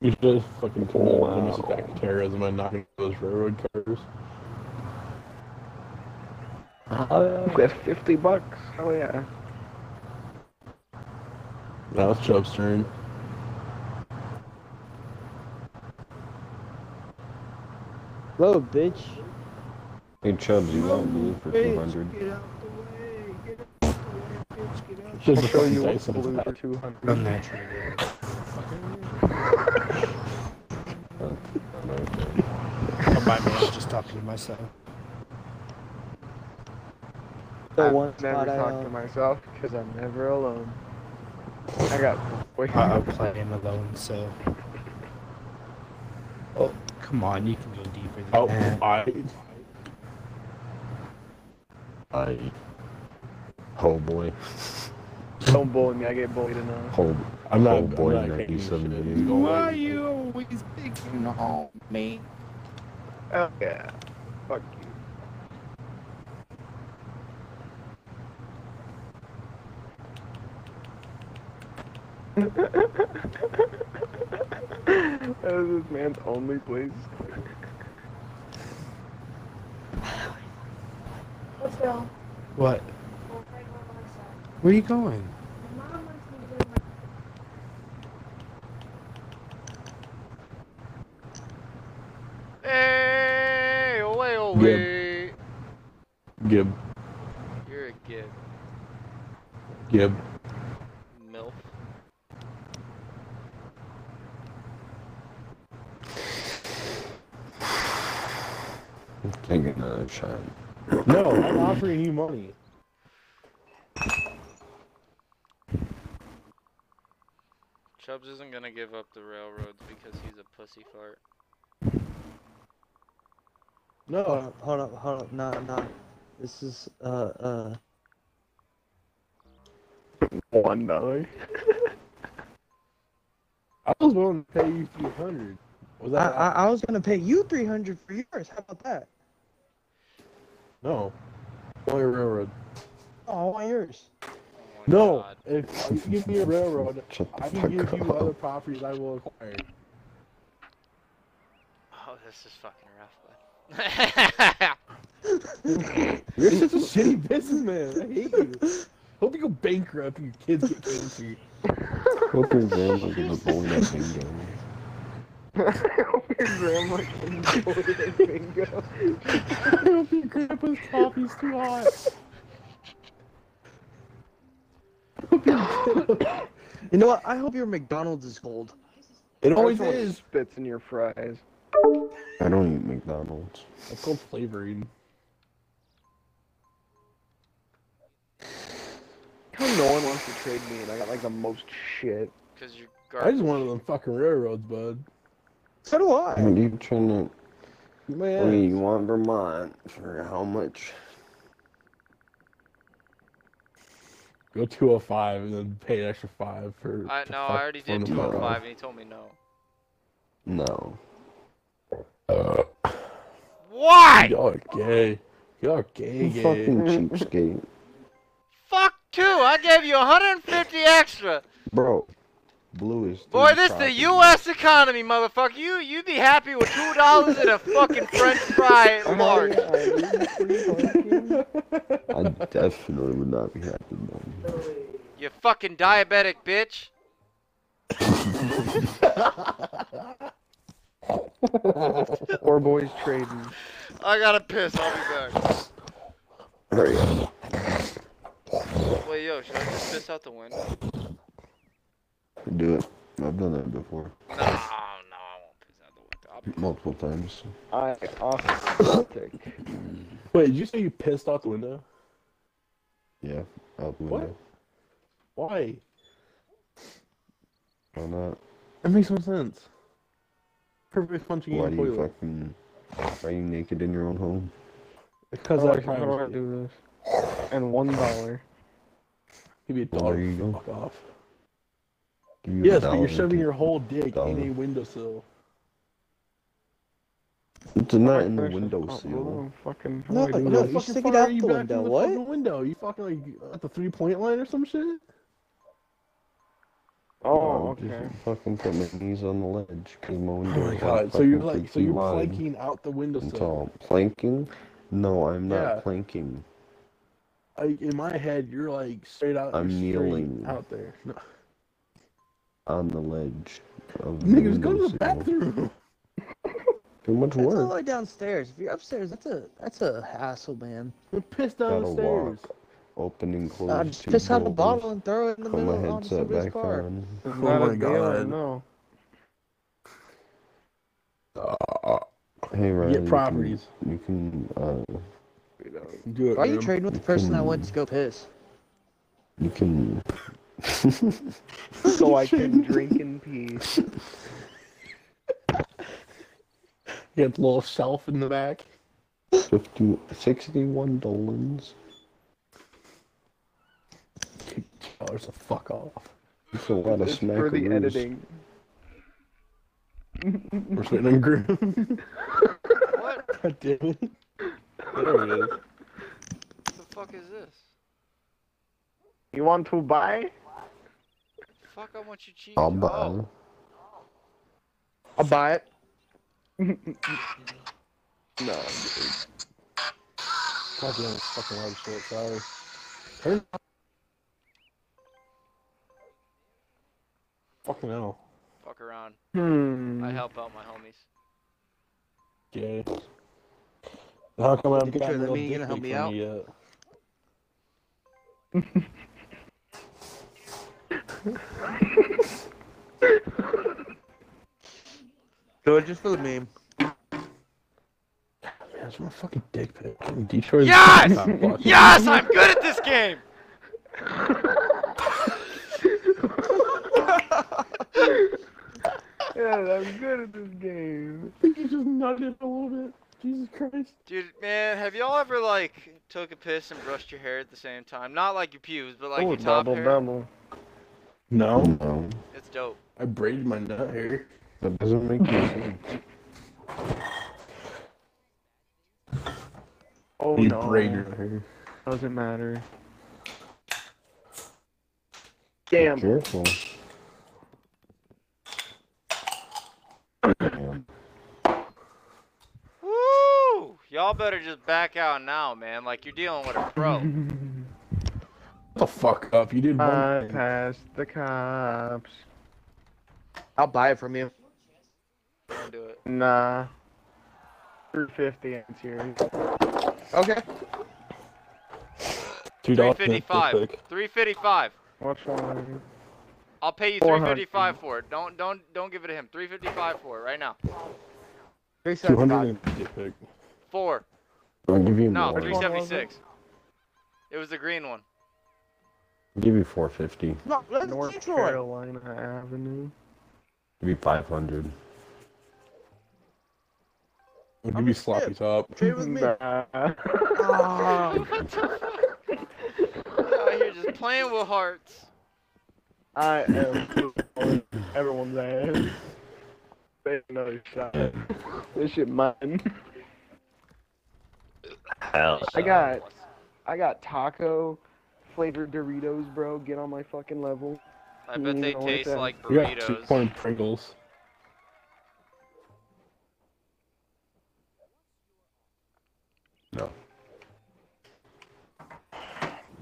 [SPEAKER 3] You should just fucking commit
[SPEAKER 7] Wow.
[SPEAKER 3] wow. back to terrorism and knock into those railroad cars.
[SPEAKER 5] With 50 bucks. Oh, yeah.
[SPEAKER 3] That was Chubb's turn.
[SPEAKER 1] Hello, bitch.
[SPEAKER 2] Hey Chubbs, you want blue for two hundred?
[SPEAKER 11] Bitch, get out the way. Get out the way, bitch. Get out
[SPEAKER 3] Just
[SPEAKER 5] I'll
[SPEAKER 3] a
[SPEAKER 5] show
[SPEAKER 3] fucking
[SPEAKER 5] you
[SPEAKER 3] dice
[SPEAKER 5] what's
[SPEAKER 3] in his
[SPEAKER 5] blue
[SPEAKER 3] back.
[SPEAKER 5] for 200.
[SPEAKER 11] the way. I'm not trying to do it. Oh, my man, I was just talking to myself.
[SPEAKER 1] The
[SPEAKER 5] I've
[SPEAKER 1] one
[SPEAKER 5] never
[SPEAKER 1] spot I
[SPEAKER 5] talk to
[SPEAKER 1] own.
[SPEAKER 5] myself because I'm never alone. I got way
[SPEAKER 11] I, I play him alone, so. Oh, come on, you can go deeper than
[SPEAKER 3] Oh,
[SPEAKER 11] that.
[SPEAKER 3] I. I.
[SPEAKER 2] Oh boy.
[SPEAKER 5] Don't bully me. I get bullied enough.
[SPEAKER 2] Oh,
[SPEAKER 3] I'm not.
[SPEAKER 2] Oh, boy,
[SPEAKER 3] I'm not taking this
[SPEAKER 2] 97
[SPEAKER 3] shit.
[SPEAKER 2] days.
[SPEAKER 3] It's going-
[SPEAKER 11] you always picking on me?
[SPEAKER 5] Oh, yeah. Fuck you. that was this man's only place.
[SPEAKER 11] What? Where are you going?
[SPEAKER 4] Hey, away, away.
[SPEAKER 3] Good. Gib.
[SPEAKER 4] You're a gib.
[SPEAKER 3] Gib.
[SPEAKER 4] Milf.
[SPEAKER 2] Can't get another shot.
[SPEAKER 3] No, I'm offering you money.
[SPEAKER 4] Chubbs isn't gonna give up the railroads because he's a pussy fart.
[SPEAKER 1] Hold
[SPEAKER 3] No,
[SPEAKER 1] up, hold up, hold up. No, no. This is, uh, uh.
[SPEAKER 5] One dollar.
[SPEAKER 3] I was willing to pay you three hundred. Was
[SPEAKER 1] I,
[SPEAKER 3] that?
[SPEAKER 1] I, I was gonna pay you 300 for yours. How about that?
[SPEAKER 3] no. Only railroad.
[SPEAKER 1] Oh, I want yours.
[SPEAKER 4] Oh my
[SPEAKER 3] No,
[SPEAKER 4] God.
[SPEAKER 3] if you give me a railroad,
[SPEAKER 2] Shut the
[SPEAKER 3] I can give
[SPEAKER 2] fuck
[SPEAKER 3] you
[SPEAKER 2] up.
[SPEAKER 3] other properties I will acquire.
[SPEAKER 4] Oh, this is fucking rough, bud.
[SPEAKER 3] You're such a shitty businessman. I hate you. Hope you go bankrupt. and Your kids get cancer.
[SPEAKER 2] Hope your grandma gives up all that bingo.
[SPEAKER 5] I hope your grandma can enjoy that bingo.
[SPEAKER 3] I hope your grandpa's coffee's too hot.
[SPEAKER 1] You know what? I hope your McDonald's is gold.
[SPEAKER 3] It
[SPEAKER 1] Oh,
[SPEAKER 3] always
[SPEAKER 5] Someone
[SPEAKER 3] is.
[SPEAKER 5] Spits in your fries.
[SPEAKER 2] I don't eat McDonald's.
[SPEAKER 3] It's called flavoring.
[SPEAKER 5] How no one wants to trade me and I got like the most shit.
[SPEAKER 4] Because you're
[SPEAKER 3] I
[SPEAKER 4] garbage.
[SPEAKER 3] just wanted them fucking railroads, bud.
[SPEAKER 1] So do
[SPEAKER 2] I
[SPEAKER 1] I.
[SPEAKER 2] mean, you trying to?
[SPEAKER 3] You may
[SPEAKER 2] Wait,
[SPEAKER 3] ask.
[SPEAKER 2] you want Vermont for how much?
[SPEAKER 3] Go 205 and then pay an extra five for.
[SPEAKER 4] I
[SPEAKER 3] to
[SPEAKER 4] no,
[SPEAKER 3] fuck
[SPEAKER 4] I already
[SPEAKER 3] phone
[SPEAKER 4] did
[SPEAKER 3] number off.
[SPEAKER 4] 205 and he told me no.
[SPEAKER 2] No.
[SPEAKER 3] Uh,
[SPEAKER 4] Why?
[SPEAKER 3] y'all are gay. Y'all are gay,
[SPEAKER 2] You
[SPEAKER 3] gay.
[SPEAKER 2] fucking cheapskate.
[SPEAKER 4] Fuck two. I gave you 150 extra.
[SPEAKER 2] Bro, blue is.
[SPEAKER 4] Boy,
[SPEAKER 2] three
[SPEAKER 4] this the
[SPEAKER 2] properties.
[SPEAKER 4] U.S. economy, motherfucker. You you be happy with two dollars and a fucking French fry at large.
[SPEAKER 2] I definitely would not be happy about it.
[SPEAKER 4] You fucking diabetic bitch.
[SPEAKER 5] Or boys trading.
[SPEAKER 4] I gotta piss. I'll be back.
[SPEAKER 2] Hurry up.
[SPEAKER 4] Wait, yo, should I just piss out the window?
[SPEAKER 2] Do it. I've done that before.
[SPEAKER 4] No, no, I won't piss out the window. I'll
[SPEAKER 2] Multiple times.
[SPEAKER 7] I often think.
[SPEAKER 3] Wait, did you say you pissed out the window?
[SPEAKER 2] Yeah. Out the
[SPEAKER 3] What?
[SPEAKER 2] window.
[SPEAKER 3] Why?
[SPEAKER 2] Why not?
[SPEAKER 3] That makes no sense. Perfect punching
[SPEAKER 2] Why
[SPEAKER 3] in
[SPEAKER 2] do
[SPEAKER 3] the
[SPEAKER 2] you
[SPEAKER 3] toilet.
[SPEAKER 2] fucking. Are you naked in your own home?
[SPEAKER 3] Because
[SPEAKER 5] How do I-
[SPEAKER 3] I
[SPEAKER 5] how do I
[SPEAKER 3] privacy.
[SPEAKER 5] do this? And one dollar.
[SPEAKER 3] He'd be a
[SPEAKER 2] Well,
[SPEAKER 3] dog.
[SPEAKER 2] there you go.
[SPEAKER 3] Fuck off.
[SPEAKER 2] Give you a
[SPEAKER 3] Yes, but
[SPEAKER 2] dollar
[SPEAKER 3] you're
[SPEAKER 2] to
[SPEAKER 3] shoving
[SPEAKER 2] keep-
[SPEAKER 3] your whole dick in
[SPEAKER 2] Dollar.
[SPEAKER 3] a windowsill.
[SPEAKER 2] It's not in the
[SPEAKER 5] Actually,
[SPEAKER 2] window
[SPEAKER 5] oh,
[SPEAKER 2] seal.
[SPEAKER 5] oh, Fucking. how
[SPEAKER 1] No,
[SPEAKER 5] do I do
[SPEAKER 1] no,
[SPEAKER 5] this?
[SPEAKER 1] you
[SPEAKER 3] Fucking
[SPEAKER 1] stick it
[SPEAKER 3] far
[SPEAKER 1] out
[SPEAKER 3] are you
[SPEAKER 1] the
[SPEAKER 3] back
[SPEAKER 1] window,
[SPEAKER 3] from the
[SPEAKER 1] what?
[SPEAKER 3] fucking window. You fucking like at the three point line or some shit?
[SPEAKER 5] Oh,
[SPEAKER 2] Just
[SPEAKER 5] okay.
[SPEAKER 2] Fucking put my knees on the ledge. Cause Oh my window is
[SPEAKER 3] Oh God,
[SPEAKER 2] like
[SPEAKER 3] so you're
[SPEAKER 2] fucking
[SPEAKER 3] like so
[SPEAKER 2] freaking
[SPEAKER 3] you're
[SPEAKER 2] wide
[SPEAKER 3] planking out the
[SPEAKER 2] and
[SPEAKER 3] windowsill.
[SPEAKER 2] tall. Planking? No, I'm not
[SPEAKER 3] Yeah.
[SPEAKER 2] planking.
[SPEAKER 3] I, in my head, you're like straight out.
[SPEAKER 2] I'm
[SPEAKER 3] you're straight
[SPEAKER 2] kneeling.
[SPEAKER 3] out there. No.
[SPEAKER 2] on the ledge. Of the
[SPEAKER 3] Niggas, go to the
[SPEAKER 2] windowsill.
[SPEAKER 3] bathroom.
[SPEAKER 2] Too much
[SPEAKER 1] That's all
[SPEAKER 2] work.
[SPEAKER 1] the way downstairs. If you're upstairs, that's a that's a hassle, man.
[SPEAKER 3] I'm pissed down
[SPEAKER 2] Gotta
[SPEAKER 3] the stairs.
[SPEAKER 2] walk. Open and close.
[SPEAKER 1] Uh, just
[SPEAKER 2] two
[SPEAKER 1] piss out a
[SPEAKER 2] doors.
[SPEAKER 1] bottle and throw it in the
[SPEAKER 2] Put my
[SPEAKER 1] middle on
[SPEAKER 2] headset
[SPEAKER 1] somebody's
[SPEAKER 2] back
[SPEAKER 1] car.
[SPEAKER 2] on.
[SPEAKER 5] It's not
[SPEAKER 3] my
[SPEAKER 5] a deal,
[SPEAKER 3] God.
[SPEAKER 5] No.
[SPEAKER 2] Hey, Riley.
[SPEAKER 3] Get properties.
[SPEAKER 2] You can, you can, uh,
[SPEAKER 5] We don't.
[SPEAKER 3] Do it.
[SPEAKER 1] Why are you
[SPEAKER 3] man.
[SPEAKER 1] trading with the person that went to go piss?
[SPEAKER 2] you can.
[SPEAKER 5] So I can drink in peace.
[SPEAKER 3] You got the little shelf in the back.
[SPEAKER 2] 50, 61 dollars.
[SPEAKER 3] Oh, so fuck off.
[SPEAKER 2] It's a lot of
[SPEAKER 5] It's
[SPEAKER 2] smack
[SPEAKER 5] for the editing.
[SPEAKER 3] We're sitting on groom.
[SPEAKER 4] What
[SPEAKER 3] God damn it. There it is.
[SPEAKER 4] the fuck is this?
[SPEAKER 5] You want to buy?
[SPEAKER 4] Fuck, I want you cheese.
[SPEAKER 2] I'll
[SPEAKER 4] Oh,
[SPEAKER 2] buy.
[SPEAKER 1] I'll buy it.
[SPEAKER 5] No.
[SPEAKER 3] God damn it. Fucking loud shit. Sorry. Turn it off. Fucking hell.
[SPEAKER 4] fuck around.
[SPEAKER 5] Hmm.
[SPEAKER 4] I help out my homies.
[SPEAKER 3] Gay. How come I haven't
[SPEAKER 1] Did you
[SPEAKER 3] gotten
[SPEAKER 1] let
[SPEAKER 3] no
[SPEAKER 1] me- you
[SPEAKER 3] dick
[SPEAKER 1] gonna help
[SPEAKER 3] pic
[SPEAKER 1] me
[SPEAKER 3] from
[SPEAKER 1] out?
[SPEAKER 3] yet?
[SPEAKER 1] Do it just for the meme.
[SPEAKER 3] Man, it's my fucking dick pic. Fucking Detroit.
[SPEAKER 4] Yes!
[SPEAKER 3] Yeah!
[SPEAKER 4] Yes, I'm good at this game.
[SPEAKER 5] Yeah, I'm good at this game.
[SPEAKER 3] I think you just nutted a little bit. Jesus Christ.
[SPEAKER 4] Dude, man, have y'all ever like took a piss and brushed your hair at the same time? Not like your pubes, but like
[SPEAKER 5] oh,
[SPEAKER 4] your top
[SPEAKER 5] double
[SPEAKER 4] hair.
[SPEAKER 5] double.
[SPEAKER 3] No.
[SPEAKER 2] No,
[SPEAKER 4] It's dope.
[SPEAKER 3] I braided my nut hair.
[SPEAKER 2] that doesn't make any sense.
[SPEAKER 5] Oh
[SPEAKER 3] you
[SPEAKER 5] no.
[SPEAKER 3] braid your nut hair.
[SPEAKER 5] Doesn't matter. Damn.
[SPEAKER 2] Careful. Yeah.
[SPEAKER 4] Woo! Y'all better just back out now, man. Like you're dealing with a pro.
[SPEAKER 3] Shut the fuck up. You did one
[SPEAKER 5] I
[SPEAKER 3] thing.
[SPEAKER 5] passed the cops.
[SPEAKER 1] I'll buy it from you.
[SPEAKER 4] Don't do it.
[SPEAKER 5] Nah. 350 and tears.
[SPEAKER 1] Okay.
[SPEAKER 3] Two
[SPEAKER 4] Three
[SPEAKER 3] dollars.
[SPEAKER 4] fifty-five. Three fifty-five.
[SPEAKER 5] What's wrong?
[SPEAKER 4] I'll pay you three
[SPEAKER 5] 400.
[SPEAKER 4] fifty-five for it. Don't don't don't give it to him. Three fifty-five for it right now.
[SPEAKER 1] Three
[SPEAKER 3] Two
[SPEAKER 1] seventy five.
[SPEAKER 3] hundred dick pic.
[SPEAKER 4] Four.
[SPEAKER 2] I'll give you
[SPEAKER 4] No,
[SPEAKER 2] more.
[SPEAKER 4] three seventy-six. It was the green one.
[SPEAKER 2] I'll give you 450.
[SPEAKER 1] No, let's
[SPEAKER 5] North
[SPEAKER 1] keep going.
[SPEAKER 5] Carolina Avenue.
[SPEAKER 2] Give you 500.
[SPEAKER 3] I'll
[SPEAKER 1] I'm
[SPEAKER 3] give you
[SPEAKER 1] just saying.
[SPEAKER 3] sloppy top.
[SPEAKER 1] Trade with me.
[SPEAKER 5] Nah.
[SPEAKER 1] Ah.
[SPEAKER 4] Out here just Quit playing with hearts.
[SPEAKER 5] I am calling everyone's ass. They know shot. This shit mine.
[SPEAKER 2] Hell.
[SPEAKER 5] I got, I got taco flavored Doritos, bro. Get on my fucking level.
[SPEAKER 4] I bet they
[SPEAKER 5] You know, like
[SPEAKER 4] taste
[SPEAKER 5] that.
[SPEAKER 4] like
[SPEAKER 3] You got two
[SPEAKER 4] burritos.
[SPEAKER 3] corn Pringles.
[SPEAKER 2] No.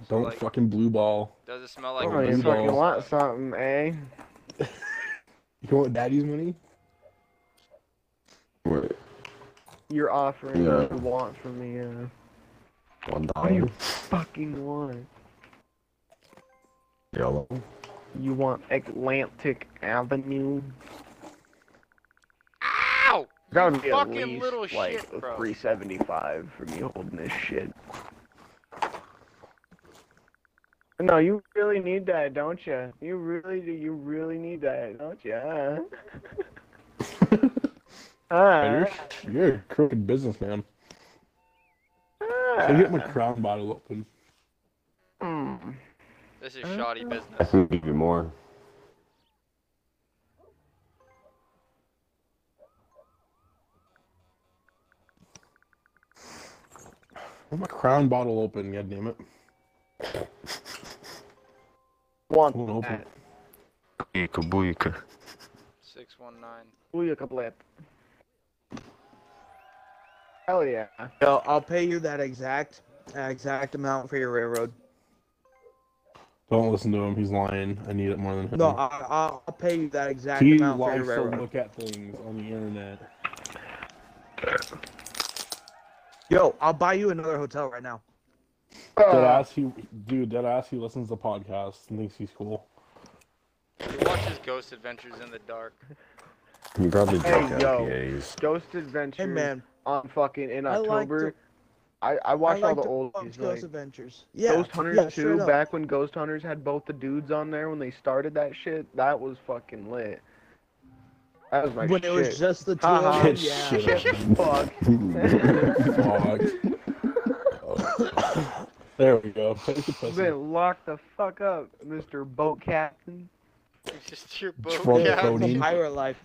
[SPEAKER 3] Don't
[SPEAKER 4] like-
[SPEAKER 3] fucking blue ball.
[SPEAKER 4] Does it smell like
[SPEAKER 5] oh, you
[SPEAKER 3] Doritos.
[SPEAKER 5] fucking want something, eh?
[SPEAKER 3] You want daddy's money?
[SPEAKER 2] Wait,
[SPEAKER 5] You're offering what
[SPEAKER 2] Yeah.
[SPEAKER 5] you want from me. Uh,
[SPEAKER 2] one
[SPEAKER 5] what do you
[SPEAKER 2] dollar.
[SPEAKER 5] fucking want?
[SPEAKER 2] Yellow.
[SPEAKER 5] You want Atlantic Avenue?
[SPEAKER 4] Ow!
[SPEAKER 5] That would be at
[SPEAKER 4] fucking
[SPEAKER 5] least,
[SPEAKER 4] little
[SPEAKER 5] like
[SPEAKER 4] shit, bro.
[SPEAKER 5] 375 for me holding this shit. No, you really need that, don't you? You really do. You really need that, don't you? Huh?
[SPEAKER 3] Man,
[SPEAKER 5] Ah.
[SPEAKER 3] Uh,
[SPEAKER 5] Huh?
[SPEAKER 3] You're, you're a crooked businessman. I
[SPEAKER 5] Huh?
[SPEAKER 3] get my crown bottle open.
[SPEAKER 5] Hmm.
[SPEAKER 4] This is shoddy
[SPEAKER 2] I
[SPEAKER 4] business.
[SPEAKER 2] can give you more.
[SPEAKER 3] I get my crown bottle open, god damn it.
[SPEAKER 5] One.
[SPEAKER 3] I won't open it.
[SPEAKER 2] Booyaka booyaka.
[SPEAKER 4] Six one nine.
[SPEAKER 5] Booyaka blip. Hell yeah.
[SPEAKER 1] So I'll pay you that exact exact amount for your railroad.
[SPEAKER 3] Don't listen to him, he's lying. I need it more than him.
[SPEAKER 1] No, I, I'll I'll pay you that exact
[SPEAKER 3] Mm-hmm. he
[SPEAKER 1] amount for
[SPEAKER 3] likes
[SPEAKER 1] your
[SPEAKER 3] to
[SPEAKER 1] railroad.
[SPEAKER 3] look at things on the internet.
[SPEAKER 1] Yo, I'll buy you another hotel right now.
[SPEAKER 3] Dead
[SPEAKER 5] Uh,
[SPEAKER 3] ass, he dude. Dead ass, he listens to podcasts and thinks he's cool.
[SPEAKER 4] He watches Ghost Adventures in the Dark.
[SPEAKER 2] You probably
[SPEAKER 5] Hey,
[SPEAKER 2] drink
[SPEAKER 5] yo.
[SPEAKER 2] IPAs.
[SPEAKER 5] Ghost Adventures
[SPEAKER 1] Hey man,
[SPEAKER 5] on fucking in
[SPEAKER 1] I like to-
[SPEAKER 5] October. I, I watched
[SPEAKER 1] I
[SPEAKER 5] all
[SPEAKER 1] like
[SPEAKER 5] the
[SPEAKER 1] to
[SPEAKER 5] old
[SPEAKER 1] watch
[SPEAKER 5] ones,
[SPEAKER 1] Ghost
[SPEAKER 5] like,
[SPEAKER 1] Adventures. Yeah,
[SPEAKER 5] Ghost Hunters
[SPEAKER 1] yeah,
[SPEAKER 5] 2,
[SPEAKER 1] straight up.
[SPEAKER 5] back when Ghost Hunters had both the dudes on there when they started that shit, that was fucking lit. That was my
[SPEAKER 1] when
[SPEAKER 5] shit.
[SPEAKER 1] it was just the two
[SPEAKER 5] Ha
[SPEAKER 1] of
[SPEAKER 5] ha.
[SPEAKER 1] them.
[SPEAKER 5] Good
[SPEAKER 1] Yeah.
[SPEAKER 5] Fuck.
[SPEAKER 3] Fuck. there we go. Take the
[SPEAKER 5] You've
[SPEAKER 3] pussy.
[SPEAKER 5] been locked the fuck up, Mr. Boat Captain.
[SPEAKER 4] It's just your boat
[SPEAKER 3] Troll
[SPEAKER 1] Yeah,
[SPEAKER 4] captain.
[SPEAKER 1] it's a
[SPEAKER 3] Cody.
[SPEAKER 1] pirate life.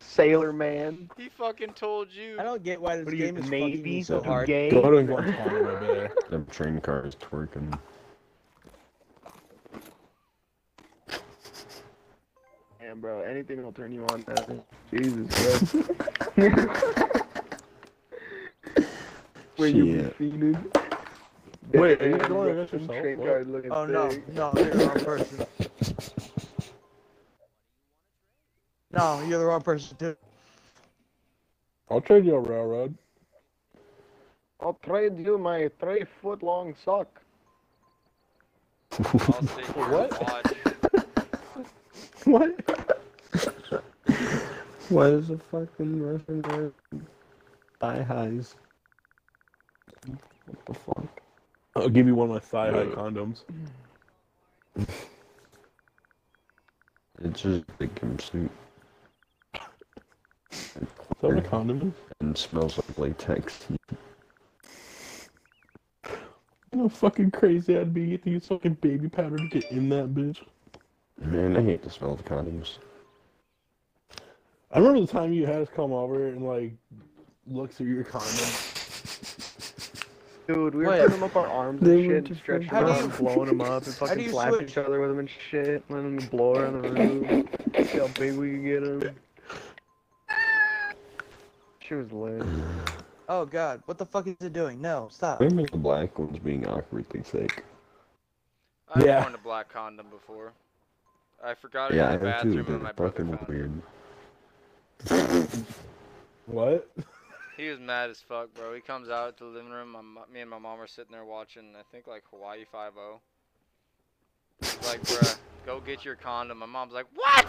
[SPEAKER 5] Sailor Man.
[SPEAKER 4] He fucking told you.
[SPEAKER 1] I don't get why this
[SPEAKER 5] What are you,
[SPEAKER 1] game
[SPEAKER 5] the
[SPEAKER 1] is fucking
[SPEAKER 5] Navy?
[SPEAKER 1] me so hard.
[SPEAKER 5] Gay?
[SPEAKER 3] Go to Guantanamo Bay.
[SPEAKER 2] Them train cars twerking.
[SPEAKER 5] Man, bro, anything will turn you on now. Jesus Christ. Wait, you
[SPEAKER 2] Shit.
[SPEAKER 5] fiending?
[SPEAKER 3] Wait, are you
[SPEAKER 5] Damn,
[SPEAKER 3] going
[SPEAKER 5] bro,
[SPEAKER 3] against
[SPEAKER 5] some
[SPEAKER 3] yourself?
[SPEAKER 5] straight
[SPEAKER 3] What?
[SPEAKER 5] guard looking
[SPEAKER 1] Oh no,
[SPEAKER 5] thing.
[SPEAKER 1] no, you're the wrong person. No, you're the wrong person too.
[SPEAKER 3] I'll trade you a railroad.
[SPEAKER 5] I'll trade you my three foot long sock.
[SPEAKER 4] I'll sit here and
[SPEAKER 3] What?
[SPEAKER 4] watch.
[SPEAKER 3] What?
[SPEAKER 2] Why does a fucking Russian guy buy highs? What the fuck?
[SPEAKER 3] I'll give you one of my thigh high condoms.
[SPEAKER 2] It's just a gimp suit
[SPEAKER 3] Is that what a condom is?
[SPEAKER 2] and smells like latex.
[SPEAKER 3] You know, fucking crazy I'd be if you use fucking baby powder to get in that bitch.
[SPEAKER 2] Man, I hate the smell of condoms.
[SPEAKER 3] I remember the time you had us come over and like look through your condom.
[SPEAKER 5] Dude, we were
[SPEAKER 1] Wait.
[SPEAKER 5] putting them up our arms
[SPEAKER 2] They
[SPEAKER 5] and
[SPEAKER 2] were
[SPEAKER 5] shit, and
[SPEAKER 2] just
[SPEAKER 5] stretching
[SPEAKER 1] like- How
[SPEAKER 5] them out
[SPEAKER 1] do
[SPEAKER 5] and blowing them up and
[SPEAKER 1] do
[SPEAKER 5] fucking
[SPEAKER 1] you
[SPEAKER 5] slapping
[SPEAKER 1] switch?
[SPEAKER 5] each other with them and shit, letting them blow around the room, see how big we could get them. She was lit.
[SPEAKER 1] Oh god, what the fuck is it doing? No, stop.
[SPEAKER 2] I remember the black ones being awkwardly thick.
[SPEAKER 4] I've
[SPEAKER 3] Yeah.
[SPEAKER 4] worn a black condom before. I forgot it
[SPEAKER 2] yeah, I
[SPEAKER 4] in the
[SPEAKER 2] have too.
[SPEAKER 4] bathroom and
[SPEAKER 2] They're
[SPEAKER 4] my brother
[SPEAKER 2] fucking
[SPEAKER 4] found it.
[SPEAKER 2] weird.
[SPEAKER 3] What?
[SPEAKER 4] He was mad as fuck, bro. He comes out to the living room. My, mo- me and my mom are sitting there watching, I think, like Hawaii 5 0. He's like, bruh, go get your condom. My mom's like, what?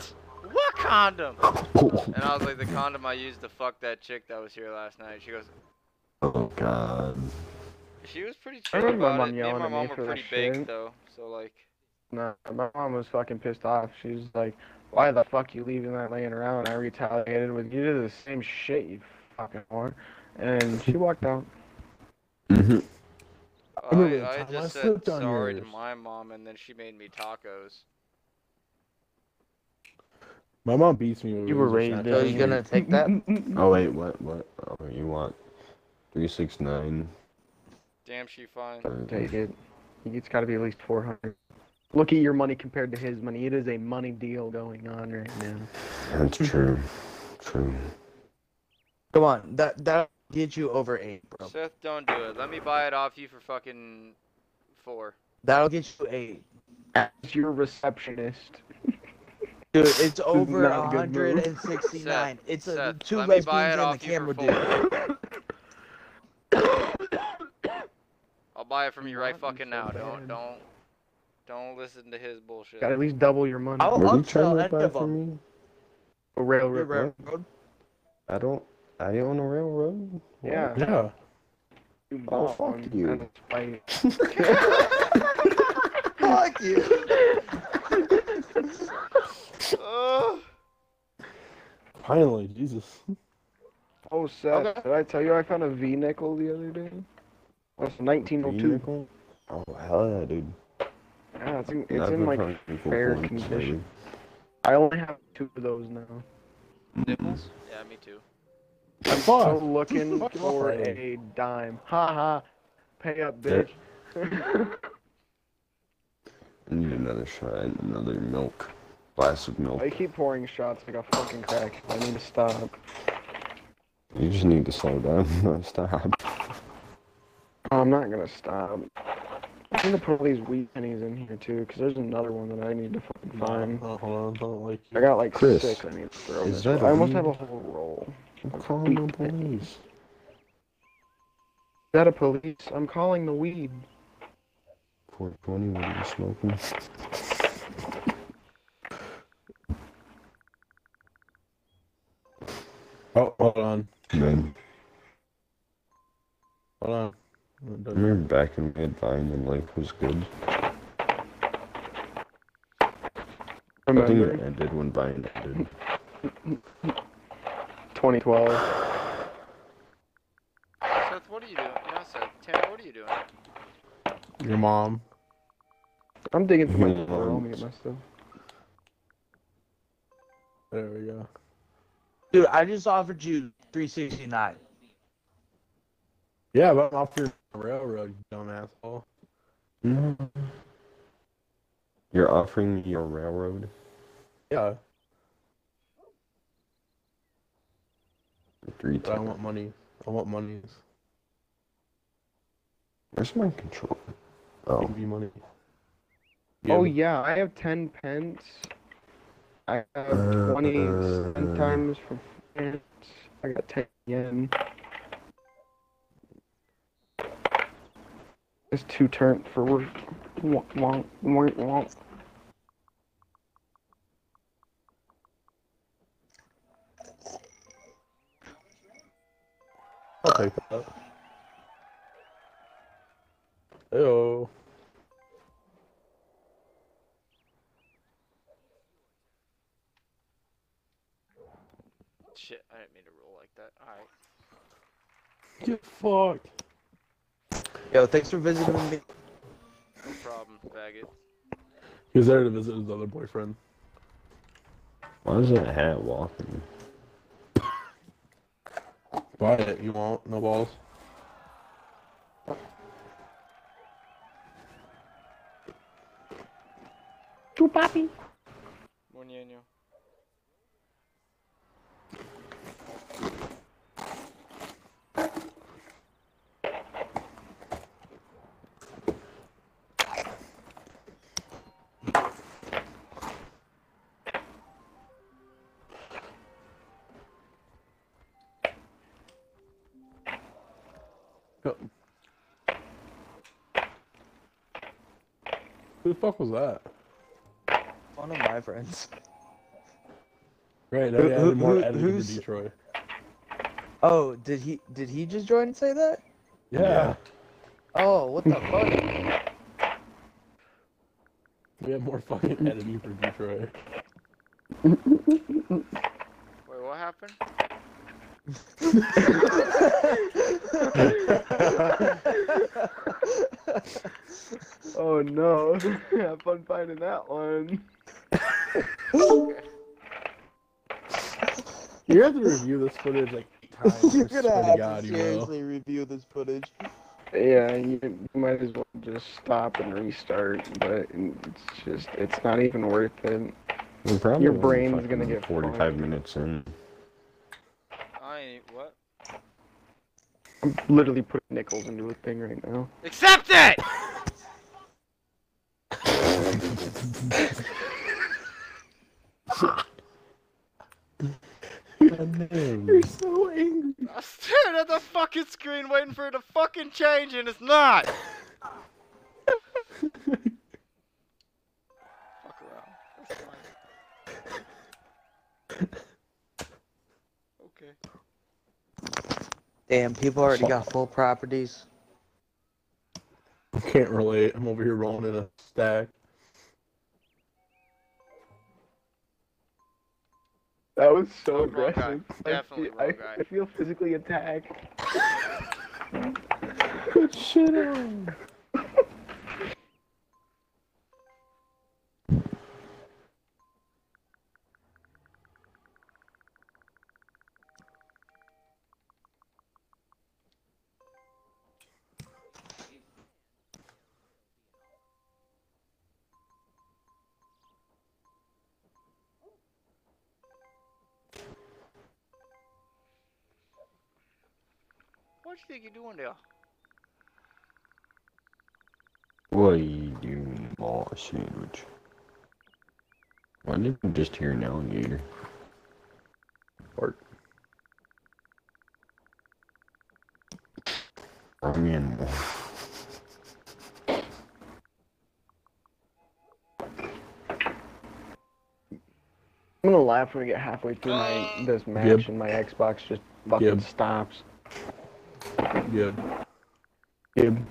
[SPEAKER 4] What condom? And I was like, the condom I used to fuck that chick that was here last night. She goes,
[SPEAKER 2] Oh god.
[SPEAKER 4] she was pretty chill
[SPEAKER 5] I remember my
[SPEAKER 4] about
[SPEAKER 5] mom
[SPEAKER 4] it. Me and
[SPEAKER 5] yelling
[SPEAKER 4] my
[SPEAKER 5] at me
[SPEAKER 4] mom
[SPEAKER 5] for
[SPEAKER 4] were
[SPEAKER 5] that
[SPEAKER 4] pretty baked,
[SPEAKER 5] shit.
[SPEAKER 4] though. So, like,
[SPEAKER 5] No, my mom was fucking pissed off. She was like, why the fuck you leaving that laying around? I retaliated with, you did the same shit, you fucking whore. And she walked out.
[SPEAKER 2] Mm-hmm.
[SPEAKER 4] oh, I,
[SPEAKER 3] Remember the
[SPEAKER 4] I
[SPEAKER 3] time I
[SPEAKER 4] just said
[SPEAKER 3] slipped on
[SPEAKER 4] sorry to
[SPEAKER 3] yours?
[SPEAKER 4] my mom, and then she made me tacos.
[SPEAKER 3] My mom beats me. Over
[SPEAKER 5] You were
[SPEAKER 3] reason
[SPEAKER 5] raised
[SPEAKER 3] not
[SPEAKER 1] So
[SPEAKER 5] in-
[SPEAKER 3] to
[SPEAKER 1] you gonna take that?
[SPEAKER 2] Oh wait, what? What? Oh, you want three six nine? Uh,
[SPEAKER 4] Damn, she fine.
[SPEAKER 5] Take it. It's got to be at least 400. Look at your money compared to his money. It is a money deal going on right now.
[SPEAKER 2] That's true. True.
[SPEAKER 1] Come on, that that get you over eight, bro.
[SPEAKER 4] Seth, don't do it. Let me buy it off you for fucking four.
[SPEAKER 1] That'll get you eight.
[SPEAKER 5] It's your receptionist.
[SPEAKER 1] Dude, it's over
[SPEAKER 5] not a good move.
[SPEAKER 1] 169. it's a
[SPEAKER 4] Seth,
[SPEAKER 1] two
[SPEAKER 4] let me
[SPEAKER 1] lesbians
[SPEAKER 4] buy it
[SPEAKER 1] and a
[SPEAKER 4] off you for
[SPEAKER 1] camera dude.
[SPEAKER 4] I'll buy it from you right fucking now. Don't don't don't listen to his bullshit.
[SPEAKER 5] Got to at least double your money.
[SPEAKER 1] Oh, I'll
[SPEAKER 2] Were you
[SPEAKER 1] upsell
[SPEAKER 2] trying to
[SPEAKER 1] that
[SPEAKER 2] buy
[SPEAKER 1] of
[SPEAKER 2] for
[SPEAKER 1] them.
[SPEAKER 2] me?
[SPEAKER 5] A railroad.
[SPEAKER 1] Railroad.
[SPEAKER 2] I don't. I own a railroad. What?
[SPEAKER 5] Yeah.
[SPEAKER 3] Yeah.
[SPEAKER 5] You
[SPEAKER 2] Oh,
[SPEAKER 5] bought
[SPEAKER 2] fuck
[SPEAKER 5] one,
[SPEAKER 2] you.
[SPEAKER 5] and it's fighting.
[SPEAKER 1] Fuck you.
[SPEAKER 4] Ugh.
[SPEAKER 3] Finally, Jesus.
[SPEAKER 7] Oh, Seth, did I tell you I found a V nickel the other day? That's 1902.
[SPEAKER 2] Vehicle? Oh hell yeah, dude.
[SPEAKER 7] Yeah, Ah, it's in, it's
[SPEAKER 2] I've
[SPEAKER 7] in
[SPEAKER 2] been
[SPEAKER 7] like
[SPEAKER 2] trying to equal
[SPEAKER 7] fair
[SPEAKER 2] points
[SPEAKER 7] condition.
[SPEAKER 2] lately.
[SPEAKER 5] I only have two of those now.
[SPEAKER 4] Nipples? Yeah, me too.
[SPEAKER 3] I'm
[SPEAKER 5] Still looking
[SPEAKER 3] Fuck off
[SPEAKER 5] for
[SPEAKER 3] already.
[SPEAKER 5] a dime. Ha ha. Pay up, bitch.
[SPEAKER 2] I need another shot and another milk. Glass of milk.
[SPEAKER 7] I keep pouring shots like a fucking crack. I need to stop.
[SPEAKER 2] You just need to slow down. Stop.
[SPEAKER 7] Oh, I'm not gonna stop. I need to put all these wheat pennies in here too, because there's another one that I need to fucking find.
[SPEAKER 3] Oh, hold on, don't like
[SPEAKER 7] I got like
[SPEAKER 2] Chris,
[SPEAKER 7] six I need to throw.
[SPEAKER 2] is
[SPEAKER 7] this
[SPEAKER 2] that
[SPEAKER 7] way.
[SPEAKER 2] a
[SPEAKER 7] I almost
[SPEAKER 2] weed?
[SPEAKER 7] have a whole roll.
[SPEAKER 2] I'm calling the police.
[SPEAKER 7] Is that a police? I'm calling the weed.
[SPEAKER 2] 420, what are you smoking?
[SPEAKER 3] Oh, hold on.
[SPEAKER 2] Man,
[SPEAKER 3] Hold on. It doesn't-
[SPEAKER 2] remember back in mid Vine and life was good? I think it
[SPEAKER 7] Remember,
[SPEAKER 2] ended when Vine ended.
[SPEAKER 7] 2012.
[SPEAKER 4] Seth, what are you doing? Not Seth. Tanner, what are you doing?
[SPEAKER 3] Your mom.
[SPEAKER 7] I'm digging through my
[SPEAKER 2] Yeah.
[SPEAKER 7] roll. Get my stuff.
[SPEAKER 3] There we go.
[SPEAKER 1] Dude, I just offered you 369.
[SPEAKER 3] Yeah, but I'm off your railroad, you dumb asshole.
[SPEAKER 2] No.
[SPEAKER 5] Mm-hmm.
[SPEAKER 2] You're offering me your railroad?
[SPEAKER 3] Yeah,
[SPEAKER 2] Three
[SPEAKER 3] but I
[SPEAKER 2] times.
[SPEAKER 3] want money. I want monies.
[SPEAKER 2] Where's my controller?
[SPEAKER 3] Give
[SPEAKER 2] Oh,
[SPEAKER 3] me money.
[SPEAKER 7] Oh yeah,
[SPEAKER 3] yeah.
[SPEAKER 7] I have 10 pence. I have
[SPEAKER 2] Uh,
[SPEAKER 7] 20
[SPEAKER 2] uh,
[SPEAKER 7] centimes from France. I got 10 yen. It's two turn for work. Wonk, wonk, wonk, wonk.
[SPEAKER 3] I'll take that. Ew.
[SPEAKER 4] Shit, I didn't mean to roll like that. Alright.
[SPEAKER 3] Get fucked.
[SPEAKER 1] Yo, thanks for visiting me.
[SPEAKER 4] No problem, faggot.
[SPEAKER 3] He was there to visit his other boyfriend.
[SPEAKER 2] why is that hat walking?
[SPEAKER 3] Buy it. You won't. No balls.
[SPEAKER 4] Muñeño.
[SPEAKER 3] Who the fuck was that?
[SPEAKER 1] One of my friends.
[SPEAKER 3] Right. Now
[SPEAKER 1] Who-
[SPEAKER 3] we
[SPEAKER 1] who-
[SPEAKER 3] added more
[SPEAKER 1] who-
[SPEAKER 3] editing
[SPEAKER 1] who's-
[SPEAKER 3] to Detroit.
[SPEAKER 1] Oh, did he did he just join and say that?
[SPEAKER 3] Yeah.
[SPEAKER 1] Oh, what the fuck?
[SPEAKER 3] We have more fucking editing for Detroit.
[SPEAKER 4] Wait, what happened?
[SPEAKER 5] Oh no. Have fun finding that one.
[SPEAKER 3] You have to review this footage like eight times. I swear
[SPEAKER 1] You're gonna
[SPEAKER 3] to
[SPEAKER 1] have
[SPEAKER 3] God,
[SPEAKER 1] to
[SPEAKER 3] you will.
[SPEAKER 1] seriously review this footage.
[SPEAKER 7] Yeah, you, you might as well just stop and restart, but it's just, it's not even worth it.
[SPEAKER 2] We probably
[SPEAKER 7] Your
[SPEAKER 2] only
[SPEAKER 7] brain's
[SPEAKER 2] fucking
[SPEAKER 7] gonna get
[SPEAKER 2] 45
[SPEAKER 7] fucked.
[SPEAKER 2] minutes in.
[SPEAKER 4] I ain't what?
[SPEAKER 7] I'm literally putting nickels into a thing right now.
[SPEAKER 4] Accept it!
[SPEAKER 3] You're so angry.
[SPEAKER 4] I stared at the fucking screen waiting for it to fucking change and it's not! Fuck around. That's fine. Okay.
[SPEAKER 1] Damn, people already got full properties.
[SPEAKER 3] Can't relate. I'm over here rolling in a stack.
[SPEAKER 5] That was so
[SPEAKER 4] Rogue guy.
[SPEAKER 5] aggressive. I
[SPEAKER 4] Definitely
[SPEAKER 5] feel- I,
[SPEAKER 4] rogue guy.
[SPEAKER 5] I feel physically attacked.
[SPEAKER 3] Good shit on.
[SPEAKER 4] What you think you're doing there?
[SPEAKER 2] What are you doing, ball sandwich? Why did we just hear an alligator? Bark. Wrong animal.
[SPEAKER 7] I'm gonna laugh when we get halfway through my this match
[SPEAKER 3] Yep.
[SPEAKER 7] and my Xbox just fucking
[SPEAKER 3] Yep.
[SPEAKER 7] stops.
[SPEAKER 3] Good.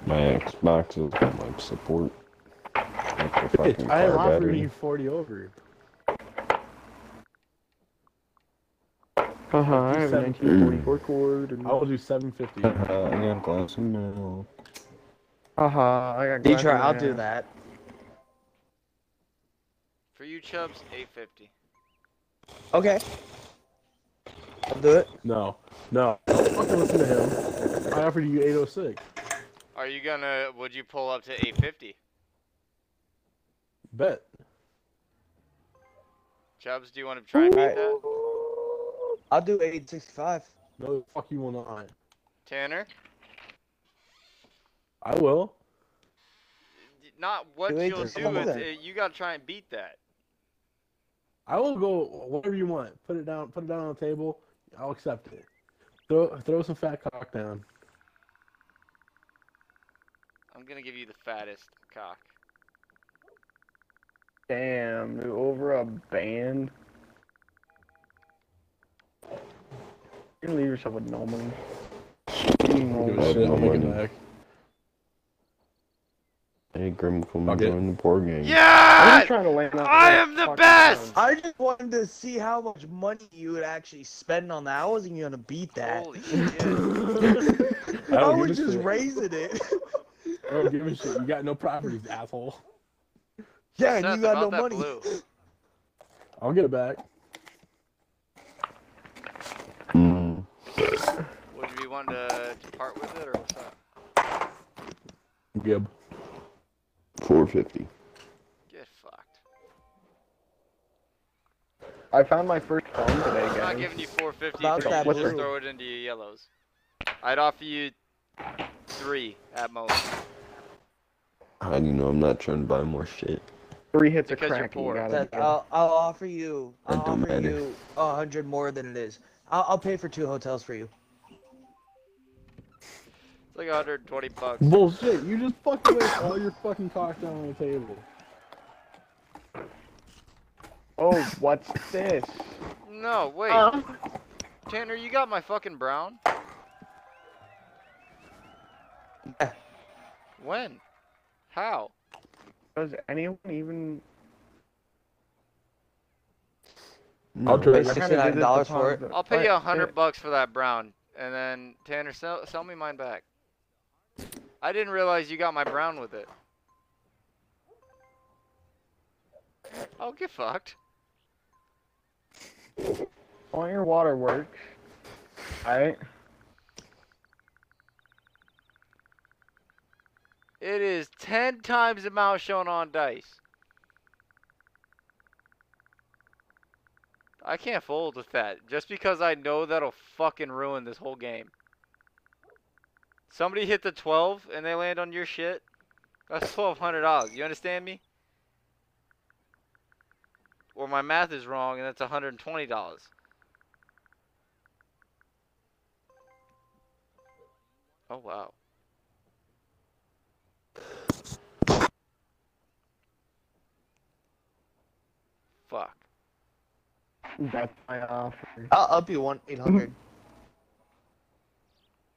[SPEAKER 2] My Xbox is on like support. That's a fucking
[SPEAKER 3] I
[SPEAKER 2] car
[SPEAKER 3] offered
[SPEAKER 2] battery.
[SPEAKER 3] you 40 over.
[SPEAKER 7] Uh huh.
[SPEAKER 5] Uh-huh,
[SPEAKER 7] I have a
[SPEAKER 3] Seven.
[SPEAKER 7] 1944 cord. And...
[SPEAKER 3] I will do 750.
[SPEAKER 2] Uh, I got a glass of milk.
[SPEAKER 7] Uh
[SPEAKER 5] Uh-huh,
[SPEAKER 7] huh. I got. glass in
[SPEAKER 1] Detroit,
[SPEAKER 7] my
[SPEAKER 1] I'll do
[SPEAKER 7] hand.
[SPEAKER 1] that.
[SPEAKER 4] For you chubs, 850.
[SPEAKER 1] Okay. I'll do it.
[SPEAKER 3] No, no. Don't fucking listen to him. I offered you 806.
[SPEAKER 4] Are you gonna would you pull up to 850?
[SPEAKER 3] Bet.
[SPEAKER 4] Chubs, do you want to try and beat
[SPEAKER 1] Alright.
[SPEAKER 4] that?
[SPEAKER 1] I'll do 865.
[SPEAKER 3] No, fuck you will not.
[SPEAKER 4] Tanner?
[SPEAKER 3] I will.
[SPEAKER 4] Not what
[SPEAKER 1] Do
[SPEAKER 4] you'll do,
[SPEAKER 1] 865.
[SPEAKER 4] it's, it, you gotta try and beat that.
[SPEAKER 3] I will go whatever you want. Put it down. Put it down on the table. I'll accept it. Throw throw some fat cock down.
[SPEAKER 4] I'm gonna give you the fattest cock.
[SPEAKER 5] Damn, dude, over a band.
[SPEAKER 7] You're gonna leave yourself with no money.
[SPEAKER 2] I
[SPEAKER 3] Give a
[SPEAKER 2] have
[SPEAKER 3] shit.
[SPEAKER 2] no
[SPEAKER 3] I'm taking
[SPEAKER 2] money.
[SPEAKER 3] back.
[SPEAKER 2] Hey, Grim, come
[SPEAKER 3] Fuck it.
[SPEAKER 2] join the board game.
[SPEAKER 7] I'm
[SPEAKER 4] Yeah!
[SPEAKER 7] just trying to land on
[SPEAKER 4] I
[SPEAKER 7] that
[SPEAKER 4] am the
[SPEAKER 7] fucking
[SPEAKER 4] best!
[SPEAKER 7] phone.
[SPEAKER 1] I just wanted to see how much money you would actually spend on that. I wasn't gonna beat that.
[SPEAKER 4] Holy shit.
[SPEAKER 1] I,
[SPEAKER 3] don't
[SPEAKER 1] was
[SPEAKER 3] give a
[SPEAKER 1] just
[SPEAKER 3] shit.
[SPEAKER 1] raising it.
[SPEAKER 3] I don't give a shit. You got no properties, asshole.
[SPEAKER 1] yeah, and
[SPEAKER 4] Seth,
[SPEAKER 1] you got
[SPEAKER 4] about
[SPEAKER 1] no
[SPEAKER 4] that
[SPEAKER 1] money.
[SPEAKER 4] blue.
[SPEAKER 3] I'll get it back.
[SPEAKER 2] Mm.
[SPEAKER 4] Would you be wanting to, to part with it or what's up?
[SPEAKER 3] Gib.
[SPEAKER 2] 450.
[SPEAKER 4] Get fucked.
[SPEAKER 5] I found my first phone today,
[SPEAKER 4] I'm not
[SPEAKER 5] guys.
[SPEAKER 4] giving you 450
[SPEAKER 1] About
[SPEAKER 4] for you
[SPEAKER 1] that
[SPEAKER 4] to just
[SPEAKER 1] blue.
[SPEAKER 4] throw it into your yellows. I'd offer you three at most
[SPEAKER 2] How do you know I'm not trying to buy more shit?
[SPEAKER 7] Three hits
[SPEAKER 4] because
[SPEAKER 7] of
[SPEAKER 4] you're
[SPEAKER 7] crack. and You
[SPEAKER 4] poor.
[SPEAKER 7] gotta
[SPEAKER 1] Seth,
[SPEAKER 7] go.
[SPEAKER 1] I'll, I'll offer you. I'll
[SPEAKER 2] That don't
[SPEAKER 1] offer
[SPEAKER 2] matter.
[SPEAKER 1] you a hundred more than it is. I'll, I'll pay for two hotels for you.
[SPEAKER 4] It's like 120 bucks.
[SPEAKER 3] Bullshit. You just fucking waste all your fucking cock down on the table.
[SPEAKER 5] Oh, what's this?
[SPEAKER 4] No, wait. Tanner, you got my fucking brown?
[SPEAKER 1] Yeah.
[SPEAKER 4] When? How?
[SPEAKER 5] Does anyone even?
[SPEAKER 2] No.
[SPEAKER 3] I'll try-
[SPEAKER 1] Pay sixty nine dollars for it.
[SPEAKER 4] I'll pay you a
[SPEAKER 5] Alright,
[SPEAKER 4] hundred bucks for that brown, and then Tanner, sell, sell me mine back. I didn't realize you got my brown with it. Oh, get fucked.
[SPEAKER 5] All your water works. Alright?
[SPEAKER 4] It is 10 times the amount shown on dice. I can't fold with that. Just because I know that'll fucking ruin this whole game. Somebody hit the 12 and they land on your shit. That's $1,200. You understand me? Or my math is wrong and that's $120. Oh, wow. Fuck.
[SPEAKER 5] That's my offer.
[SPEAKER 6] I'll up you one eight hundred.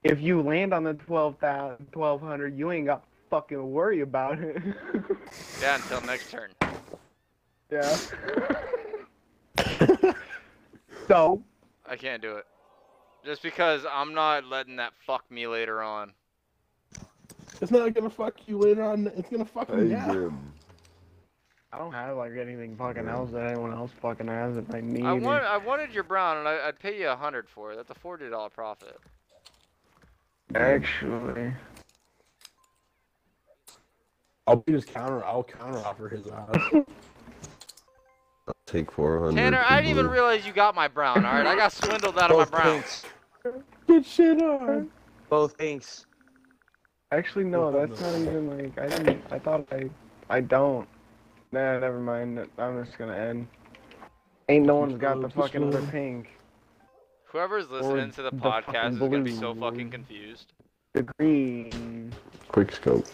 [SPEAKER 5] If you land on the 12,000, 1200, you ain't got to fucking worry about it.
[SPEAKER 4] Yeah, until next turn.
[SPEAKER 5] yeah. so,
[SPEAKER 4] I can't do it. Just because I'm not letting that fuck me later on.
[SPEAKER 3] It's not gonna fuck you later on. It's gonna fuck you now.
[SPEAKER 2] Jim.
[SPEAKER 5] I don't have like anything fucking else that anyone else fucking has that I need.
[SPEAKER 4] I want I wanted your brown and I, I'd pay you a hundred for it. That's a forty dollar profit.
[SPEAKER 5] Actually,
[SPEAKER 3] I'll be his counter. I'll counter offer his odds.
[SPEAKER 2] I'll take 400.
[SPEAKER 4] Tanner, I didn't even
[SPEAKER 2] blue.
[SPEAKER 4] realize you got my brown. All right, I got swindled out of my
[SPEAKER 1] Both
[SPEAKER 4] brown.
[SPEAKER 1] pinks.
[SPEAKER 3] Get shit on.
[SPEAKER 1] Both pinks.
[SPEAKER 5] actually no, that's not even like I didn't. I thought I, I don't. Nah, never mind. I'm just gonna end. Ain't no one's got the fucking other pink.
[SPEAKER 4] Whoever's listening to the
[SPEAKER 5] the
[SPEAKER 4] podcast is
[SPEAKER 5] fucking
[SPEAKER 4] gonna be
[SPEAKER 5] blue,
[SPEAKER 4] so
[SPEAKER 5] boy.
[SPEAKER 4] fucking confused.
[SPEAKER 5] The green.
[SPEAKER 2] Quick scope.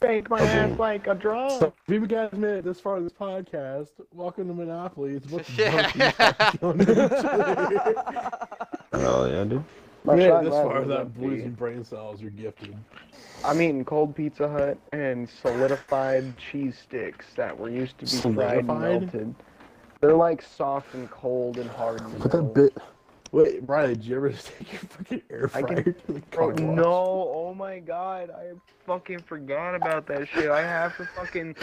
[SPEAKER 5] Break my
[SPEAKER 2] ass
[SPEAKER 5] ass like a drum.
[SPEAKER 3] So, if you guys made it this far in this podcast, welcome to Monopoly. It's what the
[SPEAKER 4] Yeah.
[SPEAKER 2] Oh, yeah, dude.
[SPEAKER 3] Man, this far that blues and brain cells are gifted.
[SPEAKER 5] I'm eating cold Pizza Hut and solidified cheese sticks that were used to be fried and
[SPEAKER 3] Solidified?
[SPEAKER 5] melted. They're like soft and cold and hard. To melt.
[SPEAKER 3] Wait, Brian, did you ever take your fucking air
[SPEAKER 5] I
[SPEAKER 3] fryer
[SPEAKER 5] can-
[SPEAKER 3] to the
[SPEAKER 5] Bro,
[SPEAKER 3] car wash?
[SPEAKER 5] no, oh my god, I fucking forgot about that shit. I have to fucking.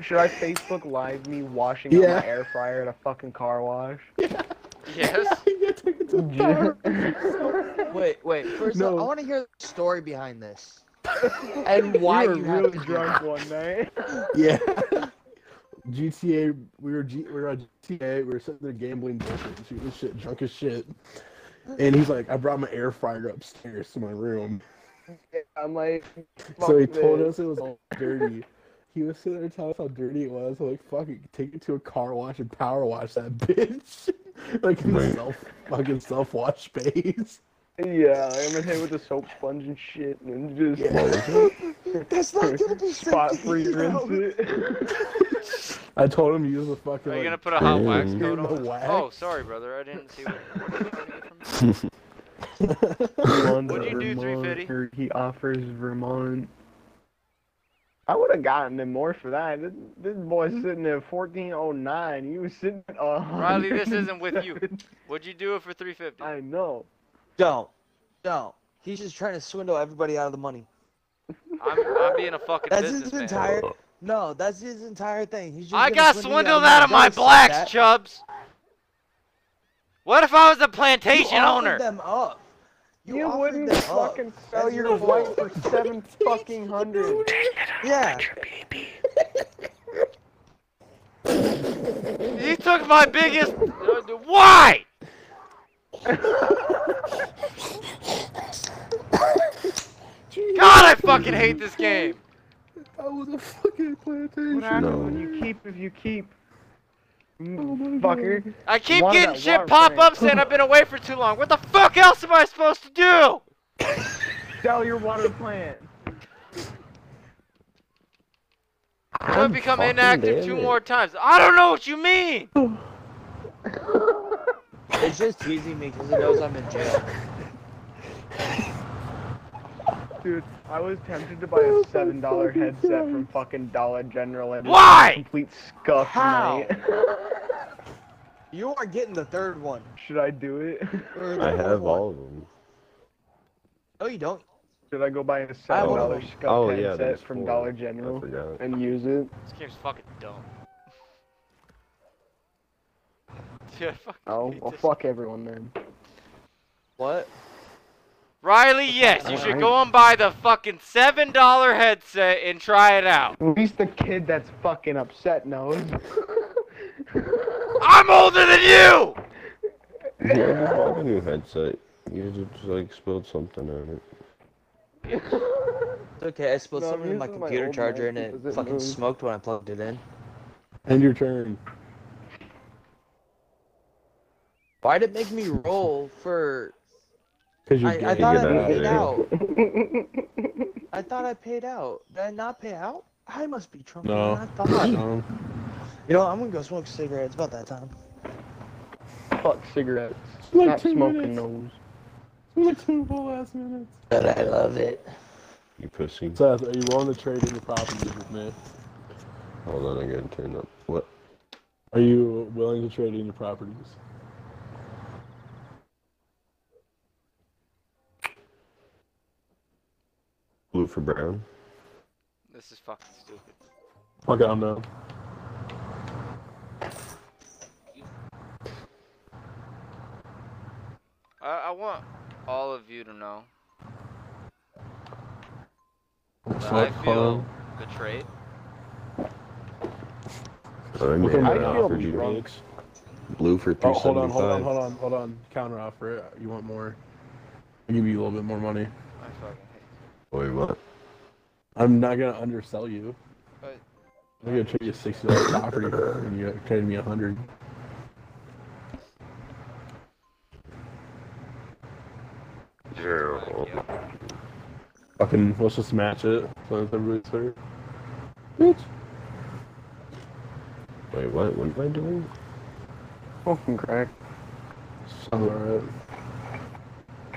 [SPEAKER 5] Should I Facebook Live me washing up
[SPEAKER 3] Yeah.
[SPEAKER 5] my air fryer at a fucking car wash?
[SPEAKER 4] Yes.
[SPEAKER 3] You took it to the car
[SPEAKER 6] Wait, wait. First,
[SPEAKER 3] No.
[SPEAKER 6] off, I want to hear the story behind this and why
[SPEAKER 5] we were
[SPEAKER 6] you have
[SPEAKER 5] really
[SPEAKER 6] to do
[SPEAKER 5] drunk one night.
[SPEAKER 3] Yeah. GTA, we were G, we were on GTA, we were sitting there gambling bullshit, shooting shit, drunk as shit. And he's like, I brought my air fryer upstairs to my room.
[SPEAKER 5] I'm like,
[SPEAKER 3] so he
[SPEAKER 5] fuck
[SPEAKER 3] told
[SPEAKER 5] this.
[SPEAKER 3] us it was all dirty. He was sitting there telling us how dirty it was. I'm like, fuck it, take it to a car wash and power wash that bitch. like in the
[SPEAKER 2] Right.
[SPEAKER 3] self fucking self wash space.
[SPEAKER 5] Yeah, I'm gonna hit it with a soap sponge and shit, and just
[SPEAKER 6] that? That's not gonna be
[SPEAKER 5] spot free
[SPEAKER 6] you
[SPEAKER 5] rinse
[SPEAKER 6] know?
[SPEAKER 5] it.
[SPEAKER 3] I told him use the fucking
[SPEAKER 4] Are you
[SPEAKER 3] like,
[SPEAKER 4] gonna put a hot wax
[SPEAKER 2] Mm.
[SPEAKER 4] coat
[SPEAKER 3] the
[SPEAKER 4] on?
[SPEAKER 3] wax.
[SPEAKER 4] Oh, sorry, brother. I didn't see what. what did you get from me?
[SPEAKER 5] What'd
[SPEAKER 4] What'd you do, 350?
[SPEAKER 5] He offers Vermont. I would have gotten him more for that. This, this boy's
[SPEAKER 4] Hmm?
[SPEAKER 5] sitting at 1409. You was sitting at a
[SPEAKER 4] Riley, this isn't with you.
[SPEAKER 5] 107.
[SPEAKER 4] Would you do it for 350?
[SPEAKER 5] I know.
[SPEAKER 1] Don't. Don't. He's just trying to swindle everybody out of the money.
[SPEAKER 4] I'm, I'm being a fucking
[SPEAKER 1] That's his
[SPEAKER 4] businessman.
[SPEAKER 1] entire. No, that's his entire thing. He's just
[SPEAKER 4] I
[SPEAKER 1] gonna
[SPEAKER 4] got
[SPEAKER 1] swindle you
[SPEAKER 4] swindled
[SPEAKER 1] the
[SPEAKER 4] out of my
[SPEAKER 1] money so
[SPEAKER 4] blacks,
[SPEAKER 1] that-
[SPEAKER 4] Chubbs. What if I was a
[SPEAKER 1] you
[SPEAKER 4] plantation
[SPEAKER 1] offered
[SPEAKER 4] owner?
[SPEAKER 1] Them up.
[SPEAKER 5] You,
[SPEAKER 1] offered
[SPEAKER 5] wouldn't
[SPEAKER 1] them up.
[SPEAKER 5] fucking sell
[SPEAKER 1] That's
[SPEAKER 5] your
[SPEAKER 1] your
[SPEAKER 5] wife
[SPEAKER 1] fault.
[SPEAKER 5] for seven fucking hundred.
[SPEAKER 1] Yeah.
[SPEAKER 4] You took my biggest. Why? God, I fucking hate this game.
[SPEAKER 3] I was a "Oh, fucking plantation.
[SPEAKER 5] What happens
[SPEAKER 2] No.
[SPEAKER 5] when you keep if you keep?
[SPEAKER 3] Oh
[SPEAKER 5] Mm,
[SPEAKER 3] my
[SPEAKER 5] Fucker.
[SPEAKER 4] I keep
[SPEAKER 5] Why
[SPEAKER 4] getting
[SPEAKER 5] that
[SPEAKER 4] shit
[SPEAKER 5] water
[SPEAKER 4] pop
[SPEAKER 5] plant?
[SPEAKER 4] up saying I've been away for too long. What the fuck else am I supposed to do?
[SPEAKER 5] Sell your water plant.
[SPEAKER 4] I'm gonna become
[SPEAKER 2] fucking
[SPEAKER 4] inactive
[SPEAKER 2] dead.
[SPEAKER 4] two more times. I don't know what you mean.
[SPEAKER 1] It's just teasing me because he knows I'm in jail.
[SPEAKER 5] Dude, I was tempted to buy a seven dollar headset from fucking Dollar General and
[SPEAKER 4] Why?
[SPEAKER 5] a complete scuff
[SPEAKER 1] How?
[SPEAKER 5] night.
[SPEAKER 1] You are getting the third one.
[SPEAKER 5] Should I do it?
[SPEAKER 1] Or the
[SPEAKER 2] I
[SPEAKER 1] fourth
[SPEAKER 2] have
[SPEAKER 1] one.
[SPEAKER 2] all of them.
[SPEAKER 1] No, you don't.
[SPEAKER 5] Should I go buy a
[SPEAKER 1] I
[SPEAKER 5] seven
[SPEAKER 1] will-
[SPEAKER 5] dollar skull
[SPEAKER 2] Oh,
[SPEAKER 5] pen
[SPEAKER 2] yeah,
[SPEAKER 5] set
[SPEAKER 2] there's
[SPEAKER 5] from
[SPEAKER 2] four.
[SPEAKER 5] Dollar
[SPEAKER 2] I
[SPEAKER 5] General
[SPEAKER 2] forgot.
[SPEAKER 5] and use it?
[SPEAKER 4] This game's fucking dumb. Dude, I fucking
[SPEAKER 5] Oh,
[SPEAKER 4] hate
[SPEAKER 5] well,
[SPEAKER 4] this.
[SPEAKER 5] fuck everyone then.
[SPEAKER 1] What?
[SPEAKER 4] Riley, yes, you should go and buy the fucking seven dollar headset and try it out.
[SPEAKER 5] At least the kid that's fucking upset knows.
[SPEAKER 4] I'm older than you.
[SPEAKER 2] Yeah, I bought a new headset. You just like spilled something on it.
[SPEAKER 1] It's okay. I spilled
[SPEAKER 5] No, I'm
[SPEAKER 1] something in my
[SPEAKER 5] using my
[SPEAKER 1] computer
[SPEAKER 5] old
[SPEAKER 1] charger and
[SPEAKER 5] mic
[SPEAKER 1] it
[SPEAKER 5] because it
[SPEAKER 1] fucking
[SPEAKER 5] moves.
[SPEAKER 1] smoked when I plugged it in.
[SPEAKER 3] End your turn.
[SPEAKER 1] Why'd it make me roll for?
[SPEAKER 3] Cause you're
[SPEAKER 1] I, I
[SPEAKER 3] gay.
[SPEAKER 1] thought
[SPEAKER 2] get out
[SPEAKER 1] I
[SPEAKER 2] of
[SPEAKER 1] paid
[SPEAKER 2] there.
[SPEAKER 1] out. I thought I paid out. Did I not pay out? I must be trumping.
[SPEAKER 3] No.
[SPEAKER 1] I thought. you
[SPEAKER 3] No.
[SPEAKER 1] know, I'm gonna go smoke cigarettes. About that time.
[SPEAKER 5] fuck cigarettes.
[SPEAKER 3] Like
[SPEAKER 5] Not
[SPEAKER 3] two
[SPEAKER 5] smoking
[SPEAKER 3] minutes.
[SPEAKER 5] those.
[SPEAKER 3] Like two whole last minutes.
[SPEAKER 6] But I love it.
[SPEAKER 2] You pussy.
[SPEAKER 3] Seth, are you willing to trade in your properties with me?
[SPEAKER 2] Hold on, I gotta turn up. What?
[SPEAKER 3] Are you willing to trade in your properties?
[SPEAKER 2] Blue for brown?
[SPEAKER 4] This is fucking stupid.
[SPEAKER 3] Fuck, I'm not.
[SPEAKER 4] I, I want all of you to know that I
[SPEAKER 3] Fuck,
[SPEAKER 4] feel betrayed.
[SPEAKER 2] I, mean,
[SPEAKER 3] I
[SPEAKER 2] I
[SPEAKER 3] feel
[SPEAKER 2] offered you
[SPEAKER 3] drunk.
[SPEAKER 2] blue for
[SPEAKER 3] Oh,
[SPEAKER 2] three seventy-five.
[SPEAKER 3] hold on, hold on, hold on, hold on. Counter offer. You want more? I'll give you a little bit more money.
[SPEAKER 4] I fucking hate.
[SPEAKER 2] Wait, what?
[SPEAKER 3] I'm not gonna undersell you.
[SPEAKER 4] But-
[SPEAKER 3] I'm gonna trade you a sixty dollar property and you trade me a hundred.
[SPEAKER 2] Yeah.
[SPEAKER 3] Fucking let's just match it. So that everybody's fair. Bitch.
[SPEAKER 2] Wait, what? What am I doing?
[SPEAKER 5] Smoking crack.
[SPEAKER 3] Sounds alright.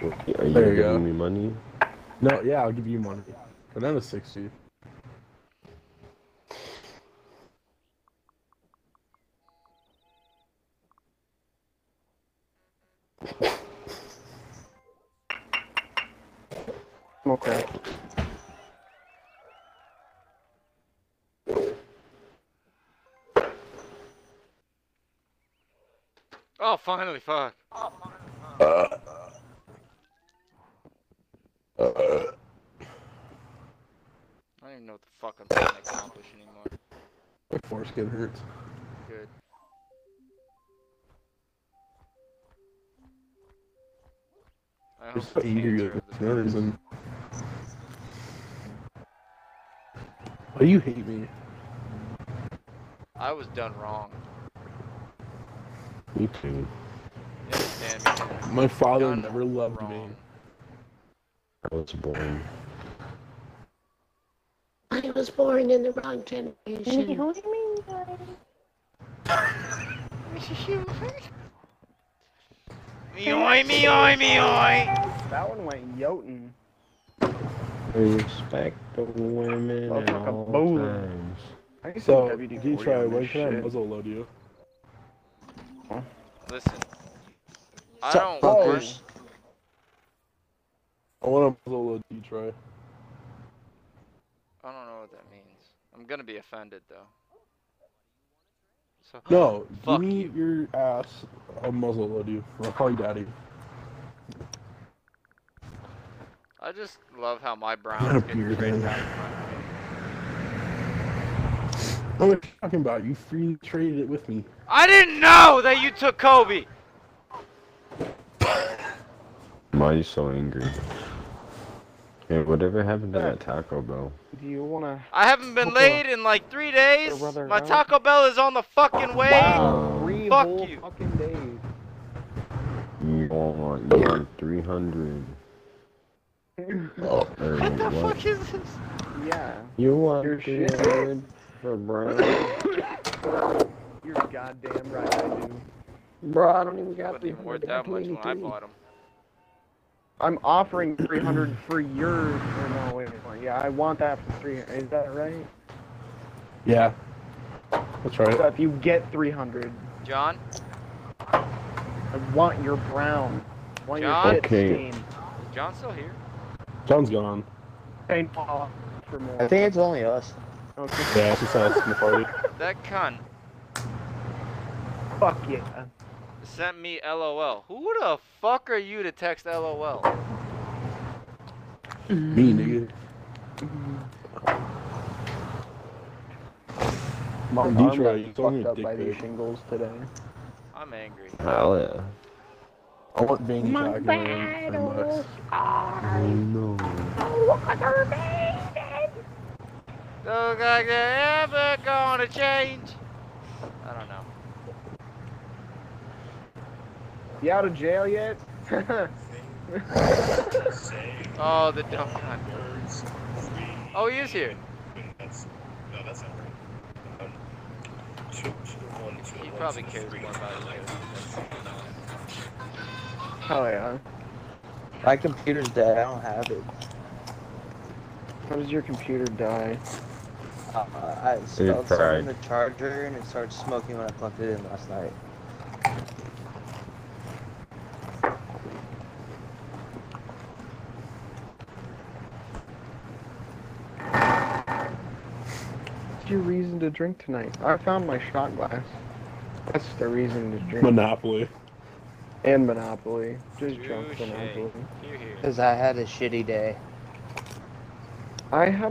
[SPEAKER 2] What- Are you
[SPEAKER 3] There you
[SPEAKER 2] giving
[SPEAKER 3] go.
[SPEAKER 2] me money?
[SPEAKER 3] No, yeah, I'll give you money. But not a sixty.
[SPEAKER 5] Smoke crack.
[SPEAKER 4] Oh, finally, fuck.
[SPEAKER 3] Uh,
[SPEAKER 4] I don't even know what the fuck I'm trying to accomplish anymore.
[SPEAKER 3] My foreskin hurts.
[SPEAKER 4] Good. I hope
[SPEAKER 3] Just
[SPEAKER 4] the
[SPEAKER 3] eat
[SPEAKER 4] cancer
[SPEAKER 3] your
[SPEAKER 4] of this
[SPEAKER 3] for no reason. Why do you hate me?
[SPEAKER 4] I was done wrong.
[SPEAKER 2] Me too.
[SPEAKER 4] You understand me? Tanner?
[SPEAKER 3] My father
[SPEAKER 4] Done
[SPEAKER 3] never loved me.
[SPEAKER 4] wrong.
[SPEAKER 2] I was born.
[SPEAKER 9] I was born in the wrong generation.
[SPEAKER 4] Meoy, meoy, meoy.
[SPEAKER 5] That one went yotin.
[SPEAKER 2] Respect the women at
[SPEAKER 5] Motherfucker
[SPEAKER 2] all
[SPEAKER 5] bowling.
[SPEAKER 2] times.
[SPEAKER 5] I can see
[SPEAKER 3] So,
[SPEAKER 5] WD-40
[SPEAKER 3] you try.
[SPEAKER 5] on
[SPEAKER 3] Why
[SPEAKER 5] this
[SPEAKER 3] can I
[SPEAKER 5] shit.
[SPEAKER 3] muzzle load you?
[SPEAKER 4] Listen. I
[SPEAKER 1] Sup,
[SPEAKER 4] don't work.
[SPEAKER 1] fuckers?
[SPEAKER 3] I want to muzzle load you, Troy. oh.
[SPEAKER 4] I don't know what that means. I'm gonna be offended though. So,
[SPEAKER 3] No,
[SPEAKER 4] Fuck
[SPEAKER 3] give me your ass. I'll muzzle load you. I'll call you daddy.
[SPEAKER 4] I just love how my
[SPEAKER 3] Got a
[SPEAKER 4] Browns get
[SPEAKER 3] beard,
[SPEAKER 4] traded
[SPEAKER 3] man.
[SPEAKER 4] out of my way.
[SPEAKER 3] What am I talking about? You freely traded it with me.
[SPEAKER 4] I didn't know that you took Kobe.
[SPEAKER 2] Why are you so angry? Yeah, whatever happened to that Taco Bell?
[SPEAKER 5] Do you wanna
[SPEAKER 4] I haven't been laid in like three days.
[SPEAKER 5] brother
[SPEAKER 4] My
[SPEAKER 5] out.
[SPEAKER 4] Taco Bell is on the fucking way.
[SPEAKER 5] three
[SPEAKER 4] Fuck
[SPEAKER 5] whole
[SPEAKER 4] you.
[SPEAKER 5] fucking days?
[SPEAKER 2] You want, you want 300. Or
[SPEAKER 4] What the
[SPEAKER 2] what?
[SPEAKER 4] fuck is this?
[SPEAKER 5] Yeah.
[SPEAKER 2] You want
[SPEAKER 5] Your shit.
[SPEAKER 2] 300 for brown?
[SPEAKER 5] You're goddamn right I do.
[SPEAKER 7] Bro, I don't even got
[SPEAKER 4] Wasn't even worth that much when I bought them.
[SPEAKER 5] I'm offering 300 for yours. Or no, wait, wait, wait, yeah, I want that for 300. Is that right?
[SPEAKER 3] Yeah. That's right.
[SPEAKER 5] So if you get 300,
[SPEAKER 4] John,
[SPEAKER 5] I want your brown. I want
[SPEAKER 4] John?
[SPEAKER 5] your shit
[SPEAKER 2] Okay.
[SPEAKER 5] stain.
[SPEAKER 4] is John still here?
[SPEAKER 3] John's gone.
[SPEAKER 5] Saint Paul for more.
[SPEAKER 1] I think it's only us.
[SPEAKER 5] Okay.
[SPEAKER 3] Yeah, it's just us in the party.
[SPEAKER 4] That cunt
[SPEAKER 5] Fuck yeah.
[SPEAKER 4] sent me LOL. Who the fuck are you to text LOL?
[SPEAKER 2] Me, nigga.
[SPEAKER 7] My
[SPEAKER 3] From
[SPEAKER 7] arm
[SPEAKER 3] Mm-hmm. Detroit,
[SPEAKER 7] got
[SPEAKER 3] you told me
[SPEAKER 7] fucked
[SPEAKER 3] a
[SPEAKER 7] up
[SPEAKER 3] dick
[SPEAKER 7] by these
[SPEAKER 3] pic.
[SPEAKER 7] shingles today.
[SPEAKER 4] I'm angry.
[SPEAKER 2] Hell yeah.
[SPEAKER 3] I want Bing to talk to him.
[SPEAKER 2] Oh no.
[SPEAKER 4] Look like they're ever gonna change. I don't know.
[SPEAKER 5] You out of jail yet?
[SPEAKER 4] Oh, the dumb cunt. Oh, he is here. He probably cares more about his hair.
[SPEAKER 5] Hell yeah.
[SPEAKER 1] My computer's dead. I don't have it.
[SPEAKER 5] How does your computer die?
[SPEAKER 1] Uh, I spelled something
[SPEAKER 2] fried.
[SPEAKER 1] in the charger and it started smoking when I plugged it in last night.
[SPEAKER 5] What's your reason to drink tonight? I found my shot glass. That's the reason to drink.
[SPEAKER 3] Monopoly.
[SPEAKER 5] and Monopoly. Just drunk
[SPEAKER 4] Touche.
[SPEAKER 5] Monopoly.
[SPEAKER 4] Here, here.
[SPEAKER 1] Because I had a shitty day.
[SPEAKER 5] I had a